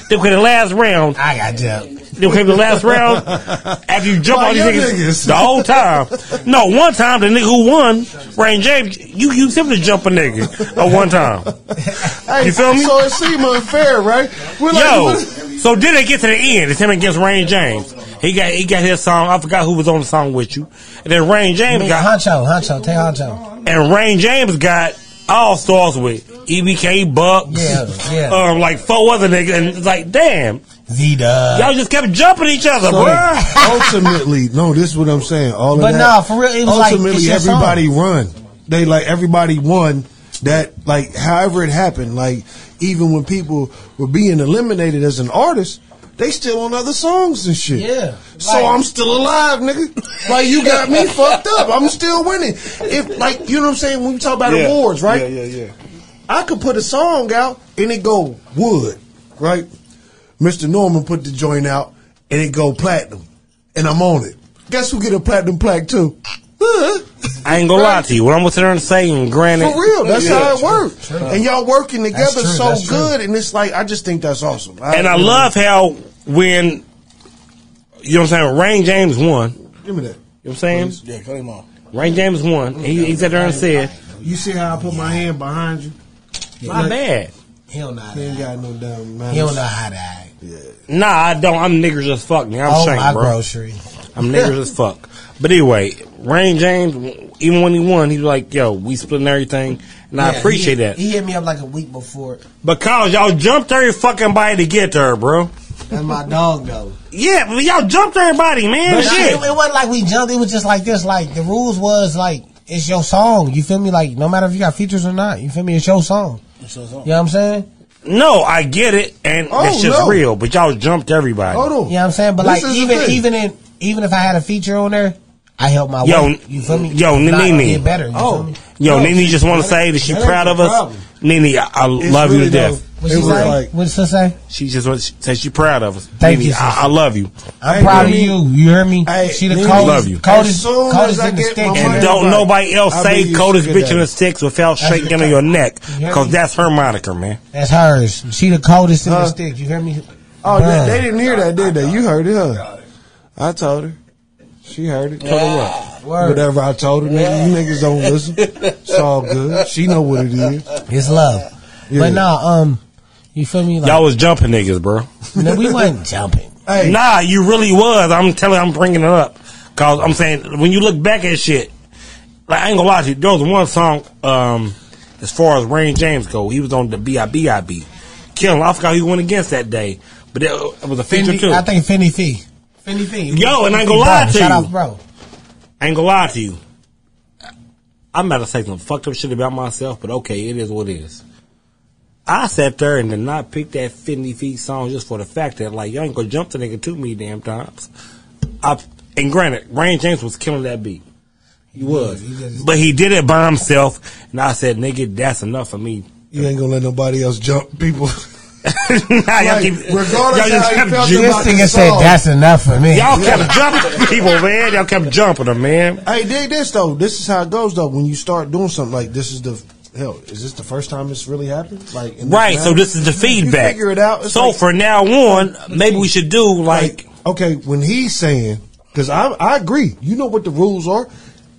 [SPEAKER 5] round, then when the last round,
[SPEAKER 6] I got jumped.
[SPEAKER 5] then came the last round, after you jump
[SPEAKER 3] By
[SPEAKER 5] all these
[SPEAKER 3] your
[SPEAKER 5] niggas,
[SPEAKER 3] niggas.
[SPEAKER 5] the whole time. No, one time the nigga who won, Rain James, you used him to jump a nigga at one time.
[SPEAKER 3] Hey,
[SPEAKER 5] You feel me?
[SPEAKER 3] So it seemed unfair, right? We're like,
[SPEAKER 5] Yo,
[SPEAKER 3] what-
[SPEAKER 5] so did they get to the end? It's him against Rain James. He got he got his song. I forgot who was on the song with you. And then Rain James got
[SPEAKER 6] Honcho, Honcho, take Honcho.
[SPEAKER 5] and Rain James got all stars with EBK Bucks.
[SPEAKER 6] Yeah, yeah.
[SPEAKER 5] Um, like four other niggas, and it's like, damn,
[SPEAKER 6] Z Dub.
[SPEAKER 5] y'all just kept jumping each other,
[SPEAKER 3] So
[SPEAKER 5] bro.
[SPEAKER 3] [LAUGHS] ultimately, no, this is what I'm saying. All of
[SPEAKER 6] But
[SPEAKER 3] that.
[SPEAKER 6] nah, for real, it was like, it's
[SPEAKER 3] ultimately
[SPEAKER 6] your song.
[SPEAKER 3] everybody run. They like everybody won. That like however it happened. Like even when people were being eliminated as an artist, they still on other songs and shit.
[SPEAKER 6] Yeah,
[SPEAKER 3] So
[SPEAKER 6] like-
[SPEAKER 3] I'm still alive, nigga. Like you got
[SPEAKER 6] [LAUGHS]
[SPEAKER 3] me fucked up. I'm still winning. If like you know what I'm saying when we talk about
[SPEAKER 4] Yeah.
[SPEAKER 3] awards, right?
[SPEAKER 4] Yeah, yeah, yeah.
[SPEAKER 3] I could put a song out and it go wood, right? Mr. Norman put the joint out and it go platinum, and I'm on it. Guess who get a platinum plaque too? [LAUGHS]
[SPEAKER 5] I ain't gonna lie to you. What I'm gonna sit there and say, and granted,
[SPEAKER 3] For real, that's
[SPEAKER 4] Yeah,
[SPEAKER 3] how it
[SPEAKER 4] true,
[SPEAKER 3] works. And y'all working together
[SPEAKER 6] That's true,
[SPEAKER 3] so
[SPEAKER 6] that's true.
[SPEAKER 3] good, and it's like I just think that's awesome.
[SPEAKER 5] and I love how when you know what I'm saying, Rain James won. You know
[SPEAKER 3] Give me that.
[SPEAKER 5] what I'm saying?
[SPEAKER 4] Yeah, cut him off.
[SPEAKER 5] Rain James won. and He, he sat there and said,
[SPEAKER 7] You see how I put my hand behind you?
[SPEAKER 5] "My bad."
[SPEAKER 6] He don't know how
[SPEAKER 3] You
[SPEAKER 6] to
[SPEAKER 3] ain't
[SPEAKER 6] act.
[SPEAKER 3] got no damn
[SPEAKER 6] He don't
[SPEAKER 3] manners.
[SPEAKER 6] know how to act.
[SPEAKER 5] Nah, I don't. I'm niggers as fuck. Now I'm
[SPEAKER 6] oh,
[SPEAKER 5] shamed,
[SPEAKER 6] my
[SPEAKER 5] bro.
[SPEAKER 6] grocery.
[SPEAKER 5] I'm niggers as fuck. But anyway, Rain James, even when he won, he was like, "Yo, we splitting everything," and I
[SPEAKER 6] Yeah,
[SPEAKER 5] appreciate
[SPEAKER 6] he,
[SPEAKER 5] that
[SPEAKER 6] He hit me up like a week before.
[SPEAKER 5] because y'all jumped every fucking body to get to her, bro.
[SPEAKER 6] That's my
[SPEAKER 5] [LAUGHS]
[SPEAKER 6] dog though.
[SPEAKER 5] Yeah, but y'all jumped everybody, man.
[SPEAKER 6] But
[SPEAKER 5] Shit.
[SPEAKER 6] it, it wasn't like we jumped. It was just like this. Like the rules was like it's your song. You feel me? Like no matter if you got features or not, you feel me? It's your song. You know what I'm saying?
[SPEAKER 5] No, I get it, and
[SPEAKER 3] Oh,
[SPEAKER 5] that's just
[SPEAKER 3] no.
[SPEAKER 5] real. But y'all jumped everybody.
[SPEAKER 3] Hold on.
[SPEAKER 6] You know what I'm saying? But
[SPEAKER 3] This
[SPEAKER 6] like
[SPEAKER 3] is the
[SPEAKER 6] even
[SPEAKER 3] thing.
[SPEAKER 6] even in even if I had a feature on there, I helped my
[SPEAKER 5] Yo,
[SPEAKER 6] way. You feel me?
[SPEAKER 5] yo,
[SPEAKER 6] Not
[SPEAKER 5] Nene.
[SPEAKER 6] get better. You
[SPEAKER 3] Oh.
[SPEAKER 6] feel me?
[SPEAKER 5] Yo,
[SPEAKER 3] No,
[SPEAKER 5] Nene
[SPEAKER 3] she-
[SPEAKER 5] just want to say that she
[SPEAKER 3] that ain't
[SPEAKER 5] proud
[SPEAKER 3] the
[SPEAKER 5] of us.
[SPEAKER 3] problem.
[SPEAKER 5] Nene, I, I
[SPEAKER 3] It's
[SPEAKER 5] love you
[SPEAKER 3] really
[SPEAKER 5] to death.
[SPEAKER 3] though-
[SPEAKER 6] What
[SPEAKER 3] it
[SPEAKER 6] she
[SPEAKER 3] was
[SPEAKER 6] say?
[SPEAKER 3] like
[SPEAKER 6] what she say?
[SPEAKER 5] She just wants she says she proud of us.
[SPEAKER 6] Thank
[SPEAKER 5] Nene,
[SPEAKER 6] you,
[SPEAKER 5] I,
[SPEAKER 6] sister.
[SPEAKER 5] I love you.
[SPEAKER 6] I'm proud of
[SPEAKER 3] Nene.
[SPEAKER 6] you. You hear me?
[SPEAKER 3] Hey,
[SPEAKER 6] she the
[SPEAKER 3] Nene.
[SPEAKER 6] coldest,
[SPEAKER 5] Love you.
[SPEAKER 3] As
[SPEAKER 6] coldest,
[SPEAKER 3] soon as
[SPEAKER 6] coldest
[SPEAKER 3] I
[SPEAKER 6] in the
[SPEAKER 3] get
[SPEAKER 6] stick.
[SPEAKER 3] my
[SPEAKER 5] And
[SPEAKER 3] money-
[SPEAKER 5] don't
[SPEAKER 3] right.
[SPEAKER 5] nobody else
[SPEAKER 3] I
[SPEAKER 5] say
[SPEAKER 3] mean,
[SPEAKER 5] coldest
[SPEAKER 3] you should
[SPEAKER 5] bitch
[SPEAKER 3] have-
[SPEAKER 5] in the sticks without
[SPEAKER 6] That's
[SPEAKER 5] shaking
[SPEAKER 6] the-
[SPEAKER 5] on your neck
[SPEAKER 6] Yeah.
[SPEAKER 5] because that's her moniker, man.
[SPEAKER 6] That's hers. She the coldest in the
[SPEAKER 3] Huh?
[SPEAKER 6] stick. You hear me?
[SPEAKER 3] Oh,
[SPEAKER 6] Bruh.
[SPEAKER 3] they, they didn't hear that, did they? You heard it, huh? I told her. She heard it. Told her what?
[SPEAKER 6] Word.
[SPEAKER 3] Whatever I told her, nigga, you niggas don't listen. It's all good. She know what it is.
[SPEAKER 6] It's love.
[SPEAKER 3] Yeah.
[SPEAKER 6] But nah, um, you feel me? Like,
[SPEAKER 5] Y'all was jumping niggas, bro.
[SPEAKER 6] no,
[SPEAKER 5] [LAUGHS]
[SPEAKER 6] we wasn't jumping.
[SPEAKER 3] Hey,
[SPEAKER 5] Nah, you really was. I'm telling. I'm bringing it up because I'm saying when you look back at shit, like I ain't gonna lie to you. There was one song, um, as far as Rain James go, he was on the B.I.B.I.B. Killing. I forgot who he went against that day, but it, it was a feature
[SPEAKER 6] Fendi,
[SPEAKER 5] too.
[SPEAKER 6] I think Finny Fee. Finny Fee.
[SPEAKER 5] Yo, and I ain't
[SPEAKER 6] Bro,
[SPEAKER 5] gonna lie to
[SPEAKER 6] shout
[SPEAKER 5] you.
[SPEAKER 6] out, bro.
[SPEAKER 5] I ain't gonna lie to you. I'm about to say some fucked up shit about myself, but okay, it is what it is. I sat there and did not pick that 50 feet song just for the fact that, like, y'all ain't gonna jump the nigga too many damn times. I, and granted, Rain James was killing that beat. He was.
[SPEAKER 6] he did his-
[SPEAKER 5] but he did it by himself, and I said, nigga, that's enough for me. [LAUGHS]
[SPEAKER 3] you ain't gonna let nobody else jump people.
[SPEAKER 5] Nah, y'all
[SPEAKER 3] Like,
[SPEAKER 5] keep,
[SPEAKER 3] regardless
[SPEAKER 5] y'all
[SPEAKER 3] how
[SPEAKER 5] just
[SPEAKER 3] you
[SPEAKER 5] kept
[SPEAKER 3] felt
[SPEAKER 5] ju-
[SPEAKER 3] about-
[SPEAKER 6] This
[SPEAKER 3] about
[SPEAKER 6] nigga
[SPEAKER 3] this
[SPEAKER 6] said
[SPEAKER 3] song.
[SPEAKER 6] that's enough for me.
[SPEAKER 5] y'all kept jumping people, man. Y'all kept jumping them, man.
[SPEAKER 3] [LAUGHS] Hey, dig this though. This is how it goes though. When you start doing something like this, is the hell? Is this the first time it's really happened? Like in this
[SPEAKER 5] Right, so
[SPEAKER 3] manner?
[SPEAKER 5] this is the feedback.
[SPEAKER 3] figure it out. It's
[SPEAKER 5] So
[SPEAKER 3] like-
[SPEAKER 5] for now on, maybe we should do like,
[SPEAKER 3] okay, when he's saying, because I I agree. You know what the rules are.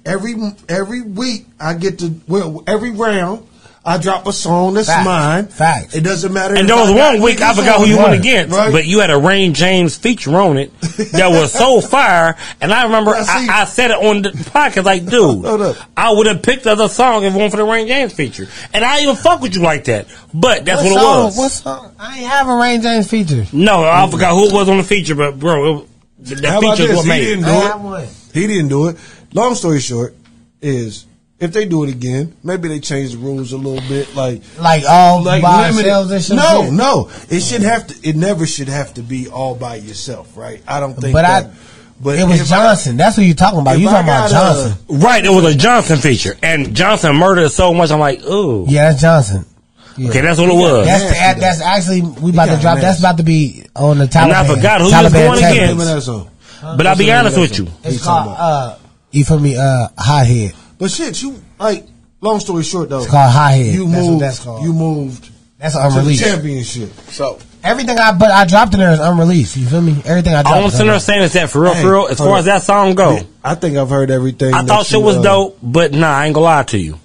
[SPEAKER 3] Every every week I get to well every round I drop a song that's
[SPEAKER 6] Facts.
[SPEAKER 3] mine.
[SPEAKER 6] Facts.
[SPEAKER 3] It doesn't matter.
[SPEAKER 5] and
[SPEAKER 3] if
[SPEAKER 5] there was
[SPEAKER 3] I got
[SPEAKER 5] one week I
[SPEAKER 3] niggas
[SPEAKER 5] forgot who
[SPEAKER 3] on
[SPEAKER 5] you went
[SPEAKER 3] it.
[SPEAKER 5] against,
[SPEAKER 3] Right.
[SPEAKER 5] but you had a Rain James feature on it that
[SPEAKER 3] [LAUGHS]
[SPEAKER 5] was so fire. And I remember
[SPEAKER 3] Now, see-
[SPEAKER 5] I, I said it on the podcast, like,
[SPEAKER 3] [LAUGHS] Hold
[SPEAKER 5] dude,
[SPEAKER 3] up.
[SPEAKER 5] I would have picked the other song if it weren't for the Rain James feature. And I even fuck with you like that, but that's what, it
[SPEAKER 6] song?
[SPEAKER 5] was.
[SPEAKER 6] What song? I ain't have a Rain James feature.
[SPEAKER 5] No, I forgot who it was on the feature, but bro, it, the, the
[SPEAKER 3] How about
[SPEAKER 5] feature
[SPEAKER 3] this?
[SPEAKER 5] was
[SPEAKER 3] He
[SPEAKER 5] made.
[SPEAKER 3] didn't
[SPEAKER 6] I ain't have
[SPEAKER 3] do it.
[SPEAKER 6] one.
[SPEAKER 3] He didn't do it. Long story short is if they do it again, maybe they change the rules a little bit. Like
[SPEAKER 6] Like all
[SPEAKER 3] like
[SPEAKER 6] by
[SPEAKER 3] limited.
[SPEAKER 6] ourselves and shit.
[SPEAKER 3] No,
[SPEAKER 6] shit.
[SPEAKER 3] no. It should have to. It never should have to be all by yourself, right? I don't think.
[SPEAKER 6] But
[SPEAKER 3] that,
[SPEAKER 6] I-
[SPEAKER 3] But
[SPEAKER 6] It was
[SPEAKER 3] if I-
[SPEAKER 6] Johnson. That's what you talking about.
[SPEAKER 3] if
[SPEAKER 6] You
[SPEAKER 3] I
[SPEAKER 6] talking about
[SPEAKER 3] got a-
[SPEAKER 6] Johnson?
[SPEAKER 5] Right, it was a Johnson feature, and Johnson murdered so much. I'm like, ooh,
[SPEAKER 6] Yeah, that's Johnson. Yeah.
[SPEAKER 5] okay, that's what it was.
[SPEAKER 6] That's
[SPEAKER 3] nasty,
[SPEAKER 6] the,
[SPEAKER 3] though.
[SPEAKER 6] that's actually we about to
[SPEAKER 3] got
[SPEAKER 6] drop. That's
[SPEAKER 3] nasty.
[SPEAKER 6] about to be on the Taliban.
[SPEAKER 5] And I forgot who you was
[SPEAKER 6] Taliban
[SPEAKER 5] going
[SPEAKER 6] tape.
[SPEAKER 5] against.
[SPEAKER 3] Name of that song.
[SPEAKER 5] But I'll be honest with you.
[SPEAKER 3] What you
[SPEAKER 6] It's
[SPEAKER 3] talking
[SPEAKER 6] called
[SPEAKER 3] about?
[SPEAKER 6] uh, you feel me? Uh, high head.
[SPEAKER 3] But shit, you like. Long story short, though,
[SPEAKER 6] It's called high head.
[SPEAKER 3] you
[SPEAKER 6] that's What
[SPEAKER 3] moved.
[SPEAKER 6] that's called.
[SPEAKER 3] You moved
[SPEAKER 6] that's
[SPEAKER 3] to the
[SPEAKER 6] unreleased.
[SPEAKER 3] championship.
[SPEAKER 4] So,
[SPEAKER 6] Everything I but I dropped in there is unreleased. You feel me? Everything I dropped.
[SPEAKER 5] All I'm
[SPEAKER 6] is
[SPEAKER 5] sitting there
[SPEAKER 6] unreleased.
[SPEAKER 5] saying is that for real,
[SPEAKER 3] Hey,
[SPEAKER 5] for real. As
[SPEAKER 3] hold
[SPEAKER 5] far
[SPEAKER 3] on.
[SPEAKER 5] as that song go,
[SPEAKER 3] I think I've heard everything.
[SPEAKER 5] I
[SPEAKER 3] that
[SPEAKER 5] thought
[SPEAKER 3] you,
[SPEAKER 5] shit was
[SPEAKER 3] uh,
[SPEAKER 5] dope, but nah, I ain't gonna lie to you.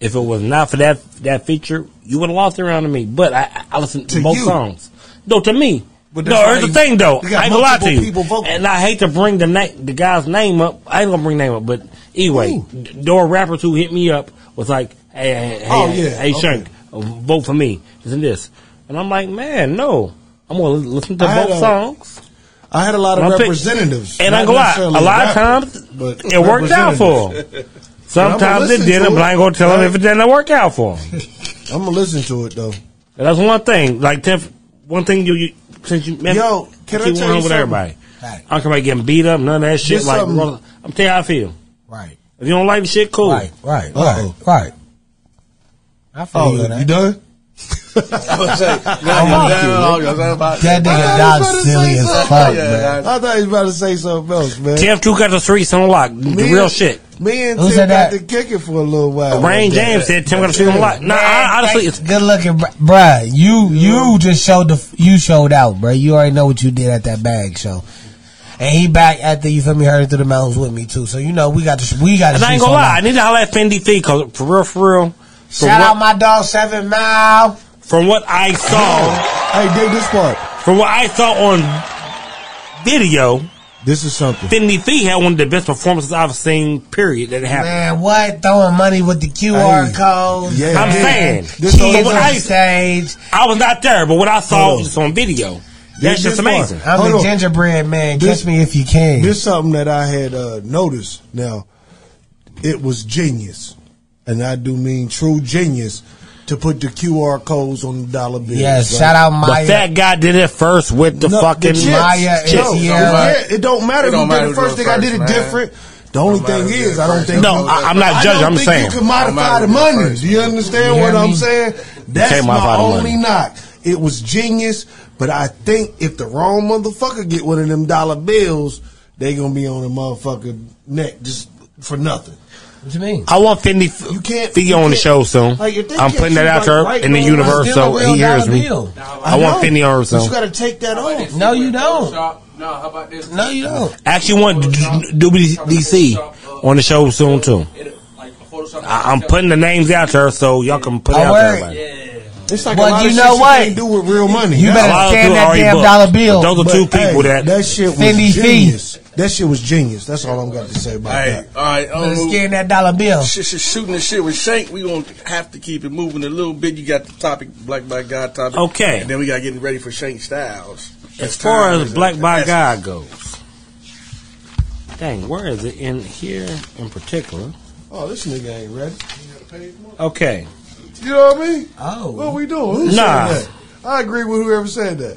[SPEAKER 5] If it was not for that that feature, you would have lost it around to me. But I- I, I listened to,
[SPEAKER 3] To
[SPEAKER 5] both
[SPEAKER 3] you.
[SPEAKER 5] songs. No, to me.
[SPEAKER 3] But
[SPEAKER 5] no,
[SPEAKER 3] that's why
[SPEAKER 5] here's the
[SPEAKER 3] you-
[SPEAKER 5] thing though. I
[SPEAKER 3] you
[SPEAKER 5] ain't
[SPEAKER 3] got
[SPEAKER 5] gonna lie to
[SPEAKER 3] multiple
[SPEAKER 5] you.
[SPEAKER 3] people voting.
[SPEAKER 5] And I hate to bring the na- the guy's name up. I ain't gonna bring name up, but anyway, d- there were rappers who hit me up was like, hey, hey, hey,
[SPEAKER 3] Oh,
[SPEAKER 5] hey,
[SPEAKER 3] yeah,
[SPEAKER 5] hey,
[SPEAKER 3] okay.
[SPEAKER 5] Shank, uh, vote for me. Isn't this? And I'm like, man, no. I'm gonna li- listen to
[SPEAKER 3] I had
[SPEAKER 5] both
[SPEAKER 3] a-
[SPEAKER 5] songs.
[SPEAKER 3] I had a lot
[SPEAKER 5] Well, I
[SPEAKER 3] of
[SPEAKER 5] pick-
[SPEAKER 3] representatives,
[SPEAKER 5] And
[SPEAKER 3] not
[SPEAKER 5] I ain't gonna lie, a
[SPEAKER 3] necessarily
[SPEAKER 5] lot of
[SPEAKER 3] rappers,
[SPEAKER 5] times it worked out for them.
[SPEAKER 3] [LAUGHS] I'ma
[SPEAKER 5] Sometimes it
[SPEAKER 3] listen to
[SPEAKER 5] didn't, but I ain't gonna
[SPEAKER 3] it,
[SPEAKER 5] tell them
[SPEAKER 3] right?
[SPEAKER 5] if it didn't work out
[SPEAKER 3] [LAUGHS]
[SPEAKER 5] for them.
[SPEAKER 3] I'm gonna listen to it though.
[SPEAKER 5] And that's one thing. Like Tiff, one thing you, you since you man,
[SPEAKER 3] Yo, can I
[SPEAKER 5] you
[SPEAKER 3] tell you
[SPEAKER 5] went with
[SPEAKER 3] something?
[SPEAKER 5] everybody.
[SPEAKER 6] Right.
[SPEAKER 5] I don't care about getting beat up, none of that shit.
[SPEAKER 3] Just
[SPEAKER 5] like,
[SPEAKER 3] something-
[SPEAKER 5] well, I'm tell you how I feel.
[SPEAKER 6] Right.
[SPEAKER 5] If you don't like the shit, cool.
[SPEAKER 6] Right. Right.
[SPEAKER 3] Uh-oh.
[SPEAKER 6] Right. Right. I feel you.
[SPEAKER 3] Oh,
[SPEAKER 6] on
[SPEAKER 3] you
[SPEAKER 6] that.
[SPEAKER 3] done?
[SPEAKER 4] I was saying, no,
[SPEAKER 6] want
[SPEAKER 4] no,
[SPEAKER 6] you.
[SPEAKER 3] Oh,
[SPEAKER 4] no, no, no, no, no.
[SPEAKER 6] That
[SPEAKER 3] I
[SPEAKER 6] nigga
[SPEAKER 3] thought he was about
[SPEAKER 6] Dodge
[SPEAKER 3] to
[SPEAKER 6] silly
[SPEAKER 3] say
[SPEAKER 6] as
[SPEAKER 3] something.
[SPEAKER 6] fuck,
[SPEAKER 4] Yeah,
[SPEAKER 6] man.
[SPEAKER 4] yeah.
[SPEAKER 3] I thought he was about to say something else, man.
[SPEAKER 5] Tiff two got the streets on lock. The
[SPEAKER 3] Me
[SPEAKER 5] real
[SPEAKER 3] and-
[SPEAKER 5] shit.
[SPEAKER 3] Me and
[SPEAKER 6] Who
[SPEAKER 3] Tim
[SPEAKER 6] said
[SPEAKER 3] got
[SPEAKER 6] that?
[SPEAKER 3] to kick it for a little while.
[SPEAKER 5] Rain James said Tim gonna shoot him a lot. Nah, I, honestly, it's
[SPEAKER 6] good looking, br- bruh. You you just showed the f- you showed out, bruh. You already know what you did at that bag show, and he back after you feel me heard through the mountains with me too. So you know we got to sh- we got to.
[SPEAKER 5] And I ain't
[SPEAKER 6] shoot
[SPEAKER 5] gonna lie, I
[SPEAKER 6] some-
[SPEAKER 5] need to holler at Fendi Fee, cause for real, for real, from
[SPEAKER 6] Shout out
[SPEAKER 5] what,
[SPEAKER 6] my dog Seven Mile.
[SPEAKER 5] from what I
[SPEAKER 6] [LAUGHS]
[SPEAKER 5] saw,
[SPEAKER 3] Hey, dig this part.
[SPEAKER 5] from what I saw on video,
[SPEAKER 3] This is something.
[SPEAKER 5] Fendi Fee had one of the best performances I've seen. Period. That happened.
[SPEAKER 6] Man, what throwing money with the QR
[SPEAKER 3] Hey,
[SPEAKER 6] codes?
[SPEAKER 3] yeah.
[SPEAKER 5] I'm
[SPEAKER 6] man.
[SPEAKER 5] saying,
[SPEAKER 6] kids
[SPEAKER 5] so
[SPEAKER 6] on
[SPEAKER 5] what I-
[SPEAKER 6] stage.
[SPEAKER 5] I was not there, but what I saw
[SPEAKER 3] Hold on.
[SPEAKER 5] was on video. That's
[SPEAKER 3] This
[SPEAKER 5] just
[SPEAKER 3] is fun.
[SPEAKER 5] amazing.
[SPEAKER 6] I'm
[SPEAKER 3] Hold
[SPEAKER 6] the
[SPEAKER 3] on.
[SPEAKER 6] gingerbread man.
[SPEAKER 3] This-
[SPEAKER 6] Catch me if you can.
[SPEAKER 3] This is something that I had uh, noticed. Now, it was genius, and I do mean true genius, to put the QR codes on the dollar bills.
[SPEAKER 6] yes,
[SPEAKER 3] right?
[SPEAKER 6] shout out
[SPEAKER 5] But
[SPEAKER 6] Maya.
[SPEAKER 5] that guy did it first with the
[SPEAKER 3] No,
[SPEAKER 5] fucking.
[SPEAKER 3] chicks.
[SPEAKER 6] Maya
[SPEAKER 3] Chicks.
[SPEAKER 6] and
[SPEAKER 3] No,
[SPEAKER 6] Sierra.
[SPEAKER 3] yeah, it don't matter
[SPEAKER 4] It don't
[SPEAKER 3] who
[SPEAKER 4] matter
[SPEAKER 3] did
[SPEAKER 4] who
[SPEAKER 3] it first.
[SPEAKER 4] did
[SPEAKER 3] They
[SPEAKER 4] it
[SPEAKER 3] got
[SPEAKER 4] first,
[SPEAKER 3] did it
[SPEAKER 4] man.
[SPEAKER 3] different. The only
[SPEAKER 4] Don't matter
[SPEAKER 3] thing
[SPEAKER 4] who did
[SPEAKER 3] is,
[SPEAKER 4] it
[SPEAKER 3] I don't
[SPEAKER 4] first.
[SPEAKER 3] think
[SPEAKER 5] No, I- I'm not
[SPEAKER 3] I
[SPEAKER 5] judging,
[SPEAKER 3] Don't
[SPEAKER 5] I'm
[SPEAKER 3] think
[SPEAKER 5] saying.
[SPEAKER 3] you can
[SPEAKER 4] Don't
[SPEAKER 3] modify
[SPEAKER 4] matter
[SPEAKER 3] the
[SPEAKER 4] who did it
[SPEAKER 3] money.
[SPEAKER 4] first.
[SPEAKER 3] Do you understand
[SPEAKER 6] You
[SPEAKER 3] what
[SPEAKER 6] hear
[SPEAKER 3] I'm
[SPEAKER 6] me?
[SPEAKER 3] saying? That's
[SPEAKER 5] can't
[SPEAKER 3] my
[SPEAKER 5] modify the
[SPEAKER 3] only
[SPEAKER 5] money.
[SPEAKER 3] knock. It was genius, but I think if the wrong motherfucker get one of them dollar bills, they gonna be on the motherfucker neck just for nothing.
[SPEAKER 6] what you mean?
[SPEAKER 5] I want Fendi
[SPEAKER 3] You can't
[SPEAKER 5] Fee
[SPEAKER 3] you
[SPEAKER 5] on the
[SPEAKER 3] can't-
[SPEAKER 5] show soon.
[SPEAKER 3] like, if they
[SPEAKER 5] I'm
[SPEAKER 3] catch
[SPEAKER 5] putting that
[SPEAKER 3] you,
[SPEAKER 5] out
[SPEAKER 3] like,
[SPEAKER 5] there
[SPEAKER 3] right
[SPEAKER 5] in the
[SPEAKER 3] now,
[SPEAKER 5] universe,
[SPEAKER 6] Still a
[SPEAKER 5] so
[SPEAKER 6] real
[SPEAKER 5] he hears
[SPEAKER 6] dollar
[SPEAKER 5] me.
[SPEAKER 6] bill.
[SPEAKER 5] I want
[SPEAKER 3] know,
[SPEAKER 5] Fendi on her
[SPEAKER 3] But you
[SPEAKER 5] soul.
[SPEAKER 3] gotta take that off.
[SPEAKER 6] No, you don't.
[SPEAKER 8] No, how about this?
[SPEAKER 6] No, you don't.
[SPEAKER 5] I actually want Doobie DC on the show soon too.
[SPEAKER 8] It, like, Photoshop.
[SPEAKER 5] I, I'm putting the names out there so y'all can put it
[SPEAKER 6] Oh,
[SPEAKER 5] out there.
[SPEAKER 6] word.
[SPEAKER 5] everybody.
[SPEAKER 8] Yeah.
[SPEAKER 3] It's like
[SPEAKER 6] But
[SPEAKER 3] a lot
[SPEAKER 6] you
[SPEAKER 3] of
[SPEAKER 6] know
[SPEAKER 3] shit
[SPEAKER 6] what?
[SPEAKER 3] you can't do with real money.
[SPEAKER 6] You
[SPEAKER 3] Now,
[SPEAKER 6] better
[SPEAKER 5] A lot of
[SPEAKER 6] stand
[SPEAKER 5] people
[SPEAKER 6] that
[SPEAKER 5] already
[SPEAKER 6] damn
[SPEAKER 5] booked.
[SPEAKER 6] dollar
[SPEAKER 5] But
[SPEAKER 6] bill.
[SPEAKER 5] Those are two
[SPEAKER 3] But,
[SPEAKER 5] people
[SPEAKER 3] hey,
[SPEAKER 5] that.
[SPEAKER 3] that shit was
[SPEAKER 6] Fendi Fee.
[SPEAKER 3] genius. That shit was genius. That's all I'm got to say about
[SPEAKER 4] Hey,
[SPEAKER 3] that.
[SPEAKER 4] all right.
[SPEAKER 6] Better
[SPEAKER 4] Um,
[SPEAKER 6] scan that dollar bill.
[SPEAKER 4] sh- sh- shooting the shit with Shank, we gonna have to keep it moving a little bit. You got the topic, Black by God topic.
[SPEAKER 5] Okay.
[SPEAKER 4] And then we got getting ready for Shank Styles.
[SPEAKER 5] As far
[SPEAKER 4] time
[SPEAKER 5] as
[SPEAKER 4] is-
[SPEAKER 5] Black by God
[SPEAKER 4] that's-
[SPEAKER 5] goes, dang, where is it in here in particular?
[SPEAKER 3] Oh, this nigga ain't ready.
[SPEAKER 5] Okay,
[SPEAKER 3] You know what I mean? What
[SPEAKER 6] Oh,
[SPEAKER 3] we doing? Who
[SPEAKER 5] Nah.
[SPEAKER 3] said that? I agree with whoever said that.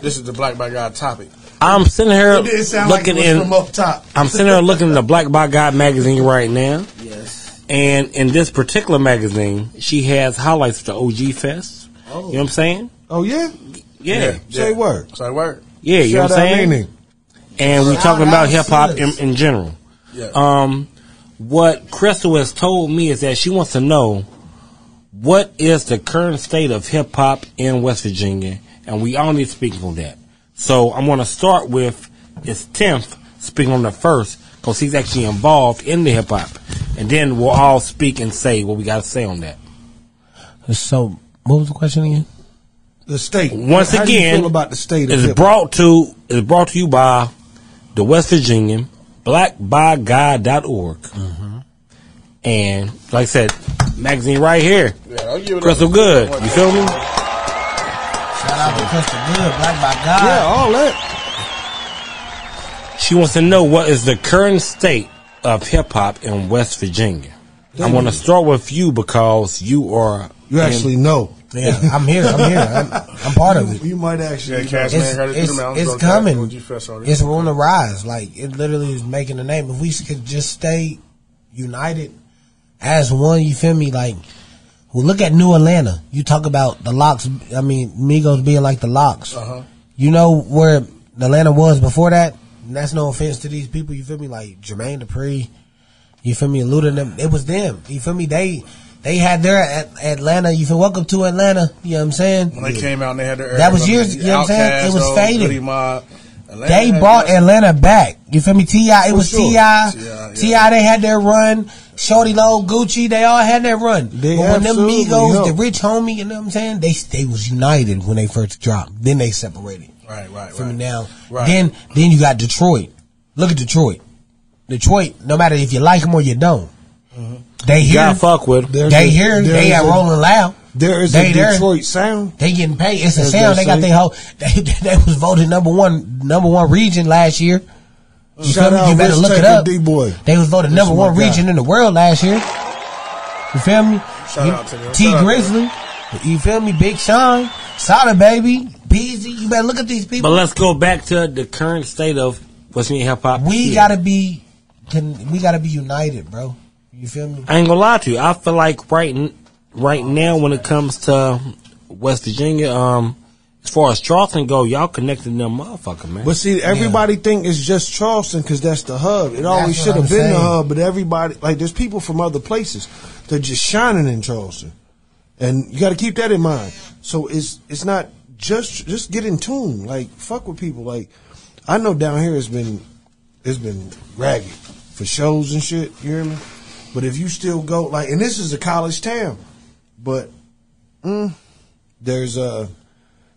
[SPEAKER 4] This is the Black by God topic.
[SPEAKER 5] I'm sitting here
[SPEAKER 3] It didn't sound
[SPEAKER 5] looking
[SPEAKER 3] like it was
[SPEAKER 5] in.
[SPEAKER 3] from up top.
[SPEAKER 5] I'm sitting here looking in the Black by God magazine right now. Yes. And in this particular magazine, she has highlights of the OG Fest. You know what I'm saying?
[SPEAKER 3] Oh yeah?
[SPEAKER 5] Yeah.
[SPEAKER 3] Say word.
[SPEAKER 4] Say word.
[SPEAKER 5] Yeah, you know what I'm
[SPEAKER 3] Shout out
[SPEAKER 5] saying?
[SPEAKER 3] Nene.
[SPEAKER 5] And we're
[SPEAKER 6] Shout
[SPEAKER 5] talking about
[SPEAKER 6] out
[SPEAKER 5] hip hop in,
[SPEAKER 6] Sis.
[SPEAKER 5] in general.
[SPEAKER 4] Yeah.
[SPEAKER 5] Um, what Crystal has told me is that she wants to know what is the current state of hip hop in West Virginia, and we all need to speak on that. So I'm going to start with it's tenth speaking on the first because he's actually involved in the hip hop, and then we'll all speak and say what we got to say on that.
[SPEAKER 6] so what was the question again?
[SPEAKER 3] The state.
[SPEAKER 5] Once
[SPEAKER 3] How do you
[SPEAKER 5] again,
[SPEAKER 3] feel about the state of
[SPEAKER 5] It's
[SPEAKER 3] hip
[SPEAKER 5] brought to is brought to you by the West Virginian blackbyguy.org.
[SPEAKER 4] Mm-hmm.
[SPEAKER 5] And like I said, magazine right here.
[SPEAKER 4] Yeah, I'll give it up.
[SPEAKER 5] Crystal Good. You feel me?
[SPEAKER 6] Shout out to Crystal Good, Black by God.
[SPEAKER 3] Yeah, all that.
[SPEAKER 5] She wants to know what is the current state of hip hop in West Virginia. I want to start with you because you are
[SPEAKER 3] You actually know.
[SPEAKER 6] Yeah, I'm here. I'm here. I'm, I'm part
[SPEAKER 3] [LAUGHS]
[SPEAKER 6] of it.
[SPEAKER 3] You might actually
[SPEAKER 4] Yeah, Cash Man
[SPEAKER 6] It's,
[SPEAKER 4] heard it through
[SPEAKER 6] it's,
[SPEAKER 4] the mountains.
[SPEAKER 6] it's
[SPEAKER 4] Don't tell me
[SPEAKER 6] coming.
[SPEAKER 4] what you felt sorry.
[SPEAKER 6] It's on the rise. Like it literally is making a name. If we could just stay united as one, you feel me? Like, well, look at New Atlanta. You talk about the locks. I mean, Migos being like the locks.
[SPEAKER 4] Uh-huh.
[SPEAKER 6] You know where Atlanta was before that. And that's no offense to these people. You feel me? Like Jermaine Dupri. You feel me? Eluding them. It was them. You feel me? They they had their at, Atlanta. You feel welcome to Atlanta. You know what I'm saying?
[SPEAKER 4] when they came out and they had their
[SPEAKER 6] That was years- you know what I'm saying? It was faded. They brought Atlanta back. You feel me? Ti, it was Ti.
[SPEAKER 4] T.I.,
[SPEAKER 6] Ti, they had their run. Shorty Low, Gucci, they all had their run.
[SPEAKER 3] They
[SPEAKER 6] but when them
[SPEAKER 3] absolutely
[SPEAKER 6] Migos,
[SPEAKER 3] helped.
[SPEAKER 6] the Rich Homie, you know what I'm saying? They they was united when they first dropped. Then they separated.
[SPEAKER 4] Right, right,
[SPEAKER 6] From
[SPEAKER 4] right.
[SPEAKER 6] now,
[SPEAKER 4] Right.
[SPEAKER 6] then then you got Detroit. Look at Detroit. Detroit, no matter if you like them or you don't, they
[SPEAKER 5] you
[SPEAKER 6] here.
[SPEAKER 5] gotta fuck with.
[SPEAKER 3] There's
[SPEAKER 6] They
[SPEAKER 3] a-
[SPEAKER 6] here.
[SPEAKER 3] there
[SPEAKER 6] They
[SPEAKER 3] is
[SPEAKER 6] are
[SPEAKER 3] a-
[SPEAKER 6] rolling loud.
[SPEAKER 3] There is
[SPEAKER 6] They
[SPEAKER 3] a
[SPEAKER 6] there.
[SPEAKER 3] Detroit sound.
[SPEAKER 6] They getting paid. It's a
[SPEAKER 3] As
[SPEAKER 6] sound.
[SPEAKER 3] they
[SPEAKER 6] They got
[SPEAKER 3] say.
[SPEAKER 6] their whole. [LAUGHS] They, they was voted number one, number one region last year. You feel
[SPEAKER 3] Shout
[SPEAKER 6] me?
[SPEAKER 3] out
[SPEAKER 6] You better
[SPEAKER 3] Rich
[SPEAKER 6] look it
[SPEAKER 3] Taker,
[SPEAKER 6] up.
[SPEAKER 3] D-Boy.
[SPEAKER 6] They was voted number
[SPEAKER 3] my
[SPEAKER 6] one
[SPEAKER 3] guy.
[SPEAKER 6] region in the world last year. You feel me?
[SPEAKER 4] Shout
[SPEAKER 6] You-
[SPEAKER 4] out to them.
[SPEAKER 6] T
[SPEAKER 4] Shout out to
[SPEAKER 6] Grizzly. You feel me? Big Sean, Sada Baby, Beezy. You better look at these
[SPEAKER 5] But
[SPEAKER 6] people.
[SPEAKER 5] let's go back to the current state of West Virginia hip hop.
[SPEAKER 6] we
[SPEAKER 5] here.
[SPEAKER 6] gotta be. Can we gotta be united, bro? You feel me?
[SPEAKER 5] I ain't gonna lie to you. I feel like right n- right now when it comes to West Virginia, um, it's far as Charleston go, y'all connected to them motherfucker, man.
[SPEAKER 3] But see, everybody think it's just Charleston because that's the hub. It always
[SPEAKER 6] what
[SPEAKER 3] should
[SPEAKER 6] I'm
[SPEAKER 3] have been the
[SPEAKER 6] saying.
[SPEAKER 3] hub. But everybody, like, there's people from other places. They're just shining in Charleston, and you got to keep that in mind. So it's it's not just just get in tune. Like, fuck with people. Like, I know down here it's been it's been ragged for shows and shit. You hear me? But if you still go, like, and this is a college town, but mm, there's uh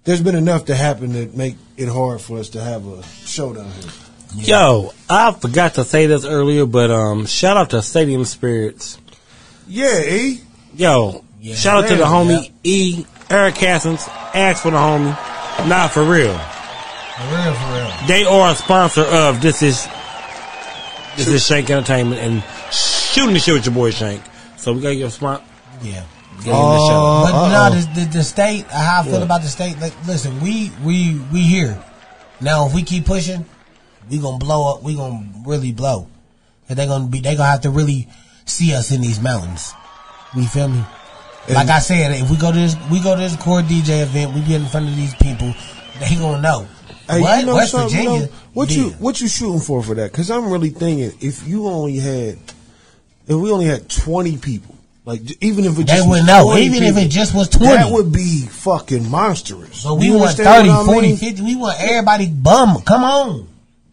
[SPEAKER 3] there's been enough to happen to make it hard for us to have a show down here.
[SPEAKER 5] Yo, I forgot to say this earlier, but um, shout out to Stadium Spirits.
[SPEAKER 3] Yeah, E.
[SPEAKER 5] Yo, shout out to the
[SPEAKER 3] Yeah.
[SPEAKER 5] homie E. Eric Cassins. Ask for the homie. Nah, for real.
[SPEAKER 6] For real, for real.
[SPEAKER 5] They are a sponsor of this is this is Shank Entertainment and shooting the shit with your boy Shank. So we gotta get a sponsor.
[SPEAKER 6] Yeah.
[SPEAKER 3] Oh,
[SPEAKER 6] But
[SPEAKER 3] uh-oh.
[SPEAKER 6] no, the, the, the state, how I feel about the state, like, listen, we, we, we here. Now, if we keep pushing, we gonna blow up, we gonna really blow. And they gonna be, they gonna have to really see us in these mountains. You feel me? like I said, if we go to this, we go to this core DJ event, we get in front of these people, they gonna know.
[SPEAKER 3] Hey,
[SPEAKER 6] what?
[SPEAKER 3] you know
[SPEAKER 6] West
[SPEAKER 3] something,
[SPEAKER 6] Virginia?
[SPEAKER 3] though? What you
[SPEAKER 6] Yeah.
[SPEAKER 3] what you shooting for for that? Because I'm really thinking if you only had if we only had 20 people, like j- even if it
[SPEAKER 6] They
[SPEAKER 3] just was
[SPEAKER 6] wouldn't know.
[SPEAKER 3] 20
[SPEAKER 6] Even if
[SPEAKER 3] people,
[SPEAKER 6] it just was 20.
[SPEAKER 3] that would be fucking monstrous.
[SPEAKER 6] So we
[SPEAKER 3] You
[SPEAKER 6] want
[SPEAKER 3] understand
[SPEAKER 6] 30,
[SPEAKER 3] what I
[SPEAKER 6] 40,
[SPEAKER 3] mean?
[SPEAKER 6] 50. We want everybody bum. Come on.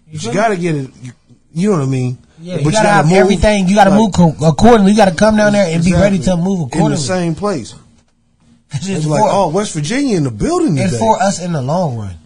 [SPEAKER 3] You got to get it. You, you know what I mean?
[SPEAKER 6] Yeah, you gotta, have everything. You gotta
[SPEAKER 3] like,
[SPEAKER 6] move co- accordingly. You gotta come down there and be ready to
[SPEAKER 3] exactly,
[SPEAKER 6] move
[SPEAKER 3] in the
[SPEAKER 6] accordingly.
[SPEAKER 3] same place.
[SPEAKER 6] it's
[SPEAKER 3] It's
[SPEAKER 6] just
[SPEAKER 3] like,
[SPEAKER 6] for,
[SPEAKER 3] oh, West Virginia in the building
[SPEAKER 6] it's
[SPEAKER 3] today.
[SPEAKER 6] for us in the long run.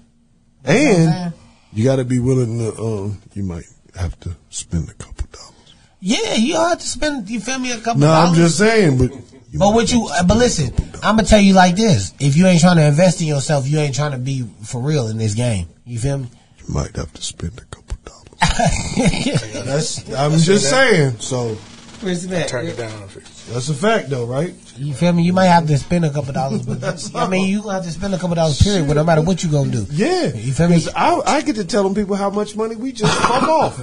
[SPEAKER 3] And you got to be willing to. Um, you might have to spend a couple dollars.
[SPEAKER 6] Yeah, you have to spend. You feel me? A couple.
[SPEAKER 3] No, I'm
[SPEAKER 6] dollars.
[SPEAKER 3] just saying. But
[SPEAKER 6] But what you? uh, But listen, I'm gonna tell you like this: If you ain't trying to invest in yourself, you ain't trying to be for real in this game. You feel me? [LAUGHS]
[SPEAKER 3] you might have to spend a couple dollars. That's. I'm just saying. So
[SPEAKER 4] Turn it down.
[SPEAKER 3] that's a fact, though, right?
[SPEAKER 6] You feel me? You might have to spend a couple dollars, but I mean, you gonna have to spend a couple dollars. Period. But no matter what you gonna do,
[SPEAKER 3] Yeah.
[SPEAKER 6] You feel me?
[SPEAKER 3] 'Cause I, I get to telling people how much money we just
[SPEAKER 6] [LAUGHS]
[SPEAKER 3] fuck off.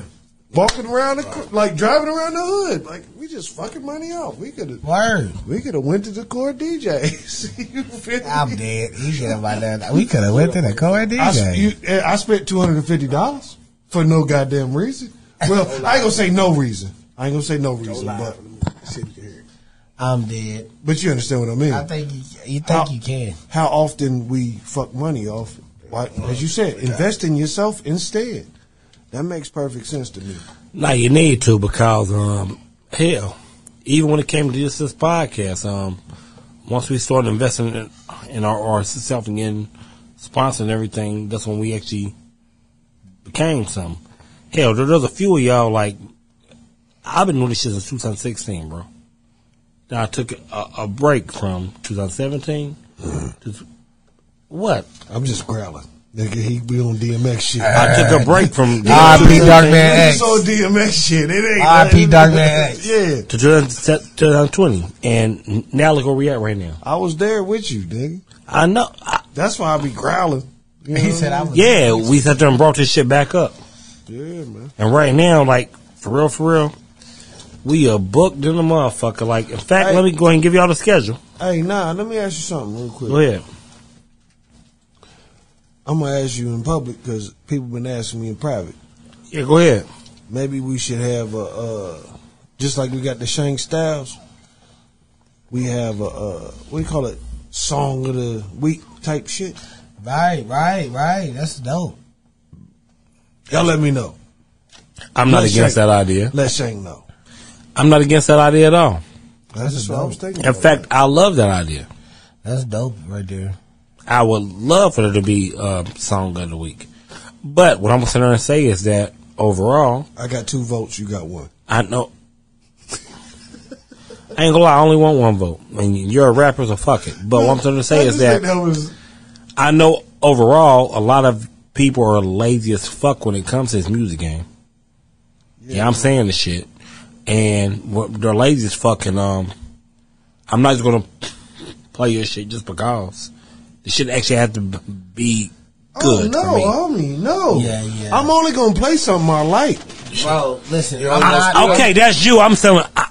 [SPEAKER 3] Walking around, the, cr- like driving around the hood, like we just fucking money off. We could have,
[SPEAKER 6] Word.
[SPEAKER 3] we could have went to the core DJs. [LAUGHS] You feel me?
[SPEAKER 6] I'm dead. He should have by now. We could have went to the co-ed
[SPEAKER 3] I,
[SPEAKER 6] DJ.
[SPEAKER 3] sp- you, eh, I spent two hundred and fifty dollars for no goddamn reason.
[SPEAKER 6] [LAUGHS]
[SPEAKER 3] Well, I ain't gonna say no reason. I ain't gonna say no reason, but
[SPEAKER 6] I'm dead.
[SPEAKER 3] but you understand what I mean.
[SPEAKER 6] I think you, you think
[SPEAKER 3] How-
[SPEAKER 6] you can.
[SPEAKER 3] How often we fuck money off? Why, as you said, invest in yourself instead. That makes perfect sense to me.
[SPEAKER 5] Now you need to because um hell, even when it came to this, this podcast, um once we started investing in, in our ourselves and getting sponsored and everything, that's when we actually became some. Hell, there, there's a few of y'all like I've been doing this shit since 2016, bro. Then I took a, a break from 2017 to what?
[SPEAKER 3] I'm just growling. Nigga, he be on DMX shit.
[SPEAKER 5] I took a break from
[SPEAKER 6] R.I.P. Dark Man
[SPEAKER 3] He's
[SPEAKER 6] X.
[SPEAKER 3] on DMX shit. It ain't
[SPEAKER 6] R.I.P. Dark Man X.
[SPEAKER 3] Yeah,
[SPEAKER 5] to 2020, and now look where we at right now.
[SPEAKER 3] I was there with you, nigga.
[SPEAKER 5] I know. I,
[SPEAKER 3] That's why I be growling. You
[SPEAKER 6] He
[SPEAKER 3] know?
[SPEAKER 6] said I was.
[SPEAKER 5] Yeah, we sat there and brought this shit back up.
[SPEAKER 3] yeah, man.
[SPEAKER 5] And right now, like, for real, for real, we are booked in the motherfucker. Like, in fact,
[SPEAKER 3] Hey.
[SPEAKER 5] let me go ahead and give y'all the schedule.
[SPEAKER 3] Hey, nah, let me ask you something real quick.
[SPEAKER 5] Go ahead.
[SPEAKER 3] I'm gonna ask you in public because people been asking me in private.
[SPEAKER 5] Yeah, go ahead.
[SPEAKER 3] Maybe we should have a, uh, just like we got the Shank Styles. We have a, uh, what do you call it? Song of the week type shit.
[SPEAKER 6] Right, right, right. That's dope.
[SPEAKER 3] Y'all let me know.
[SPEAKER 5] I'm not
[SPEAKER 3] Let's
[SPEAKER 5] against
[SPEAKER 3] check.
[SPEAKER 5] that idea.
[SPEAKER 3] Let Shank know.
[SPEAKER 5] I'm not against that idea at all.
[SPEAKER 3] That's just what I was thinking.
[SPEAKER 5] In
[SPEAKER 3] about.
[SPEAKER 5] fact, I love that idea.
[SPEAKER 6] That's dope right there.
[SPEAKER 5] I would love for there to be um, song of the week. But what I'm going to sit there and say is that overall,
[SPEAKER 3] I got two votes. You got one.
[SPEAKER 5] I know. [LAUGHS] I ain't gonna lie, I only want one vote. And you're a rapper, so fuck it. But what I'm trying to say is that I know overall a lot of people are lazy as fuck when it comes to this music game. Yeah, I'm saying the shit, and what, they're lazy as fucking. Um, I'm not just gonna play your shit just because the shit actually has to b- be
[SPEAKER 3] Oh
[SPEAKER 5] good
[SPEAKER 3] no,
[SPEAKER 5] for me.
[SPEAKER 3] homie, no.
[SPEAKER 6] Yeah, yeah.
[SPEAKER 3] I'm only gonna play something I like.
[SPEAKER 6] Bro, listen.
[SPEAKER 4] You're
[SPEAKER 6] I'm
[SPEAKER 4] almost-
[SPEAKER 6] not,
[SPEAKER 5] okay, that's you. I'm saying, I,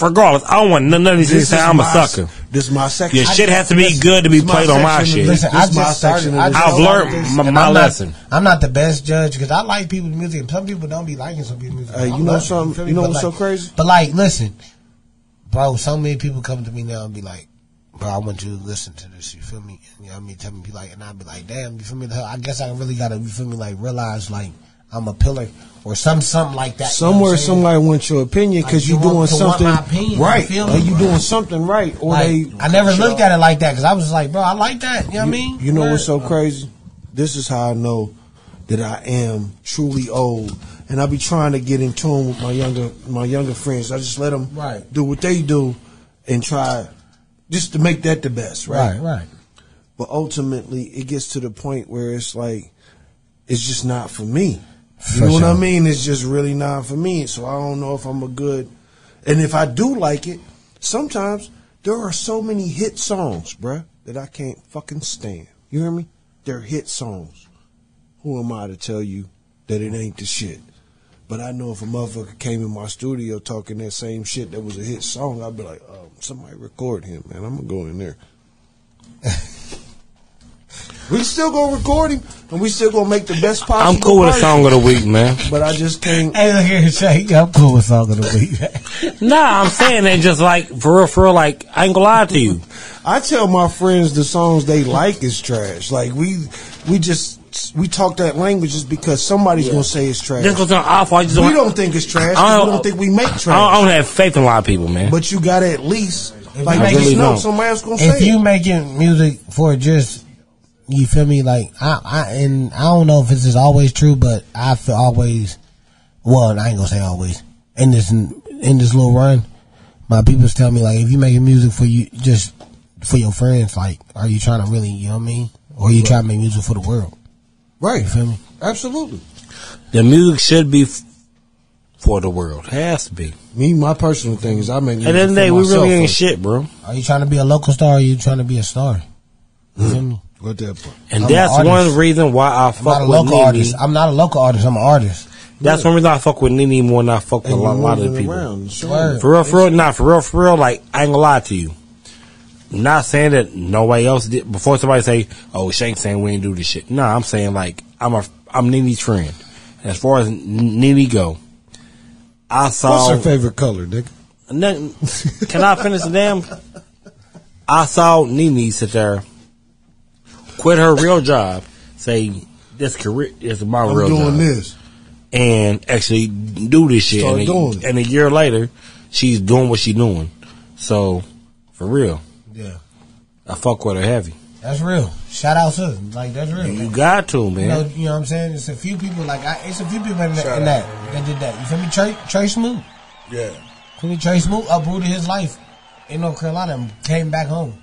[SPEAKER 5] regardless, I don't want none of these things. to say I'm a
[SPEAKER 3] my-
[SPEAKER 5] sucker.
[SPEAKER 3] This is my section.
[SPEAKER 5] Your shit has to be good to be
[SPEAKER 3] It's my
[SPEAKER 5] played on my
[SPEAKER 3] section.
[SPEAKER 5] shit.
[SPEAKER 6] Listen,
[SPEAKER 3] This
[SPEAKER 6] I
[SPEAKER 3] is my
[SPEAKER 6] just started.
[SPEAKER 3] section
[SPEAKER 6] I
[SPEAKER 3] of the
[SPEAKER 6] just
[SPEAKER 5] show. I've learned
[SPEAKER 6] started this,
[SPEAKER 5] my-
[SPEAKER 6] and
[SPEAKER 5] my
[SPEAKER 6] I'm
[SPEAKER 5] lesson.
[SPEAKER 6] Not, I'm not the best judge because I like people's music. and Some people don't be liking some people's music.
[SPEAKER 3] Hey, you
[SPEAKER 6] I
[SPEAKER 3] know
[SPEAKER 6] love it,
[SPEAKER 3] something-
[SPEAKER 6] feel
[SPEAKER 3] you
[SPEAKER 6] me?
[SPEAKER 3] know
[SPEAKER 6] But
[SPEAKER 3] what's so
[SPEAKER 6] like-
[SPEAKER 3] crazy?
[SPEAKER 6] But like, listen, bro. So many people come to me now and be like, "Bro, I want you to listen to this." You feel me? You know what I mean? Tell me, be like, and I be like, "Damn, you feel me?" The hell, I guess I really gotta, you feel me? Like realize, like I'm a pillar or some something like that. you know what I'm
[SPEAKER 3] Somewhere,
[SPEAKER 6] saying?
[SPEAKER 3] somebody wants your opinion
[SPEAKER 6] Like,
[SPEAKER 3] because
[SPEAKER 6] you
[SPEAKER 3] you're
[SPEAKER 6] want
[SPEAKER 3] doing
[SPEAKER 6] to want
[SPEAKER 3] something
[SPEAKER 6] my opinion, you
[SPEAKER 3] right,
[SPEAKER 6] feel
[SPEAKER 3] or
[SPEAKER 6] me?
[SPEAKER 3] you doing something right, or
[SPEAKER 6] Like,
[SPEAKER 3] they.
[SPEAKER 6] I never looked at it like that because I was just like, "Bro, I like that." You know what I
[SPEAKER 3] You-
[SPEAKER 6] mean?
[SPEAKER 3] You know what's so
[SPEAKER 6] Word.
[SPEAKER 3] crazy? This is how I know that I am truly old, and I be trying to get in tune with my younger my younger friends. I just let them
[SPEAKER 6] Right.
[SPEAKER 3] do what they do, and try just to make that the best, right?
[SPEAKER 6] Right, right.
[SPEAKER 3] But ultimately, it gets to the point where it's like it's just not for me. You
[SPEAKER 6] For
[SPEAKER 3] know what I
[SPEAKER 6] sure.
[SPEAKER 3] mean? It's just really not for me. So I don't know if I'm a good. And if I do like it, sometimes there are so many hit songs, bruh, that I can't fucking stand. You hear me? They're hit songs. Who am I to tell you that it ain't the shit? But I know if a motherfucker came in my studio talking that same shit that was a hit song, I'd be like, um, somebody record him, man. I'm gonna go in there. [LAUGHS] we still gonna record him, and we still gonna make the best possible.
[SPEAKER 5] I'm cool with a
[SPEAKER 3] version.
[SPEAKER 5] song of the week, man.
[SPEAKER 3] But I just can't.
[SPEAKER 6] Hey, look here, Shay. Yeah, I'm cool with song of the
[SPEAKER 5] [LAUGHS]
[SPEAKER 6] week.
[SPEAKER 5] Nah, I'm saying that just like for real, for real. Like I ain't gonna lie to you.
[SPEAKER 3] I tell my friends the songs they like is trash. Like we, we just we talk that language just because somebody's gonna say it's trash.
[SPEAKER 5] This was an awful. I just
[SPEAKER 3] We don't think it's trash. 'cause we don't think we make trash.
[SPEAKER 5] I don't, I don't have faith in a lot of people, man.
[SPEAKER 3] but you gotta at least like
[SPEAKER 6] I
[SPEAKER 3] make
[SPEAKER 5] really
[SPEAKER 3] it know
[SPEAKER 5] don't.
[SPEAKER 3] somebody else gonna
[SPEAKER 6] if
[SPEAKER 3] say
[SPEAKER 6] you
[SPEAKER 3] it.
[SPEAKER 6] making music for just you feel me like I, I and I don't know if this is always true but I feel always well I ain't gonna say always in this in this little run my people's tell me like if you making music for you just for your friends like are you trying to really you know what I mean or you trying to make music for the world
[SPEAKER 3] Right.
[SPEAKER 6] you feel me
[SPEAKER 3] Absolutely.
[SPEAKER 5] the music should be f- for the world. Has to be.
[SPEAKER 3] Me, my personal thing is I make.
[SPEAKER 5] At the end of the day, we really ain't shit, bro.
[SPEAKER 6] are you trying to be a local star or are you trying to be a star you feel me
[SPEAKER 3] What that part?
[SPEAKER 5] And
[SPEAKER 6] I'm an
[SPEAKER 5] that's one
[SPEAKER 6] artist.
[SPEAKER 5] reason why I
[SPEAKER 6] I'm not a
[SPEAKER 5] fuck with
[SPEAKER 6] local
[SPEAKER 5] Nene.
[SPEAKER 6] artist I'm not a local artist I'm an artist
[SPEAKER 5] That's one reason I fuck with Nene more than I fuck with a lot, lot of the people.
[SPEAKER 6] Word.
[SPEAKER 5] For real, for real, nah, for real, for real. Like I ain't gonna lie to you. Not saying that nobody else did. Before somebody say, "Oh, Shank saying we ain't do this shit." Nah, I'm saying like I'm a I'm Nene's friend. As far as N- Nene go, I
[SPEAKER 3] What's
[SPEAKER 5] saw.
[SPEAKER 3] her favorite color, nigga?
[SPEAKER 5] Nothing- Can I finish the damn? I saw Nene sit there, quit her real job, say this career is my
[SPEAKER 3] I'm
[SPEAKER 5] real
[SPEAKER 3] doing
[SPEAKER 5] job
[SPEAKER 3] this.
[SPEAKER 5] and actually do this shit.
[SPEAKER 3] Start
[SPEAKER 5] and, a,
[SPEAKER 3] doing it.
[SPEAKER 5] and a year later, she's doing what she's doing. So, for real,
[SPEAKER 6] yeah
[SPEAKER 5] I fuck with her heavy.
[SPEAKER 6] that's real shout out to them. like that's real
[SPEAKER 5] You got to,
[SPEAKER 6] You know,
[SPEAKER 5] man.
[SPEAKER 6] you know what I'm saying? It's a few people like I, it's a few people in, that in that that did that. You feel me? Trey, Trey Smoot.
[SPEAKER 4] Yeah.
[SPEAKER 6] Feel me? Trey Smoot uprooted his life in North Carolina and came back home.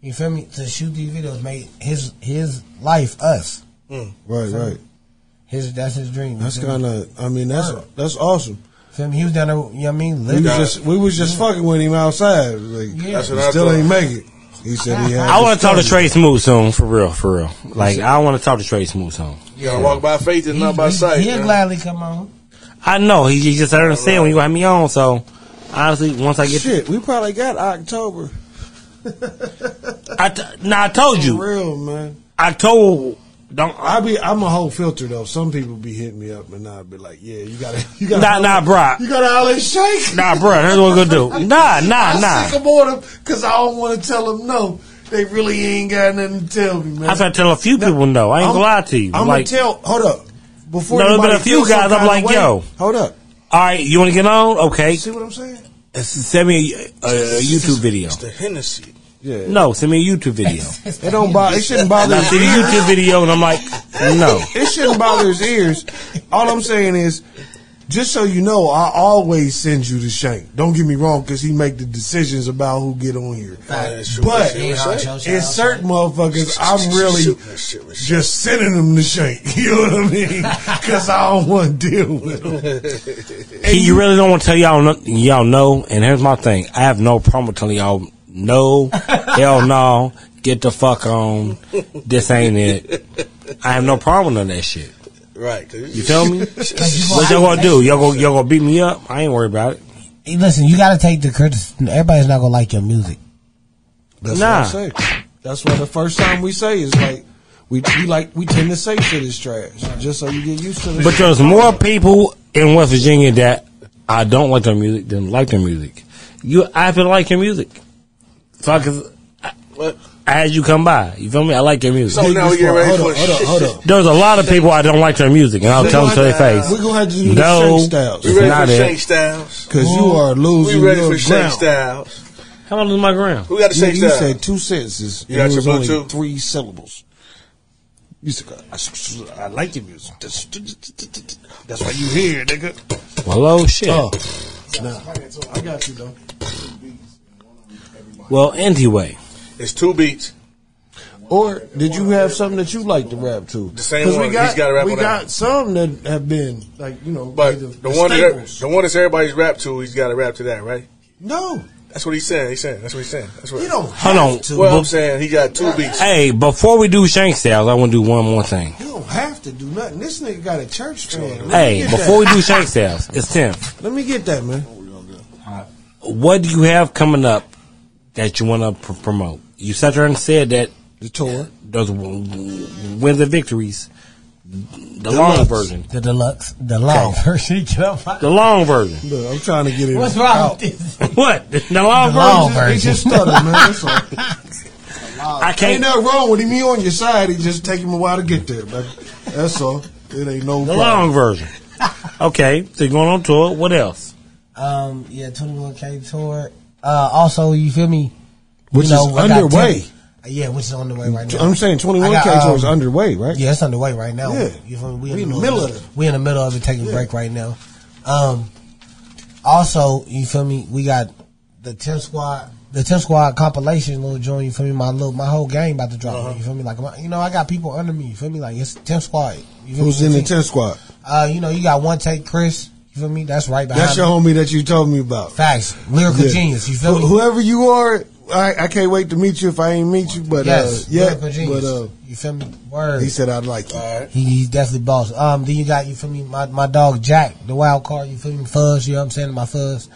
[SPEAKER 6] You feel me? To shoot these videos made his his life us.
[SPEAKER 3] Right, right.
[SPEAKER 6] His that's his dream.
[SPEAKER 3] That's
[SPEAKER 6] You feel me?
[SPEAKER 3] kind of. I mean, that's that's awesome.
[SPEAKER 6] Feel me? He was down there. You know what I mean?
[SPEAKER 3] We
[SPEAKER 6] Living.
[SPEAKER 3] was just we was just fucking with him outside. Like,
[SPEAKER 6] Yeah.
[SPEAKER 4] That's what
[SPEAKER 3] he
[SPEAKER 4] I
[SPEAKER 3] still
[SPEAKER 4] thought.
[SPEAKER 3] ain't make it. He said he had.
[SPEAKER 5] I want to talk to Trey Smooth soon, for real, for real. Like, I want to talk to Trey Smooth soon.
[SPEAKER 4] You gotta walk by faith and not by
[SPEAKER 6] he,
[SPEAKER 4] sight.
[SPEAKER 6] He'll
[SPEAKER 4] man.
[SPEAKER 6] gladly come on.
[SPEAKER 5] I know, he he just heard him saying when you had me on, so. Honestly, once I get,
[SPEAKER 3] Shit, we probably got October.
[SPEAKER 5] I t- nah, I told
[SPEAKER 3] For
[SPEAKER 5] you,
[SPEAKER 3] real, man.
[SPEAKER 5] I told, don't,
[SPEAKER 3] I be I'm a whole filter though. Some people be hitting me up and I be like, yeah, you gotta [LAUGHS] you gotta
[SPEAKER 5] nah, nah, bro,
[SPEAKER 3] you gotta holler and shake.
[SPEAKER 5] nah, bro. Here's what we gonna do. Nah, nah,
[SPEAKER 3] I
[SPEAKER 5] nah.
[SPEAKER 3] sick 'em on them because I don't want to tell them no. They really ain't got nothing to tell me, man.
[SPEAKER 5] I tried to tell a few people no. I ain't gonna lie to you.
[SPEAKER 3] I'm
[SPEAKER 5] like,
[SPEAKER 3] gonna tell. Hold up. Before
[SPEAKER 5] No, there's been
[SPEAKER 3] anybody
[SPEAKER 5] a few
[SPEAKER 3] feels some
[SPEAKER 5] guys I'm
[SPEAKER 3] kinda
[SPEAKER 5] like,
[SPEAKER 3] way-
[SPEAKER 5] yo.
[SPEAKER 3] hold up.
[SPEAKER 5] all right, you want to get on? Okay,
[SPEAKER 3] See what I'm saying?
[SPEAKER 5] send me a, a, a Uh, YouTube video.
[SPEAKER 4] It's the Hennessy.
[SPEAKER 3] Yeah.
[SPEAKER 5] No, send me a YouTube video.
[SPEAKER 3] It don't bother. It shouldn't bother.
[SPEAKER 5] And I
[SPEAKER 3] his
[SPEAKER 5] see the
[SPEAKER 3] ears.
[SPEAKER 5] YouTube video, and I'm like, no.
[SPEAKER 3] It shouldn't bother his ears. All I'm saying is, just so you know, I always send you to Shank. Don't get me wrong, because he make the decisions about who get on here. But
[SPEAKER 6] Yeah, I'll show-
[SPEAKER 3] in
[SPEAKER 6] shout out.
[SPEAKER 3] certain motherfuckers, I'm really just sending them to Shank. [LAUGHS] You know what I mean? Because I don't want to deal with them.
[SPEAKER 5] He, you really don't want to tell y'all no, y'all no. And here's my thing: I have no problem with telling y'all no, hell no, get the fuck on. This ain't it. I have no problem with none of that shit.
[SPEAKER 4] Right. Cause
[SPEAKER 5] You feel
[SPEAKER 3] [LAUGHS]
[SPEAKER 5] me?
[SPEAKER 6] Cause you
[SPEAKER 5] What y'all gonna do? Y'all gonna y'all gonna beat me up? I ain't worried about it.
[SPEAKER 6] Hey, listen, you gotta take the criticism. Everybody's not gonna like your music.
[SPEAKER 3] That's
[SPEAKER 5] Nah.
[SPEAKER 3] what I say. That's why the first time we say is like we, we like we tend to say shit is trash just so you get used to it.
[SPEAKER 5] But there's more people in West Virginia that I don't like their music than like their music. You, I happen to like your music. So I can,
[SPEAKER 4] What?
[SPEAKER 5] as you come by, you feel me? I like your music.
[SPEAKER 4] So Oh, now we get ready for
[SPEAKER 3] hold up, hold up,
[SPEAKER 4] shit.
[SPEAKER 3] hold up.
[SPEAKER 5] There's a lot of people I don't like their music, and I'll tell them to their face.
[SPEAKER 3] We're gonna have to do the
[SPEAKER 5] No.
[SPEAKER 3] Shake Styles
[SPEAKER 4] We
[SPEAKER 5] It's
[SPEAKER 4] ready
[SPEAKER 5] not
[SPEAKER 4] for
[SPEAKER 5] it.
[SPEAKER 4] Shake Styles.
[SPEAKER 3] because you are losing
[SPEAKER 4] We ready
[SPEAKER 3] your
[SPEAKER 4] for Shake
[SPEAKER 3] ground.
[SPEAKER 4] Styles.
[SPEAKER 5] How am I losing my ground?
[SPEAKER 4] Who got the
[SPEAKER 3] You,
[SPEAKER 4] Shake
[SPEAKER 3] you
[SPEAKER 4] Styles?
[SPEAKER 3] said two sentences.
[SPEAKER 4] You
[SPEAKER 3] and
[SPEAKER 4] got
[SPEAKER 3] it
[SPEAKER 4] your
[SPEAKER 3] was only
[SPEAKER 4] Bluetooth?
[SPEAKER 3] three syllables. You said, I, s- I like your music. That's, that's why you here, nigga.
[SPEAKER 5] Hello, shit.
[SPEAKER 3] Oh, I got you though.
[SPEAKER 5] Well, anyway,
[SPEAKER 4] It's two beats.
[SPEAKER 3] Or did you have something that you like to rap to? The
[SPEAKER 4] same one.
[SPEAKER 3] We got,
[SPEAKER 4] He's gotta rap
[SPEAKER 3] we
[SPEAKER 4] on that
[SPEAKER 3] got
[SPEAKER 4] one.
[SPEAKER 3] some that have been like you know,
[SPEAKER 4] But
[SPEAKER 3] either
[SPEAKER 4] the, one that,
[SPEAKER 3] staples.
[SPEAKER 4] the one that's everybody's rap to, he's got to rap to that, right?
[SPEAKER 3] no,
[SPEAKER 4] That's what he's saying. He's saying. That's what he's saying. That's what.
[SPEAKER 3] you don't.
[SPEAKER 5] hold on.
[SPEAKER 4] Well,
[SPEAKER 5] Bef-
[SPEAKER 4] I'm saying he got two beats.
[SPEAKER 5] hey, before we do Shank Styles, I want to do one more thing.
[SPEAKER 3] You don't have to do nothing. This nigga got a church fan. Let me
[SPEAKER 5] Hey,
[SPEAKER 3] get
[SPEAKER 5] before we
[SPEAKER 3] that.
[SPEAKER 5] do Shank Styles, it's Tim.
[SPEAKER 3] let me get that man.
[SPEAKER 5] What do you have coming up that you want to pr- promote? You sat there and said that
[SPEAKER 3] The tour.
[SPEAKER 5] those w- w- wins and victories, the long version,
[SPEAKER 6] The deluxe, the [LAUGHS] long version. Get off my-
[SPEAKER 5] the long
[SPEAKER 6] [LAUGHS]
[SPEAKER 5] version.
[SPEAKER 3] Look, I'm trying to get it.
[SPEAKER 6] What's wrong
[SPEAKER 3] out.
[SPEAKER 6] with this?
[SPEAKER 5] What the long version?
[SPEAKER 6] The long version.
[SPEAKER 3] He just stuttered, man. That's
[SPEAKER 6] [LAUGHS]
[SPEAKER 3] all.
[SPEAKER 5] I
[SPEAKER 3] Ain't
[SPEAKER 5] can't.
[SPEAKER 3] nothing wrong with him. He on your side. He just take him a while to get there, but that's all. It ain't no
[SPEAKER 5] The
[SPEAKER 3] problem.
[SPEAKER 5] long
[SPEAKER 6] [LAUGHS]
[SPEAKER 5] version. Okay, so you're going on tour. What else?
[SPEAKER 6] Um, yeah, 21K tour. Uh, also, you feel me?
[SPEAKER 3] Which
[SPEAKER 6] You know,
[SPEAKER 3] is
[SPEAKER 6] I got
[SPEAKER 3] underway.
[SPEAKER 6] ten- yeah, which is underway right now.
[SPEAKER 3] I'm saying 21
[SPEAKER 6] I
[SPEAKER 3] K
[SPEAKER 6] got,
[SPEAKER 3] tour is
[SPEAKER 6] um,
[SPEAKER 3] underway, right?
[SPEAKER 6] Yeah, it's underway right now.
[SPEAKER 3] Yeah.
[SPEAKER 6] You feel me?
[SPEAKER 3] We in the
[SPEAKER 6] of
[SPEAKER 3] middle of
[SPEAKER 6] it.
[SPEAKER 3] it.
[SPEAKER 6] We in the middle of it, taking a break right now. Um, also, you feel me? We got the Tim Squad, the Tim Squad compilation, little joint. You feel me? My little, my whole gang about to drop.
[SPEAKER 3] Uh-huh.
[SPEAKER 6] You feel me? Like, my, you know, I got people under me. You feel me? Like it's Tim Squad. You feel
[SPEAKER 3] Who's
[SPEAKER 6] me?
[SPEAKER 3] in the
[SPEAKER 6] It's-
[SPEAKER 3] 10 squad?
[SPEAKER 6] Uh, you know, you got one take, Chris. You feel me? That's right behind.
[SPEAKER 3] That's your
[SPEAKER 6] me.
[SPEAKER 3] homie that you told me about.
[SPEAKER 6] facts. Lyrical
[SPEAKER 3] Yeah.
[SPEAKER 6] genius. You feel
[SPEAKER 3] Wh-
[SPEAKER 6] me?
[SPEAKER 3] Whoever you are, I, I can't wait to meet you if I ain't meet you. But
[SPEAKER 6] yes.
[SPEAKER 3] uh, yeah,
[SPEAKER 6] Lyrical genius.
[SPEAKER 3] but uh,
[SPEAKER 6] you feel me? Word.
[SPEAKER 3] he said I'd like you.
[SPEAKER 6] He, he's definitely boss. Um, then you got you feel me, my my dog Jack, the wild card. You feel me, Fuzz. You know what I'm saying, my Fuzz.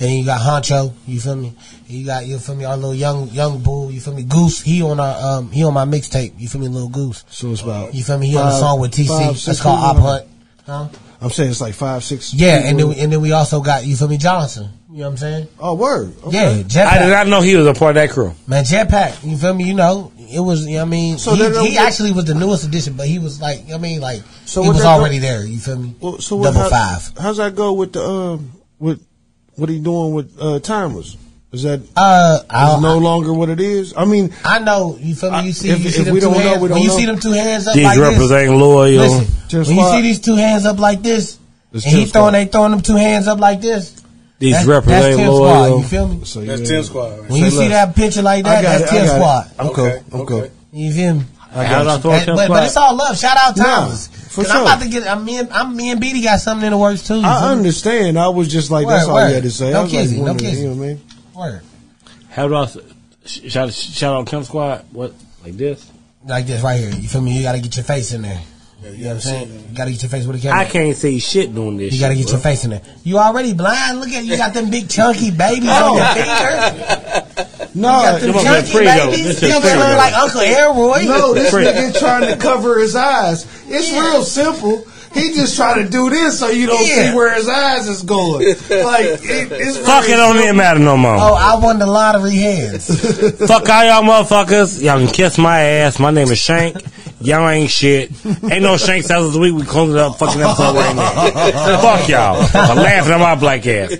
[SPEAKER 6] And you got Honcho. You feel me? And you got you feel me, our little young young bull. You feel me, Goose. He on our um he on my mixtape. You feel me, little Goose.
[SPEAKER 3] So it's about
[SPEAKER 6] You feel me? He on the
[SPEAKER 3] five-
[SPEAKER 6] song with TC.
[SPEAKER 3] five,
[SPEAKER 6] That's
[SPEAKER 3] six
[SPEAKER 6] called Op
[SPEAKER 3] people.
[SPEAKER 6] Hunt. Huh?
[SPEAKER 3] I'm saying it's like five, six.
[SPEAKER 6] Yeah, and then
[SPEAKER 3] people.
[SPEAKER 6] we, and then we also got you feel me, Johnson. You know what I'm saying?
[SPEAKER 3] oh word,
[SPEAKER 6] Yeah,
[SPEAKER 3] okay.
[SPEAKER 5] I did
[SPEAKER 6] Jetpack.
[SPEAKER 5] not know he was a part of that crew.
[SPEAKER 6] Man, Jetpack. You feel me? You know, it was. You know what I mean,
[SPEAKER 3] So
[SPEAKER 6] he,
[SPEAKER 3] then-
[SPEAKER 6] he actually was the newest addition, but he was like, you know what I mean, like
[SPEAKER 3] So
[SPEAKER 6] he
[SPEAKER 3] what
[SPEAKER 6] was
[SPEAKER 3] that do-
[SPEAKER 6] already there. You feel me?
[SPEAKER 3] Well, so what,
[SPEAKER 6] Double
[SPEAKER 3] how-
[SPEAKER 6] five.
[SPEAKER 3] How's that go with the um with what he doing with uh timers? Is that
[SPEAKER 6] Uh,
[SPEAKER 3] is
[SPEAKER 6] I,
[SPEAKER 3] no longer what it is? I mean,
[SPEAKER 6] I know you feel me. You see,
[SPEAKER 3] If-
[SPEAKER 6] you
[SPEAKER 3] if
[SPEAKER 6] see them
[SPEAKER 3] we
[SPEAKER 6] two
[SPEAKER 3] don't know,
[SPEAKER 6] hands.
[SPEAKER 3] we
[SPEAKER 6] when
[SPEAKER 3] don't
[SPEAKER 6] you
[SPEAKER 3] know.
[SPEAKER 6] see them two hands up
[SPEAKER 5] These
[SPEAKER 6] like
[SPEAKER 5] rappers
[SPEAKER 6] this,
[SPEAKER 5] ain't loyal.
[SPEAKER 6] listen.
[SPEAKER 3] Tim
[SPEAKER 6] When you
[SPEAKER 3] Squad.
[SPEAKER 6] see these two hands up like this,
[SPEAKER 3] It's
[SPEAKER 6] and he
[SPEAKER 3] Tim
[SPEAKER 6] throwing
[SPEAKER 3] Squad.
[SPEAKER 6] they throwing them two hands up like this.
[SPEAKER 5] These
[SPEAKER 6] that's,
[SPEAKER 5] rappers
[SPEAKER 6] that's
[SPEAKER 5] ain't
[SPEAKER 6] Tim Squad.
[SPEAKER 5] loyal.
[SPEAKER 6] You feel me?
[SPEAKER 3] so
[SPEAKER 4] That's
[SPEAKER 3] yeah.
[SPEAKER 4] Tim Squad. Right?
[SPEAKER 6] When
[SPEAKER 3] Say
[SPEAKER 6] you see
[SPEAKER 3] less.
[SPEAKER 6] that picture like
[SPEAKER 3] I
[SPEAKER 6] that,
[SPEAKER 3] got
[SPEAKER 6] that's
[SPEAKER 3] it, I
[SPEAKER 6] Tim
[SPEAKER 3] got it.
[SPEAKER 6] Squad.
[SPEAKER 3] I'm
[SPEAKER 4] Okay,
[SPEAKER 3] cool. I'm
[SPEAKER 4] okay.
[SPEAKER 3] cool.
[SPEAKER 6] You feel me?
[SPEAKER 5] I got it. I thought
[SPEAKER 6] That-
[SPEAKER 5] Tim
[SPEAKER 6] but, but
[SPEAKER 5] Squad-
[SPEAKER 6] it's all love. Shout out
[SPEAKER 3] Nah,
[SPEAKER 6] Thomas.
[SPEAKER 3] for
[SPEAKER 6] 'Cause I'm
[SPEAKER 3] sure.
[SPEAKER 6] about to get. I'm me and I'm me and BD got something in the works too. you
[SPEAKER 3] I
[SPEAKER 6] feel me?
[SPEAKER 3] understand. I was just like,
[SPEAKER 6] Word,
[SPEAKER 3] that's all
[SPEAKER 6] word.
[SPEAKER 3] you had to say.
[SPEAKER 6] No
[SPEAKER 3] I was
[SPEAKER 6] kissing, no
[SPEAKER 3] like, wondering,
[SPEAKER 6] kissing.
[SPEAKER 3] You know what I mean?
[SPEAKER 6] Word.
[SPEAKER 5] How do I s- sh- shout shout out Kim Squad? What like this?
[SPEAKER 6] Like this right here. You feel me? You gotta get your face in there. You know what I'm saying? You gotta get your face with a camera.
[SPEAKER 5] I can't see shit doing this.
[SPEAKER 6] You gotta
[SPEAKER 5] shit,
[SPEAKER 6] get your
[SPEAKER 5] bro.
[SPEAKER 6] face in there. You already blind? Look at you got them
[SPEAKER 5] [LAUGHS]
[SPEAKER 6] big chunky babies
[SPEAKER 5] Oh.
[SPEAKER 6] on your finger.
[SPEAKER 3] No,
[SPEAKER 6] Them
[SPEAKER 5] Come on, man,
[SPEAKER 6] chunky
[SPEAKER 5] free though.
[SPEAKER 6] babies.
[SPEAKER 5] This is
[SPEAKER 6] You look
[SPEAKER 5] free though.
[SPEAKER 6] like Uncle Elroy.
[SPEAKER 3] no, this
[SPEAKER 5] Frick.
[SPEAKER 3] nigga trying to cover his eyes. It's real simple. He just trying to do this so you don't
[SPEAKER 6] Yeah.
[SPEAKER 3] see where his eyes is going. Like it, it's
[SPEAKER 5] Fuck it,
[SPEAKER 3] very
[SPEAKER 5] don't even
[SPEAKER 3] simple.
[SPEAKER 5] matter no more.
[SPEAKER 6] [LAUGHS] Oh, I won the lottery hands.
[SPEAKER 5] Fuck all y'all motherfuckers. Y'all can kiss my ass. My name is Shank. Y'all ain't shit. Ain't no Shank Styles this week. We closing up fucking episode right now. Fuck y'all. I'm laughing at my black ass.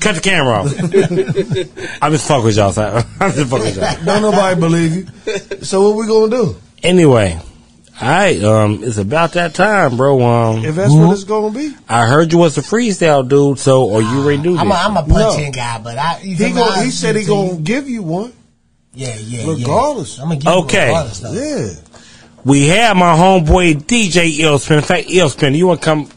[SPEAKER 5] Cut the camera off. I just fuck with y'all. son. [LAUGHS] I'm just fuck with y'all.
[SPEAKER 3] Don't nobody believe you. So what we gonna do?
[SPEAKER 5] Anyway, all right. Um, it's about that time, bro. Um,
[SPEAKER 3] If that's what it's gonna be,
[SPEAKER 5] I heard you was a freestyle dude. So, are you ready to do
[SPEAKER 6] I'm a,
[SPEAKER 5] this?
[SPEAKER 6] I'm a punch in guy, but I.
[SPEAKER 3] he
[SPEAKER 6] You feel me?
[SPEAKER 3] going
[SPEAKER 6] I-
[SPEAKER 3] He said he gonna give you one.
[SPEAKER 6] Yeah, yeah,
[SPEAKER 3] Regardless.
[SPEAKER 6] Yeah. I'm gonna give
[SPEAKER 5] Okay.
[SPEAKER 6] You regardless, though.
[SPEAKER 3] Yeah.
[SPEAKER 5] We have my homeboy DJ Illspin. In fact, Illspin, you want to come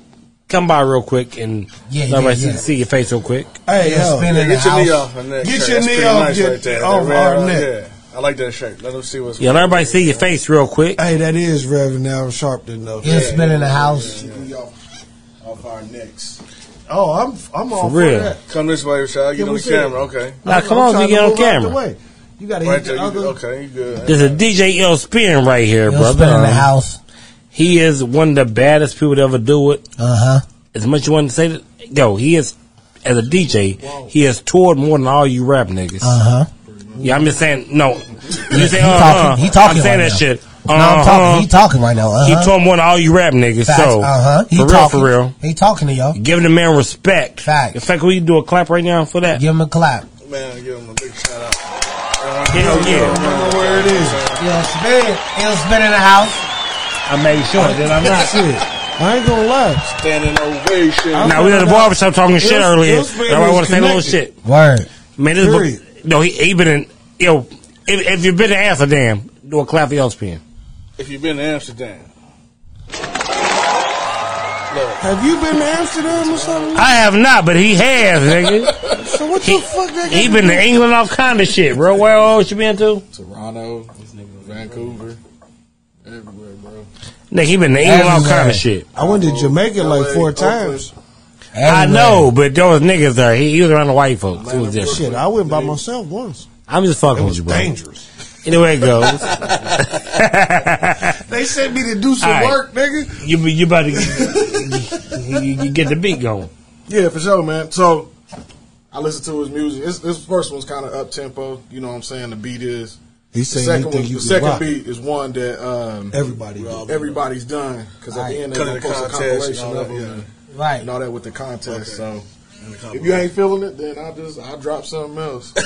[SPEAKER 5] come by real quick and
[SPEAKER 6] Yeah,
[SPEAKER 5] let
[SPEAKER 6] yeah,
[SPEAKER 5] me see,
[SPEAKER 6] yeah.
[SPEAKER 5] see your face real quick.
[SPEAKER 3] Hey,
[SPEAKER 6] Yeah,
[SPEAKER 3] hell.
[SPEAKER 6] spin it.
[SPEAKER 4] Yeah, get your
[SPEAKER 6] House.
[SPEAKER 4] knee off her neck.
[SPEAKER 3] Get
[SPEAKER 4] shirt.
[SPEAKER 3] your
[SPEAKER 4] That's
[SPEAKER 3] knee
[SPEAKER 4] pretty
[SPEAKER 3] off
[SPEAKER 4] nice
[SPEAKER 3] your-
[SPEAKER 4] right there. That
[SPEAKER 3] off
[SPEAKER 4] red
[SPEAKER 3] our
[SPEAKER 4] right
[SPEAKER 3] neck.
[SPEAKER 4] there. I like that shirt. Let them see what's.
[SPEAKER 5] Yeah, let everybody see your face real quick.
[SPEAKER 3] Hey, that is Reverend now sharp enough.
[SPEAKER 6] It's been in the house.
[SPEAKER 7] off our necks.
[SPEAKER 3] Oh, I'm I'm all
[SPEAKER 5] For real.
[SPEAKER 3] for that.
[SPEAKER 4] Come this way, Rashad. Get
[SPEAKER 3] Can
[SPEAKER 4] on
[SPEAKER 3] we
[SPEAKER 4] the
[SPEAKER 3] see
[SPEAKER 4] camera.
[SPEAKER 3] it?
[SPEAKER 4] Okay.
[SPEAKER 5] Now
[SPEAKER 3] I'm-
[SPEAKER 5] come
[SPEAKER 3] I'm
[SPEAKER 5] on,
[SPEAKER 3] trying
[SPEAKER 5] we get
[SPEAKER 3] to
[SPEAKER 5] on
[SPEAKER 3] move out the
[SPEAKER 5] camera.
[SPEAKER 3] way.
[SPEAKER 7] You gotta
[SPEAKER 4] Right
[SPEAKER 7] hit the
[SPEAKER 4] there, you
[SPEAKER 7] other.
[SPEAKER 4] good. okay, you good.
[SPEAKER 5] There's a DJ L spin right here,
[SPEAKER 6] Yo,
[SPEAKER 5] brother.
[SPEAKER 6] spin in the
[SPEAKER 5] Um,
[SPEAKER 6] house.
[SPEAKER 5] He is one of the baddest people to ever do it.
[SPEAKER 6] Uh huh.
[SPEAKER 5] As much you want to say that, yo, he is as a DJ, he has toured more than all you rap niggas.
[SPEAKER 6] Uh huh.
[SPEAKER 5] Yeah, I'm just saying. No, you say
[SPEAKER 6] [LAUGHS] he
[SPEAKER 5] uh, uh,
[SPEAKER 6] talking- he talking
[SPEAKER 5] I'm saying
[SPEAKER 6] right
[SPEAKER 5] that
[SPEAKER 6] now.
[SPEAKER 5] shit.
[SPEAKER 6] No, I'm
[SPEAKER 5] Uh-huh.
[SPEAKER 6] talking. He talking right now. Uh
[SPEAKER 5] He
[SPEAKER 6] huh.
[SPEAKER 5] told him one of all you rap niggas. So,
[SPEAKER 6] Uh huh.
[SPEAKER 5] for real, for real.
[SPEAKER 6] He talking to y'all.
[SPEAKER 5] Giving the man respect.
[SPEAKER 6] Facts.
[SPEAKER 5] In fact, we do a clap right now for that.
[SPEAKER 6] Give him a clap.
[SPEAKER 4] Man, give him a big shout out. Uh,
[SPEAKER 5] Hell
[SPEAKER 7] I
[SPEAKER 5] yeah.
[SPEAKER 7] don't know where it is.
[SPEAKER 6] Yo, spin. He'll spin in the house.
[SPEAKER 5] I made sure that I'm not.
[SPEAKER 7] Shit. I ain't gonna lie.
[SPEAKER 4] Standing ovation.
[SPEAKER 7] I'm-
[SPEAKER 5] Now we at the barbershop talking shit
[SPEAKER 7] It's-
[SPEAKER 5] earlier.
[SPEAKER 7] it's been
[SPEAKER 5] Everybody want to say a little
[SPEAKER 7] disconnected.
[SPEAKER 5] shit.
[SPEAKER 6] Word.
[SPEAKER 5] Man, this
[SPEAKER 7] Period.
[SPEAKER 5] bu- no, he, he been in. Yo, if, if you've been to Amsterdam, do a clap for your spin.
[SPEAKER 4] If you've been to Amsterdam,
[SPEAKER 7] Have you been to Amsterdam or something?
[SPEAKER 5] I have not, but he has, nigga.
[SPEAKER 7] So what the fuck that
[SPEAKER 5] he
[SPEAKER 7] got
[SPEAKER 5] been to England, all kind of shit, bro. Where else you been to?
[SPEAKER 8] Toronto, Vancouver, everywhere, bro.
[SPEAKER 5] Nigga, he been to England, all kind
[SPEAKER 6] Everywhere.
[SPEAKER 5] of shit.
[SPEAKER 7] I went to Jamaica like four times.
[SPEAKER 5] I know, but those niggas are he, he was around the white folks. It was different.
[SPEAKER 7] Shit, I went by myself once.
[SPEAKER 5] I'm just fucking with you, bro. Anyway,
[SPEAKER 8] [LAUGHS]
[SPEAKER 5] it goes.
[SPEAKER 7] They sent me to do some
[SPEAKER 5] All right.
[SPEAKER 7] work, nigga.
[SPEAKER 5] you be- you about to you, you- you get the beat going.
[SPEAKER 9] Yeah, for sure, man. So I listen to his music. His, his first one's kind of up tempo. You know what I'm saying? The beat is.
[SPEAKER 7] He
[SPEAKER 9] The
[SPEAKER 7] said he
[SPEAKER 9] second,
[SPEAKER 7] think
[SPEAKER 9] one,
[SPEAKER 7] you
[SPEAKER 9] the
[SPEAKER 7] could
[SPEAKER 9] second
[SPEAKER 7] rock.
[SPEAKER 9] beat is one that um,
[SPEAKER 7] Everybody did.
[SPEAKER 9] everybody's done because at the end
[SPEAKER 4] Cut
[SPEAKER 9] they
[SPEAKER 4] it
[SPEAKER 9] post a
[SPEAKER 4] contest and
[SPEAKER 9] compilation
[SPEAKER 4] all
[SPEAKER 9] of
[SPEAKER 4] that,
[SPEAKER 9] them
[SPEAKER 6] Right.
[SPEAKER 9] and all that with the contest. So if you ain't feeling it, then I just I drop something else.
[SPEAKER 10] [LAUGHS]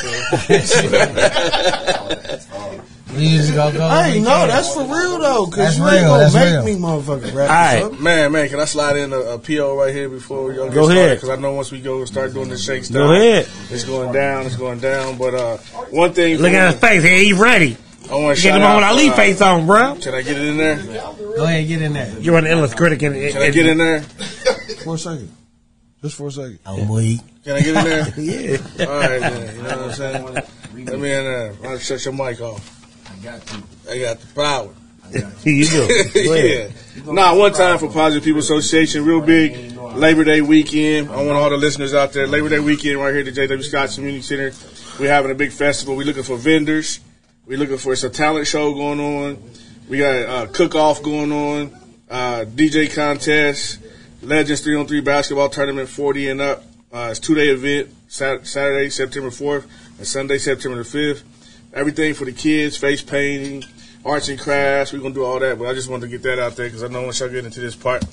[SPEAKER 6] We just gonna go.
[SPEAKER 7] I ain't know. That's for real though, cause
[SPEAKER 6] That's
[SPEAKER 7] you ain't
[SPEAKER 6] real,
[SPEAKER 7] gonna
[SPEAKER 6] that's
[SPEAKER 7] make
[SPEAKER 6] real.
[SPEAKER 7] me motherfucking
[SPEAKER 5] All
[SPEAKER 7] rap this
[SPEAKER 5] right,
[SPEAKER 7] up.
[SPEAKER 4] man, man, can I slide in a, a PO right here before y'all
[SPEAKER 5] Go
[SPEAKER 4] get
[SPEAKER 5] ahead.
[SPEAKER 4] Because I know once we go and start doing the shakes
[SPEAKER 5] Go
[SPEAKER 4] down,
[SPEAKER 5] ahead.
[SPEAKER 4] it's going down, it's going down. But uh, one thing,
[SPEAKER 5] look at his face. Hey, he ready.
[SPEAKER 4] I want to
[SPEAKER 5] Get
[SPEAKER 4] shout
[SPEAKER 5] the Muhammad
[SPEAKER 4] out,
[SPEAKER 5] Ali
[SPEAKER 4] uh,
[SPEAKER 5] face on, bro.
[SPEAKER 4] Can I get it in there?
[SPEAKER 6] Go ahead, get in there.
[SPEAKER 5] You're an endless critic. And,
[SPEAKER 4] Can I get in there?
[SPEAKER 7] For a second, just for a second.
[SPEAKER 6] Oh, boy.
[SPEAKER 4] Can I get in there?
[SPEAKER 5] Yeah.
[SPEAKER 4] All right, then. You know what I'm saying? Let me in there. I'll shut your mic off. I got the power.
[SPEAKER 5] you do. Go ahead.
[SPEAKER 4] [LAUGHS] yeah. Nah, one time for Positive People Association, real big Labor Day weekend. I want all the listeners out there. Labor Day weekend right here at the JW Scott Community Center. We're having a big festival. We're looking for vendors. We're looking for it's a talent show going on. We got a uh, cook off going on, uh, DJ contest, Legends 3 on 3 basketball tournament 40 and up. Uh, it's two day event, Sat- Saturday, September 4th, and Sunday, September the 5th. Everything for the kids, face painting, arts and crafts. We're gonna do all that, but I just wanted to get that out there because I know once y'all get into this part,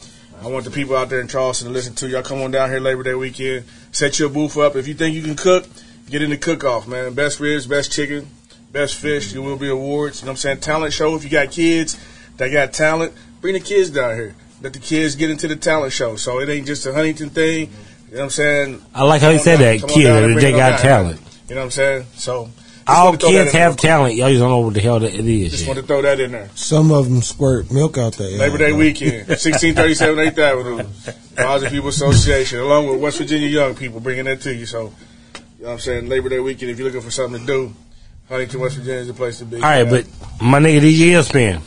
[SPEAKER 4] I want the people out there in Charleston to listen to y'all. Come on down here Labor Day weekend. Set your booth up. If you think you can cook, get in the cook off, man. Best ribs, best chicken, best fish. You will be awards. You know what I'm saying? Talent show. If you got kids that got talent, bring the kids down here. Let the kids get into the talent show. So it ain't just a Huntington thing. You know what I'm saying?
[SPEAKER 5] [LAUGHS] I like how you
[SPEAKER 4] Come
[SPEAKER 5] said
[SPEAKER 4] on down-
[SPEAKER 5] that.
[SPEAKER 4] come on down and
[SPEAKER 5] Kids,
[SPEAKER 4] bring
[SPEAKER 5] they
[SPEAKER 4] it on
[SPEAKER 5] got
[SPEAKER 4] down.
[SPEAKER 5] talent.
[SPEAKER 4] You know what I'm saying? So just
[SPEAKER 5] All
[SPEAKER 4] wanted to throw
[SPEAKER 5] kids
[SPEAKER 4] that in
[SPEAKER 5] have
[SPEAKER 4] there.
[SPEAKER 5] talent. Y'all just don't know what the hell that it is.
[SPEAKER 4] Just
[SPEAKER 5] yet.
[SPEAKER 4] want to throw that in there.
[SPEAKER 7] Some of them squirt milk out there.
[SPEAKER 4] Labor Day weekend, [LAUGHS] 1637 8th Avenue, Positive People Association, along with West Virginia Young People, bringing that to you. So, you know what I'm saying? Labor Day weekend, if you're looking for something to do, Huntington, West Virginia is the place to be.
[SPEAKER 5] All right, but my nigga DJ spin.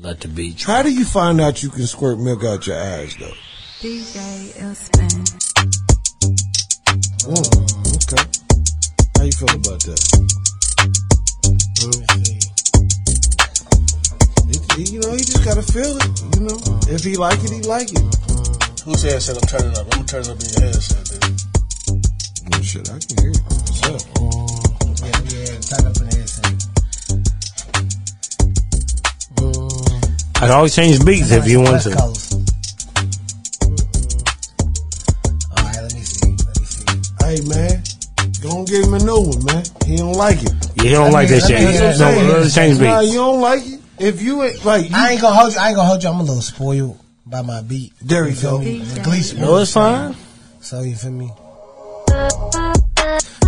[SPEAKER 5] Let the beat.
[SPEAKER 7] How do you find out you can squirt milk out your eyes though?
[SPEAKER 10] DJ Elspin.
[SPEAKER 6] Oh,
[SPEAKER 7] Mm, okay. How you feel about that? It- it- you know, he just gotta feel it. You know, if he like it, he like it.
[SPEAKER 4] who said I said I'm turning up? I'm going to turn it up in your headset, dude.
[SPEAKER 7] Well, shit, I can hear it. What's up?
[SPEAKER 6] Yeah, yeah. Turn up in the headset.
[SPEAKER 5] I can always change beats if you want
[SPEAKER 6] West
[SPEAKER 5] to.
[SPEAKER 6] Coast. All right, let me see. Let me see.
[SPEAKER 7] Hey man, don't give him a new one, man. He don't like it.
[SPEAKER 5] You don't like this
[SPEAKER 6] I
[SPEAKER 5] shit.
[SPEAKER 6] mean,
[SPEAKER 5] No,
[SPEAKER 6] that's what I'm saying.
[SPEAKER 5] let's change
[SPEAKER 7] Nah, you
[SPEAKER 5] beats.
[SPEAKER 7] don't like it. If you ain't like, you,
[SPEAKER 6] I ain't gonna hold you. I ain't gonna hold you. I'm a little spoiled by my beat.
[SPEAKER 7] There we
[SPEAKER 6] You feel
[SPEAKER 7] go.
[SPEAKER 6] me? The Gleason.
[SPEAKER 5] No, it's fine.
[SPEAKER 6] So you feel me?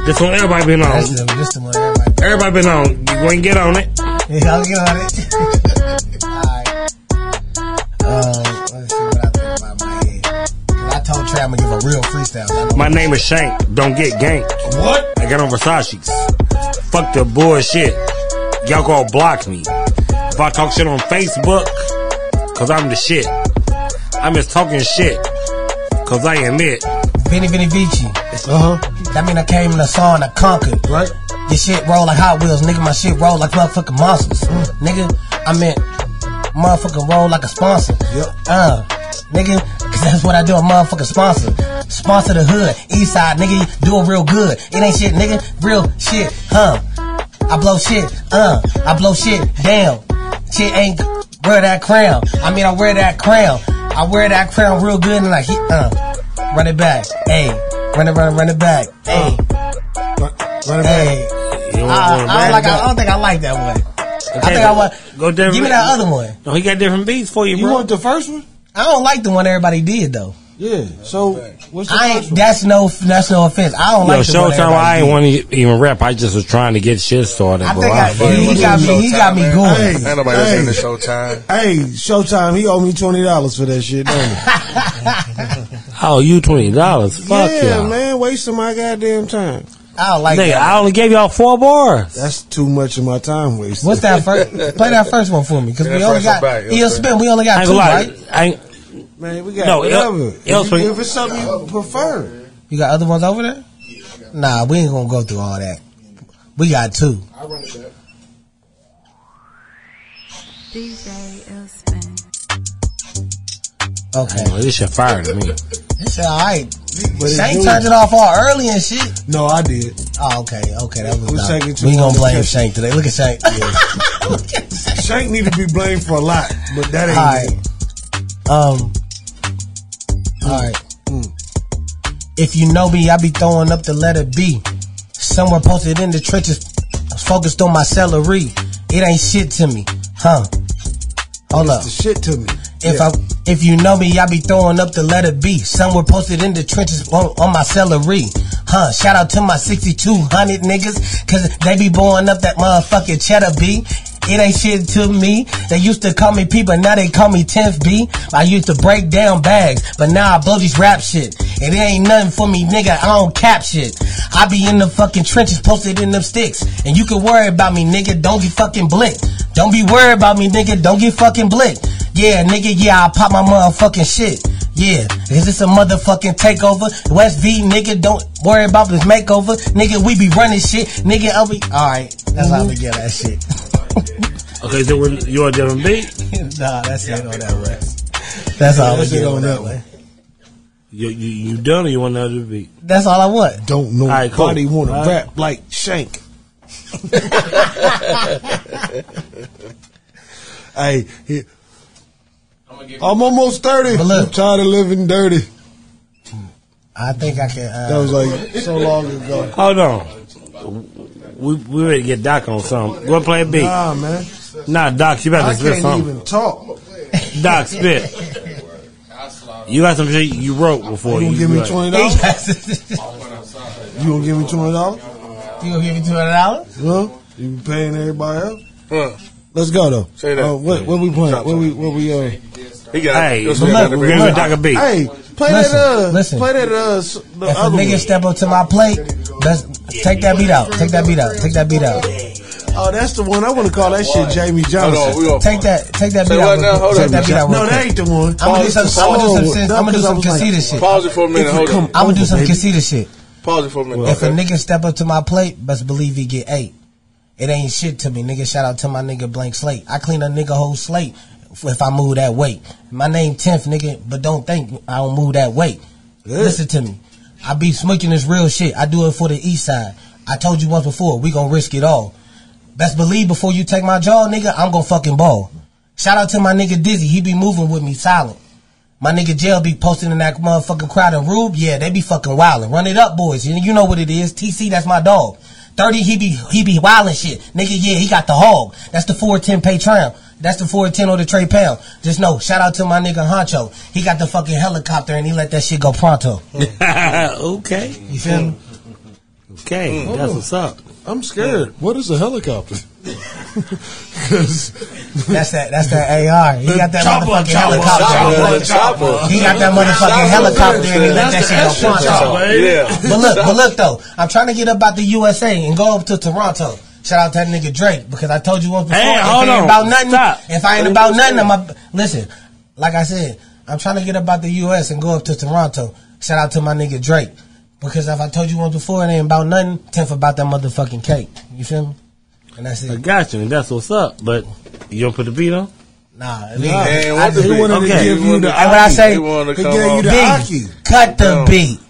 [SPEAKER 5] This one everybody been on.
[SPEAKER 6] This is the, this the one. Everybody.
[SPEAKER 5] Everybody been on. You go and get on it.
[SPEAKER 6] Yeah, I'll get on it. Alright. Uh, let's see what I think about my head. 'Cause I told Trey I'm gonna give a real freestyle. I don't-
[SPEAKER 5] My name is Shank. Don't get ganked.
[SPEAKER 6] what?
[SPEAKER 5] I got on Versace's. Fuck the bullshit. Y'all gonna block me. If I talk shit on Facebook, cause I'm the shit. I'm just talking shit. Cause I admit.
[SPEAKER 6] Vinny Vinny Vici.
[SPEAKER 7] uh huh,
[SPEAKER 6] That mean I came in a song I conquered.
[SPEAKER 7] right?
[SPEAKER 6] This shit roll like Hot Wheels, nigga. My shit roll like motherfucking monsters, nigga. I meant motherfucking roll like a sponsor.
[SPEAKER 3] Yep.
[SPEAKER 6] Uh, nigga, cause that's what I do. A motherfucking sponsor, sponsor the hood, East Side, nigga. Do it real good. It ain't shit, nigga. Real shit, huh? I blow shit, uh, I blow shit down. Shit ain't wear that crown. I mean, I wear that crown. I wear that crown real good and like, he- uh, run it back, hey, run it, run it, run it back, hey.
[SPEAKER 5] Uh,
[SPEAKER 3] Run it back.
[SPEAKER 6] Hey,
[SPEAKER 5] You want one
[SPEAKER 6] I, I,
[SPEAKER 5] rap
[SPEAKER 6] don't like, I
[SPEAKER 5] back?
[SPEAKER 6] don't think I like that one. I
[SPEAKER 5] Okay,
[SPEAKER 6] think I want.
[SPEAKER 5] go different-
[SPEAKER 6] Give me that other one.
[SPEAKER 5] No, he got different beats for you,
[SPEAKER 3] You
[SPEAKER 5] bro.
[SPEAKER 3] want the first one?
[SPEAKER 6] I don't like the one everybody did though.
[SPEAKER 3] Yeah. So what's the
[SPEAKER 6] I
[SPEAKER 3] first
[SPEAKER 6] ain't,
[SPEAKER 3] one?
[SPEAKER 6] that's no that's no offense. I
[SPEAKER 5] Yo,
[SPEAKER 6] don't like the one
[SPEAKER 5] Showtime, I ain't
[SPEAKER 6] everybody
[SPEAKER 5] want to even rap. I just was trying to get shit started,
[SPEAKER 6] did. I
[SPEAKER 5] bro.
[SPEAKER 6] think I,
[SPEAKER 5] I fucking-
[SPEAKER 6] he, he got me he got me going.
[SPEAKER 3] Hey,
[SPEAKER 8] Ain't nobody
[SPEAKER 3] hey.
[SPEAKER 8] listening to Showtime.
[SPEAKER 3] Hey, Showtime, he owed me twenty dollars for that shit, [LAUGHS] don't he?
[SPEAKER 5] oh, you $20. Fuck
[SPEAKER 3] yeah,
[SPEAKER 5] y'all.
[SPEAKER 3] man, wasting my goddamn time.
[SPEAKER 6] I don't like
[SPEAKER 5] Nigga,
[SPEAKER 6] that.
[SPEAKER 5] I only gave y'all four bars.
[SPEAKER 3] That's too much of my time wasted.
[SPEAKER 6] What's that first? Play that first one for me because
[SPEAKER 8] Yeah,
[SPEAKER 6] we
[SPEAKER 8] that
[SPEAKER 6] only
[SPEAKER 8] first one
[SPEAKER 6] got
[SPEAKER 8] back, yeah,
[SPEAKER 6] ill
[SPEAKER 8] okay.
[SPEAKER 6] spin. We
[SPEAKER 5] I
[SPEAKER 6] only got
[SPEAKER 5] ain't gonna
[SPEAKER 6] two,
[SPEAKER 5] lie.
[SPEAKER 6] right?
[SPEAKER 5] I ain't,
[SPEAKER 3] man? We got
[SPEAKER 5] No,
[SPEAKER 3] whatever.
[SPEAKER 5] El-
[SPEAKER 3] If
[SPEAKER 5] El
[SPEAKER 3] you-
[SPEAKER 5] Swing-
[SPEAKER 3] if it's something you prefer,
[SPEAKER 6] You got other ones over there? Nah, we ain't gonna go through all that. We got two.
[SPEAKER 9] I run it back.
[SPEAKER 10] DJ Elspin.
[SPEAKER 6] Okay,
[SPEAKER 5] Well, Oh, this shit fire to me.
[SPEAKER 6] it's all right.
[SPEAKER 3] but it's
[SPEAKER 6] Shane
[SPEAKER 3] yours.
[SPEAKER 6] turned it off all early and shit.
[SPEAKER 3] No, I did.
[SPEAKER 6] Oh, okay, okay, that was
[SPEAKER 3] We're
[SPEAKER 6] not-
[SPEAKER 3] taking too
[SPEAKER 6] We
[SPEAKER 3] long
[SPEAKER 6] gonna
[SPEAKER 3] to
[SPEAKER 6] blame
[SPEAKER 3] catch-
[SPEAKER 6] Shank today. Look at Shank.
[SPEAKER 3] Shank need to be blamed for a lot, but that ain't. Hmm.
[SPEAKER 6] Alright. Um. Alright. If you know me, I be throwing up the letter B. Somewhere posted in the trenches, focused on my celery. It ain't shit to me, huh? Hold up.
[SPEAKER 3] It's the shit to me.
[SPEAKER 6] If
[SPEAKER 3] Yeah.
[SPEAKER 6] I if you know me, I be throwing up the letter B. Somewhere posted in the trenches on, on my celery. Huh, shout out to my 6,200 niggas, cause they be blowing up that motherfucking cheddar B. It ain't shit to me. They used to call me P, but now they call me 10th B. I used to break down bags, but now I blow these rap shit. And it ain't nothing for me, nigga. I don't cap shit. I be in the fucking trenches, posted in them sticks. And you can worry about me, nigga. Don't get fucking blicked. Don't be worried about me, nigga. Don't get fucking blicked. Yeah, nigga, yeah, I pop my motherfucking shit. Yeah, is this a motherfucking takeover? West V, nigga, don't worry about this makeover. Nigga, we be running shit. Nigga, I'll be. Alright, that's how we get that shit. [LAUGHS]
[SPEAKER 5] Okay, so we're, you're a different beat?
[SPEAKER 6] nah, that's it on that one. That's all we
[SPEAKER 3] That's
[SPEAKER 6] get
[SPEAKER 3] it
[SPEAKER 6] on that
[SPEAKER 3] one.
[SPEAKER 6] one.
[SPEAKER 5] You, you, you done or you want another beat?
[SPEAKER 6] That's all I want.
[SPEAKER 3] Don't know
[SPEAKER 5] Alright, cool.
[SPEAKER 3] nobody want to
[SPEAKER 5] Alright.
[SPEAKER 3] rap like [LAUGHS] Shank. hey, he- I'm almost thirty.
[SPEAKER 6] But look-
[SPEAKER 3] I'm tired of living dirty.
[SPEAKER 6] I think I can.
[SPEAKER 3] That
[SPEAKER 6] Uh,
[SPEAKER 3] was like so long ago.
[SPEAKER 5] Hold on. We, we ready to get Doc on something. Go play a beat.
[SPEAKER 3] Nah,
[SPEAKER 5] Nah,
[SPEAKER 3] man,
[SPEAKER 5] Doc, you about
[SPEAKER 3] I
[SPEAKER 5] to spit
[SPEAKER 3] can't
[SPEAKER 5] something.
[SPEAKER 3] even talk.
[SPEAKER 5] Doc, spit. You got some shit you wrote before
[SPEAKER 3] You
[SPEAKER 5] you.
[SPEAKER 3] gonna give me
[SPEAKER 5] like-
[SPEAKER 3] twenty
[SPEAKER 6] he
[SPEAKER 3] dollars?
[SPEAKER 6] got-
[SPEAKER 3] You gonna give me twenty dollars?
[SPEAKER 6] [LAUGHS] you gonna give me two hundred dollars?
[SPEAKER 3] Huh? You paying everybody else?
[SPEAKER 4] Huh.
[SPEAKER 3] Let's go though.
[SPEAKER 4] Say that.
[SPEAKER 3] Uh, what, what we playing? What we? What we? Uh,
[SPEAKER 4] He got
[SPEAKER 5] Hey,
[SPEAKER 4] it was
[SPEAKER 5] look,
[SPEAKER 4] about to
[SPEAKER 5] we're
[SPEAKER 4] bring
[SPEAKER 5] gonna
[SPEAKER 4] it
[SPEAKER 5] give
[SPEAKER 4] back.
[SPEAKER 5] Doc a beat.
[SPEAKER 3] hey, play
[SPEAKER 6] Listen,
[SPEAKER 3] that. Uh,
[SPEAKER 6] listen.
[SPEAKER 3] Play that. Uh, s- the
[SPEAKER 6] If a
[SPEAKER 3] other
[SPEAKER 6] nigga
[SPEAKER 3] one.
[SPEAKER 6] step up to my plate, let's take that beat out. Take that beat out. Take that beat out.
[SPEAKER 3] Oh, that's the one. I want to call that shit Jamie
[SPEAKER 4] Hold
[SPEAKER 3] Johnson.
[SPEAKER 4] on, we gonna
[SPEAKER 6] Take that. Take that
[SPEAKER 4] Say
[SPEAKER 6] beat
[SPEAKER 4] what
[SPEAKER 6] out.
[SPEAKER 4] now?
[SPEAKER 6] real quick.
[SPEAKER 4] Hold
[SPEAKER 6] Take
[SPEAKER 4] up,
[SPEAKER 6] that beat out. real
[SPEAKER 3] No, that
[SPEAKER 6] quick.
[SPEAKER 3] ain't the one.
[SPEAKER 6] I'm gonna do some. I'm gonna do some. sense- I'm gonna do some conceited shit.
[SPEAKER 4] Pause it for a minute. Hold on.
[SPEAKER 6] I'm gonna do some conceited shit.
[SPEAKER 4] Pause it for a minute.
[SPEAKER 6] If a
[SPEAKER 4] Okay.
[SPEAKER 6] nigga step up to my plate, best believe he get eight. It ain't shit to me, nigga. Shout out to my nigga Blank Slate. I clean a nigga whole slate f- if I move that weight. My name tenth, nigga, but don't think I don't move that weight. Listen to me. I be smoking this real shit. I do it for the east side. I told you once before, we gonna risk it all. Best believe before you take my jaw, nigga, I'm gonna fucking ball. Shout out to my nigga Dizzy, he be moving with me silent. My nigga Jail be posting in that motherfucking crowd in Rube. Yeah, they be fucking wildin'. Run it up, boys. You you know what it is. TC, that's my dog. 30, he be he be wildin' shit. Nigga, yeah, he got the hog. That's the 410 pay tram. That's the 410 or the Trey Pound. Just know, shout out to my nigga Honcho. He got the fucking helicopter and he let that shit go pronto.
[SPEAKER 5] okay.
[SPEAKER 6] You feel me?
[SPEAKER 5] Okay. That's what's up.
[SPEAKER 3] I'm scared. What is a helicopter? Because
[SPEAKER 6] That's that that's that AR. He got that motherfucking helicopter.
[SPEAKER 4] Chopper, chopper.
[SPEAKER 6] He got that motherfucking helicopter and he let that shit go pronto.
[SPEAKER 4] Yeah.
[SPEAKER 6] But look, but look though, I'm trying to get up out the USA and go up to Toronto. Shout out to that nigga Drake because I told you once before.
[SPEAKER 5] Hey,
[SPEAKER 6] if
[SPEAKER 5] hold
[SPEAKER 6] I ain't
[SPEAKER 5] on.
[SPEAKER 6] about nothing,
[SPEAKER 5] Stop.
[SPEAKER 6] if I ain't about nothing, I'm a, listen. Like I said, I'm trying to get up out the US and go up to Toronto. Shout out to my nigga Drake. Because if I told you once before, it ain't about nothing. Tenth about that motherfucking cake. You feel me? And that's
[SPEAKER 5] I
[SPEAKER 6] it.
[SPEAKER 5] got you, and that's what's up. But you don't put the beat on.
[SPEAKER 6] Nah. it
[SPEAKER 3] Nah,
[SPEAKER 6] ain't.
[SPEAKER 4] And what the
[SPEAKER 3] they
[SPEAKER 4] big-
[SPEAKER 3] wanted
[SPEAKER 5] okay.
[SPEAKER 3] to give you the
[SPEAKER 6] And when I
[SPEAKER 3] Aki.
[SPEAKER 6] say-
[SPEAKER 4] They wanted
[SPEAKER 3] they
[SPEAKER 4] to come
[SPEAKER 3] gave you
[SPEAKER 4] off.
[SPEAKER 3] the
[SPEAKER 6] Big.
[SPEAKER 3] Aki.
[SPEAKER 6] Cut the beat.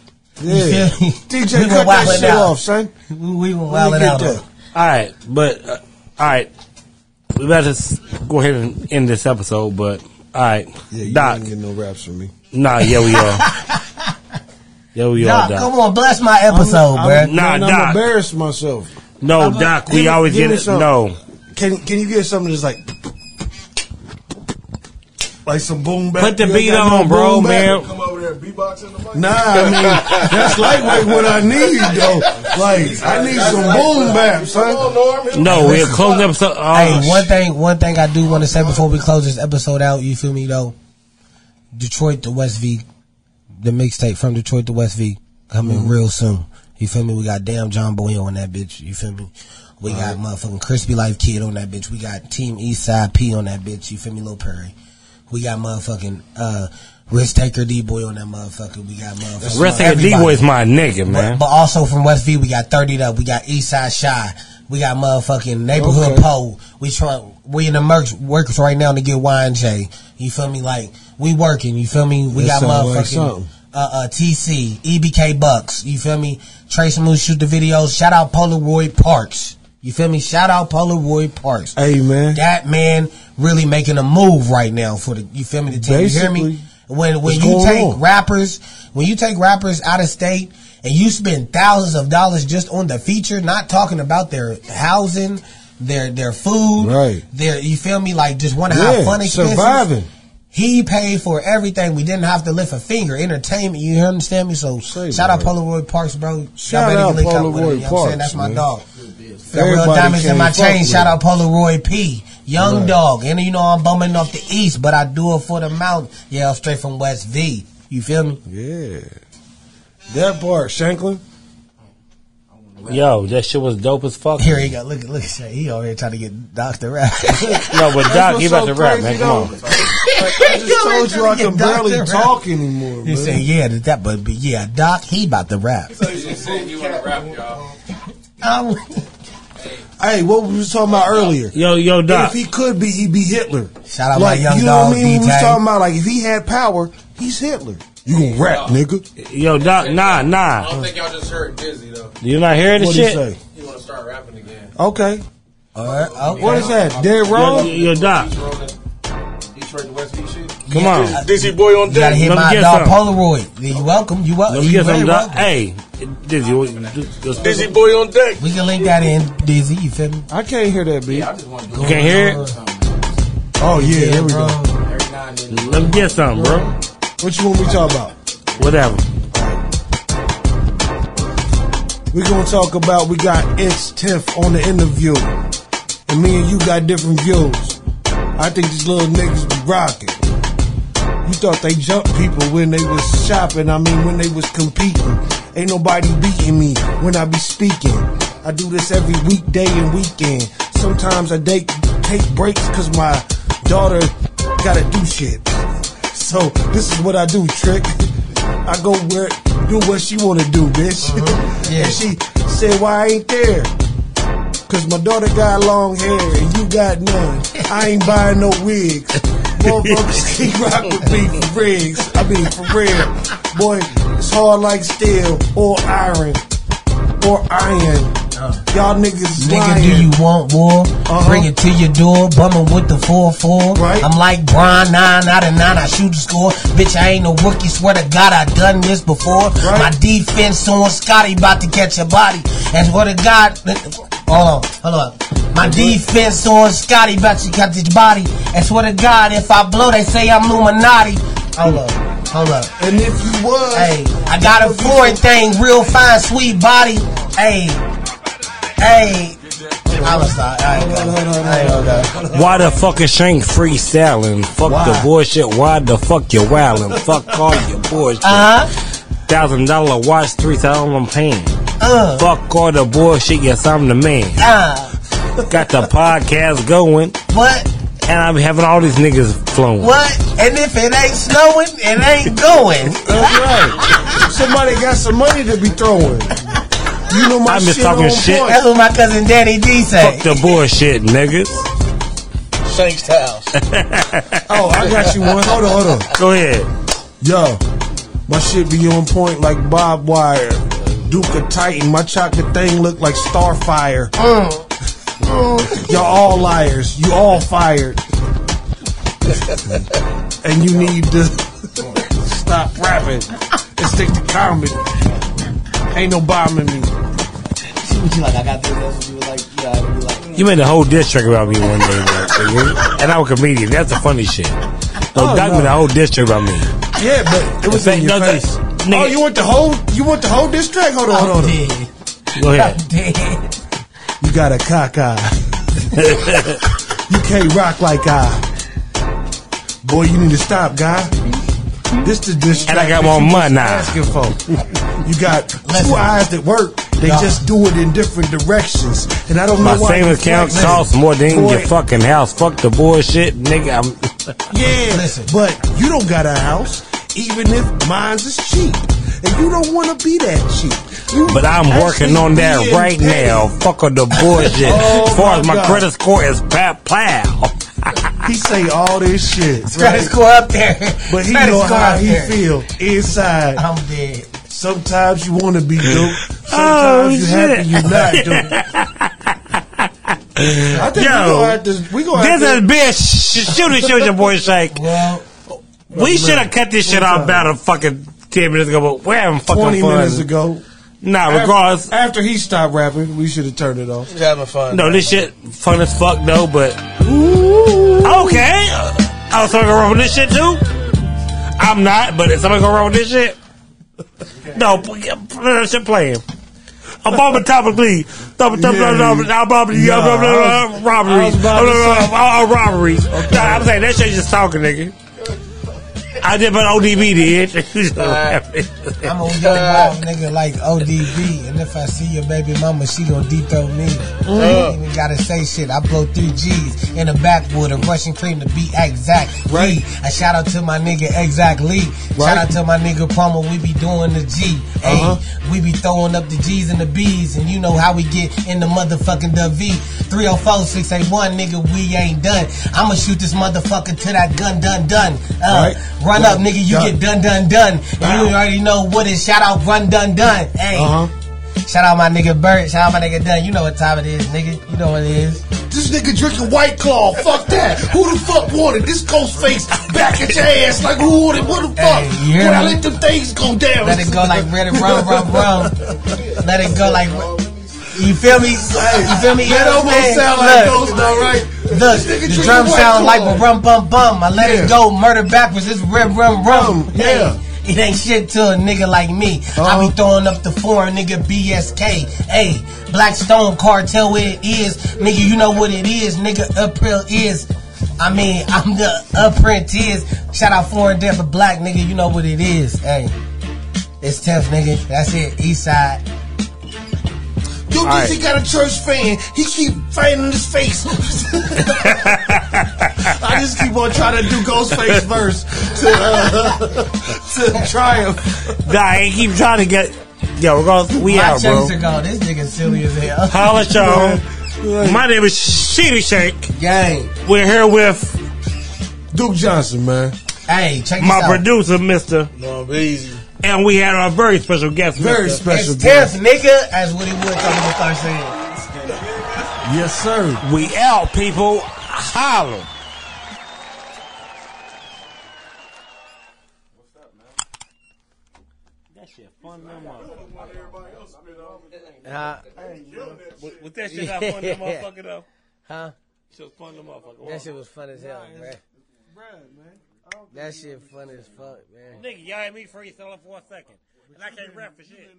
[SPEAKER 3] Yeah.
[SPEAKER 6] feel me? [LAUGHS] We
[SPEAKER 3] DJ, cut
[SPEAKER 6] been
[SPEAKER 3] that
[SPEAKER 6] wildin'
[SPEAKER 3] shit
[SPEAKER 6] out.
[SPEAKER 3] off, son.
[SPEAKER 6] We, we
[SPEAKER 3] Let me
[SPEAKER 6] been wilding
[SPEAKER 3] get
[SPEAKER 6] out. on
[SPEAKER 3] that.
[SPEAKER 6] it.
[SPEAKER 5] All right, but uh, all right, we better s- go ahead and end this episode. But all right,
[SPEAKER 3] Yeah, you
[SPEAKER 5] Doc,
[SPEAKER 3] didn't get no raps from me.
[SPEAKER 5] nah, yeah,
[SPEAKER 3] [LAUGHS]
[SPEAKER 5] we are. yeah, we
[SPEAKER 6] Doc,
[SPEAKER 5] are, Doc.
[SPEAKER 6] come on, bless my episode,
[SPEAKER 3] I'm-
[SPEAKER 6] bruh.
[SPEAKER 3] I'm-
[SPEAKER 5] Nah,
[SPEAKER 3] I'm
[SPEAKER 5] Doc.
[SPEAKER 3] embarrassed myself.
[SPEAKER 5] No, Doc,
[SPEAKER 3] Uh, give
[SPEAKER 5] we
[SPEAKER 3] me-
[SPEAKER 5] always
[SPEAKER 3] give
[SPEAKER 5] get
[SPEAKER 3] me
[SPEAKER 5] it.
[SPEAKER 3] some.
[SPEAKER 5] No,
[SPEAKER 3] Can Can you get something that's like like some boom back?
[SPEAKER 5] put the
[SPEAKER 3] You
[SPEAKER 5] beat
[SPEAKER 3] ain't got no
[SPEAKER 5] on, bro,
[SPEAKER 3] boom back?
[SPEAKER 5] man.
[SPEAKER 9] Come over there, beatboxing the mic.
[SPEAKER 3] Nah, I mean that's lightweight what I need though. Like I need some boom bap,
[SPEAKER 9] Come on,
[SPEAKER 3] son.
[SPEAKER 9] Norm. Hit
[SPEAKER 5] No, we're closing episode. Oh,
[SPEAKER 6] Hey, one thing, one thing I do want to say before we close this episode out, you feel me though? Detroit to West V, the mixtape from Detroit to West V coming real soon. You feel me? We got damn John Boyle on that bitch. You feel me? We got motherfucking Crispy Life Kid on that bitch. We got Team Eastside P on that bitch. You feel me, Lil Perry? We got motherfucking uh, Risk Taker D Boy on that motherfucker. We got motherfucking
[SPEAKER 5] Rest of D
[SPEAKER 6] everybody.
[SPEAKER 5] boy is my nigga,
[SPEAKER 6] But,
[SPEAKER 5] man.
[SPEAKER 6] but also from West V, we got 30 up. We got Eastside Shy. We got motherfucking Neighborhood
[SPEAKER 3] Okay.
[SPEAKER 6] Pole. We try, we in the merch works right now to get YJ. You feel me? Like, we working. You feel me? We
[SPEAKER 3] That
[SPEAKER 6] got
[SPEAKER 3] sound like
[SPEAKER 6] motherfucking.
[SPEAKER 3] something.
[SPEAKER 6] uh, uh, TC, EBK Bucks, you feel me? Trace Moose shoot the videos. Shout out Polaroid Parks. You feel me? Shout out Polaroid Parks.
[SPEAKER 3] Hey man,
[SPEAKER 6] That man really making a move right now for the you feel me the team. you hear me?
[SPEAKER 3] Basically,
[SPEAKER 6] When when
[SPEAKER 3] what's
[SPEAKER 6] you
[SPEAKER 3] going
[SPEAKER 6] take
[SPEAKER 3] on?
[SPEAKER 6] rappers, when you take rappers out of state and you spend thousands of dollars just on the feature, not talking about their housing, their their food,
[SPEAKER 3] Right.
[SPEAKER 6] Their you feel me? Like just one of
[SPEAKER 3] Yeah,
[SPEAKER 6] our fun expenses.
[SPEAKER 3] surviving.
[SPEAKER 6] He paid for everything. We didn't have to lift a finger. Entertainment, you understand me? So
[SPEAKER 3] Say
[SPEAKER 6] shout out
[SPEAKER 3] that.
[SPEAKER 6] Polaroid Parks, bro.
[SPEAKER 3] Shout
[SPEAKER 6] Y'all better
[SPEAKER 3] out
[SPEAKER 6] link up with him,
[SPEAKER 3] Polaroid
[SPEAKER 6] you know what I'm saying?
[SPEAKER 3] Parks,
[SPEAKER 6] That's my
[SPEAKER 3] man.
[SPEAKER 6] dog. Got real
[SPEAKER 3] Everybody
[SPEAKER 6] diamonds in
[SPEAKER 3] can't
[SPEAKER 6] my
[SPEAKER 3] fuck
[SPEAKER 6] chain.
[SPEAKER 3] with
[SPEAKER 6] Shout
[SPEAKER 3] him.
[SPEAKER 6] out Polaroid P, Young
[SPEAKER 3] Right.
[SPEAKER 6] Dog, and you know I'm bumming off the East, but I do it for the mountain. Yeah, I'm straight from West V. You feel me?
[SPEAKER 3] yeah, that part, Shanklin.
[SPEAKER 5] Yo, that shit was dope
[SPEAKER 3] [LAUGHS]
[SPEAKER 5] as fuck.
[SPEAKER 6] Here he go. Look at look at Shay. He over here trying to get Doctor Rap. [LAUGHS]
[SPEAKER 5] No, but Doc,
[SPEAKER 3] what's
[SPEAKER 5] you
[SPEAKER 3] so
[SPEAKER 5] about to rap,
[SPEAKER 3] crazy,
[SPEAKER 5] man. Come on.
[SPEAKER 3] though.
[SPEAKER 6] [LAUGHS]
[SPEAKER 3] I just told you I can barely
[SPEAKER 6] Doctor Rap.
[SPEAKER 3] talk anymore,
[SPEAKER 6] He said,
[SPEAKER 3] man.
[SPEAKER 6] "Yeah, that, that but, but yeah, Doc, he about to rap." Um, [LAUGHS]
[SPEAKER 3] Hey, what we was talking about earlier?
[SPEAKER 5] Yo, yo, Doc.
[SPEAKER 3] If he could be, he'd be Hitler.
[SPEAKER 6] Shout out
[SPEAKER 3] like,
[SPEAKER 6] my young
[SPEAKER 3] you know
[SPEAKER 6] dog,
[SPEAKER 3] what I mean? We was
[SPEAKER 6] D-Tag.
[SPEAKER 3] talking about like if he had power, he's Hitler. You gonna rap, nigga?
[SPEAKER 5] Yo, Doc. Nah,
[SPEAKER 8] I
[SPEAKER 5] nah.
[SPEAKER 8] don't think y'all just heard Dizzy though.
[SPEAKER 5] You not hearing this
[SPEAKER 3] What he
[SPEAKER 5] shit?
[SPEAKER 3] say?
[SPEAKER 8] He want to start rapping again.
[SPEAKER 3] Okay,
[SPEAKER 6] all right, okay.
[SPEAKER 3] what is that? Dead
[SPEAKER 5] Yo,
[SPEAKER 3] wrong?
[SPEAKER 5] yo, Doc.
[SPEAKER 8] He's rolling Detroit to West V shit.
[SPEAKER 5] Come on.
[SPEAKER 4] Dizzy boy on
[SPEAKER 6] You
[SPEAKER 4] deck.
[SPEAKER 6] gotta hit
[SPEAKER 5] Let me
[SPEAKER 6] my
[SPEAKER 5] get
[SPEAKER 6] dog
[SPEAKER 5] some.
[SPEAKER 6] Polaroid. You welcome. You welcome.
[SPEAKER 5] Let me
[SPEAKER 6] you
[SPEAKER 5] get some.
[SPEAKER 6] very
[SPEAKER 5] Doc.
[SPEAKER 6] welcome.
[SPEAKER 5] Hey, Dizzy. What, do- do-
[SPEAKER 4] Dizzy boy on deck.
[SPEAKER 6] We can link that in, Dizzy. You feel me?
[SPEAKER 3] I can't hear that beat.
[SPEAKER 8] I just want to do
[SPEAKER 5] You can't hear it?
[SPEAKER 3] Oh yeah, here we go.
[SPEAKER 8] it every now and then.
[SPEAKER 5] Let me get something, bro.
[SPEAKER 3] What you want me to talk about?
[SPEAKER 5] Whatever.
[SPEAKER 3] We're gonna talk about we got X Tiff on the interview. And me and you got different views. I think these little niggas be rocking. You thought they jumped people when they was shopping, I mean when they was competing. Ain't nobody beating me when I be speaking. I do this every weekday and weekend. Sometimes I take take breaks cause my daughter gotta do shit. So this is what I do, trick. I go where do what she wanna do, bitch. [LAUGHS]
[SPEAKER 6] Yeah.
[SPEAKER 3] and she said, Why I ain't there? Cause my daughter got long hair and you got none. I ain't buying no wigs. [LAUGHS] Motherfuckers keep rock with me for rigs. I mean for real. Boy, it's hard like steel or iron. Or iron. Y'all niggas
[SPEAKER 6] Nigga,
[SPEAKER 3] lying.
[SPEAKER 6] do you want war?
[SPEAKER 3] Uh-huh.
[SPEAKER 6] Bring it to your door, bumming with the 4-4.
[SPEAKER 3] Right.
[SPEAKER 6] I'm like Brian, 9 out of 9, I shoot the score. Bitch, I ain't no rookie, swear to God, I done this before.
[SPEAKER 3] Right.
[SPEAKER 6] My defense on Scotty, about to catch a body. And swear to God, hold on, hold on. My defense on Scotty, about to catch his body. And swear to God, if I blow, they say I'm Illuminati. Hold up, hold up.
[SPEAKER 3] and if you was,
[SPEAKER 6] Hey, I got a foreign thing, real fine, sweet body. Hey, hey. I was not. I ain't gonna. I ain't gonna.
[SPEAKER 5] Why the fuck is Shank freestyling? Fuck the bullshit. Why the fuck you wildin'? fuck all your bullshit.
[SPEAKER 3] Ah,
[SPEAKER 6] Uh
[SPEAKER 5] Thousand dollar watch, three thousand pain.
[SPEAKER 6] Uh.
[SPEAKER 5] Fuck all the bullshit. Yes, I'm the man.
[SPEAKER 6] uh.
[SPEAKER 5] Got the podcast going,
[SPEAKER 6] What?
[SPEAKER 5] and I'm having all these niggas flowing.
[SPEAKER 6] What? And if it ain't snowing, it ain't going.
[SPEAKER 3] that's right. Somebody got some money to be throwing. You know my
[SPEAKER 5] I'm just
[SPEAKER 3] shit
[SPEAKER 5] talking
[SPEAKER 3] on
[SPEAKER 5] shit.
[SPEAKER 3] point.
[SPEAKER 6] That's what my cousin Danny D
[SPEAKER 5] Fuck
[SPEAKER 6] say.
[SPEAKER 5] the bullshit, niggas.
[SPEAKER 6] Shanks Towns.
[SPEAKER 3] Oh, I got you one. Hold on, hold on.
[SPEAKER 5] Go ahead.
[SPEAKER 3] Yo, my shit be on point like barbed wire. Duke of Titan, my chocolate thing look like Starfire. [LAUGHS] Y'all all liars. You all [LAUGHS] fired. and you need to stop rapping and stick to comedy. Ain't no bombing me.
[SPEAKER 6] She was like, I got this. That's what she was like, yeah, I was like, mm.
[SPEAKER 5] You made a whole diss track about me one day, man. nigga. and I'm a comedian. That's the funny shit.
[SPEAKER 3] Oh,
[SPEAKER 5] Don't document a whole diss track about me.
[SPEAKER 3] Yeah, but it was
[SPEAKER 5] Say
[SPEAKER 3] in your
[SPEAKER 5] nothing.
[SPEAKER 3] face.
[SPEAKER 5] Nigga.
[SPEAKER 3] Oh, you want the whole you want the whole diss track? Hold on, hold on.
[SPEAKER 6] I'm dead.
[SPEAKER 5] Go
[SPEAKER 3] [LAUGHS]
[SPEAKER 6] I'm
[SPEAKER 5] ahead.
[SPEAKER 6] dead.
[SPEAKER 3] You got a cock eye. you can't rock like I. Boy, you need to stop, guy. This the distraction.
[SPEAKER 5] And I got my
[SPEAKER 3] you just
[SPEAKER 5] money now.
[SPEAKER 3] Asking for. You got two
[SPEAKER 6] Listen.
[SPEAKER 3] eyes that work. They
[SPEAKER 6] Y'all-
[SPEAKER 3] just do it in different directions, and I don't
[SPEAKER 5] My
[SPEAKER 3] know why.
[SPEAKER 5] savings
[SPEAKER 3] you
[SPEAKER 5] account
[SPEAKER 3] flex.
[SPEAKER 5] costs more than
[SPEAKER 3] Boy,
[SPEAKER 5] your fucking house. Fuck the bullshit, nigga. I'm,
[SPEAKER 3] Yeah,
[SPEAKER 6] Listen.
[SPEAKER 3] but you don't got a house, even if mine's is cheap, and you don't want to be that cheap. You
[SPEAKER 5] but I'm
[SPEAKER 3] actually
[SPEAKER 5] working on that
[SPEAKER 3] being
[SPEAKER 5] right
[SPEAKER 3] petty.
[SPEAKER 5] now. Fuck all the bullshit.
[SPEAKER 3] Oh,
[SPEAKER 5] as far as
[SPEAKER 3] my
[SPEAKER 5] my
[SPEAKER 3] God.
[SPEAKER 5] credit score is pat plow.
[SPEAKER 3] He say all this shit,
[SPEAKER 6] Credit score up there.
[SPEAKER 3] but he
[SPEAKER 6] Credit
[SPEAKER 3] know
[SPEAKER 6] score
[SPEAKER 3] how
[SPEAKER 6] up
[SPEAKER 3] he
[SPEAKER 6] there.
[SPEAKER 3] feel inside.
[SPEAKER 6] I'm dead.
[SPEAKER 3] Sometimes you want to be dope. Sometimes
[SPEAKER 5] Oh,
[SPEAKER 3] you
[SPEAKER 5] shit.
[SPEAKER 3] happy you
[SPEAKER 5] [LAUGHS]
[SPEAKER 3] not dope. I think
[SPEAKER 5] Yo,
[SPEAKER 3] we gonna have to. We gonna
[SPEAKER 5] This
[SPEAKER 3] have
[SPEAKER 5] has been sh- shooting, shoot your boy Shake.
[SPEAKER 6] Well,
[SPEAKER 5] We should have cut this shit off about a fucking ten minutes ago, but we're having
[SPEAKER 3] to,
[SPEAKER 5] fucking
[SPEAKER 3] twenty
[SPEAKER 5] fun.
[SPEAKER 3] minutes ago.
[SPEAKER 5] Nah,
[SPEAKER 3] After-
[SPEAKER 5] regardless,
[SPEAKER 3] after, he stopped rapping, we should have turned it off.
[SPEAKER 6] we having fun.
[SPEAKER 5] No, this shit fun as fuck though, but okay. Oh, somebody gonna run with this shit too? I'm not, but is somebody gonna run with this shit? No, p- yeah, p- let that shit playing. I'm on the top of the league. Top of top of top of top of top of
[SPEAKER 3] Yeah.
[SPEAKER 5] top of- top of-
[SPEAKER 3] I was
[SPEAKER 5] robberies.
[SPEAKER 3] about to
[SPEAKER 5] Uh, uh, uh, Robberies. Nah, I'm saying that shit just talking, nigga. I did, but ODB [LAUGHS] did.
[SPEAKER 6] I'm gonna get involved, nigga, like ODB. And if I see your baby mama, she gonna dethrone me. I ain't even gotta say shit. I blow three G's in the backwood of Russian cream to be exact. Right. A shout out to my nigga Exact Lee. Shout out to my nigga Palmer. We be doing the G. Hey,
[SPEAKER 3] Uh-huh.
[SPEAKER 6] we be throwing up the G's and the B's, and you know how we get in the motherfucking V. 304 681, nigga, we ain't done. I'ma shoot this motherfucker till that gun done done. Uh,
[SPEAKER 3] Right.
[SPEAKER 6] Run up, nigga, you
[SPEAKER 3] Done.
[SPEAKER 6] get done, done, done. And You already know what it. Shout out, run, done, done. Hey,
[SPEAKER 3] Uh huh.
[SPEAKER 6] shout out my nigga Bert. Shout out my nigga Dunn. You know what time it is, nigga. You know what it is.
[SPEAKER 3] This nigga drinking White Claw. Fuck that. Who the fuck wanted this ghost face back at your ass? Like who wanted? What the fuck?
[SPEAKER 6] Hey, you hear
[SPEAKER 3] Boy, I
[SPEAKER 6] me?
[SPEAKER 3] let them things go down.
[SPEAKER 6] Let it go like ready, run, run, run. Let it go like. You feel me? You feel me?
[SPEAKER 3] That
[SPEAKER 6] You
[SPEAKER 3] almost
[SPEAKER 6] understand?
[SPEAKER 3] sound like
[SPEAKER 6] Look.
[SPEAKER 3] ghost, though, right?
[SPEAKER 6] Look,
[SPEAKER 3] This nigga
[SPEAKER 6] the
[SPEAKER 3] drinking
[SPEAKER 6] drum
[SPEAKER 3] White
[SPEAKER 6] sound like
[SPEAKER 3] Claw.
[SPEAKER 6] a rum bum bum. I let
[SPEAKER 3] Yeah.
[SPEAKER 6] it go, murder backwards. It's rim rum rum.
[SPEAKER 3] Rum, yeah. Uh-huh.
[SPEAKER 6] Hey, it ain't shit to a nigga like me. I be throwing up the foreign nigga BSK. Hey, Blackstone Cartel, where it is, nigga. You know what it is, nigga. April is. I mean, [LAUGHS] I'm the apprentice. Shout out foreign death for black nigga. You know what it is. Hey, it's tough, nigga. That's it. East side.
[SPEAKER 3] Yo,
[SPEAKER 5] All
[SPEAKER 3] this he got a church fan. He keep fighting his
[SPEAKER 5] [LAUGHS]
[SPEAKER 3] face. I just keep on trying to do Ghostface verse to uh, [LAUGHS] to triumph.
[SPEAKER 5] Nah, I ain't keep trying to get. Yo, regardless, we
[SPEAKER 6] My
[SPEAKER 5] out, bro.
[SPEAKER 6] checks are gone. This nigga silly as hell.
[SPEAKER 5] Holla at y'all. My name is Shitty Shake.
[SPEAKER 6] Gang.
[SPEAKER 5] We're here with
[SPEAKER 3] Duke Johnson, man.
[SPEAKER 6] Hey, check this
[SPEAKER 5] my
[SPEAKER 6] out.
[SPEAKER 5] producer, Mister,
[SPEAKER 9] No, be easy.
[SPEAKER 5] and we had our very special guest.
[SPEAKER 3] Very
[SPEAKER 5] Mr.
[SPEAKER 3] special.
[SPEAKER 6] It's tough, nigga, as Woody Wood coming to start saying.
[SPEAKER 3] Yes, sir.
[SPEAKER 5] We out, people. Holla.
[SPEAKER 6] Huh?
[SPEAKER 5] Was that shit
[SPEAKER 6] not fun to motherfucker,
[SPEAKER 5] though?
[SPEAKER 6] Huh?
[SPEAKER 5] Shit was fun to motherfucker.
[SPEAKER 6] That shit was fun as hell, man. That shit fun as fuck, man.
[SPEAKER 5] Nigga, y'all had me free selling for a second, and I can't rap for shit.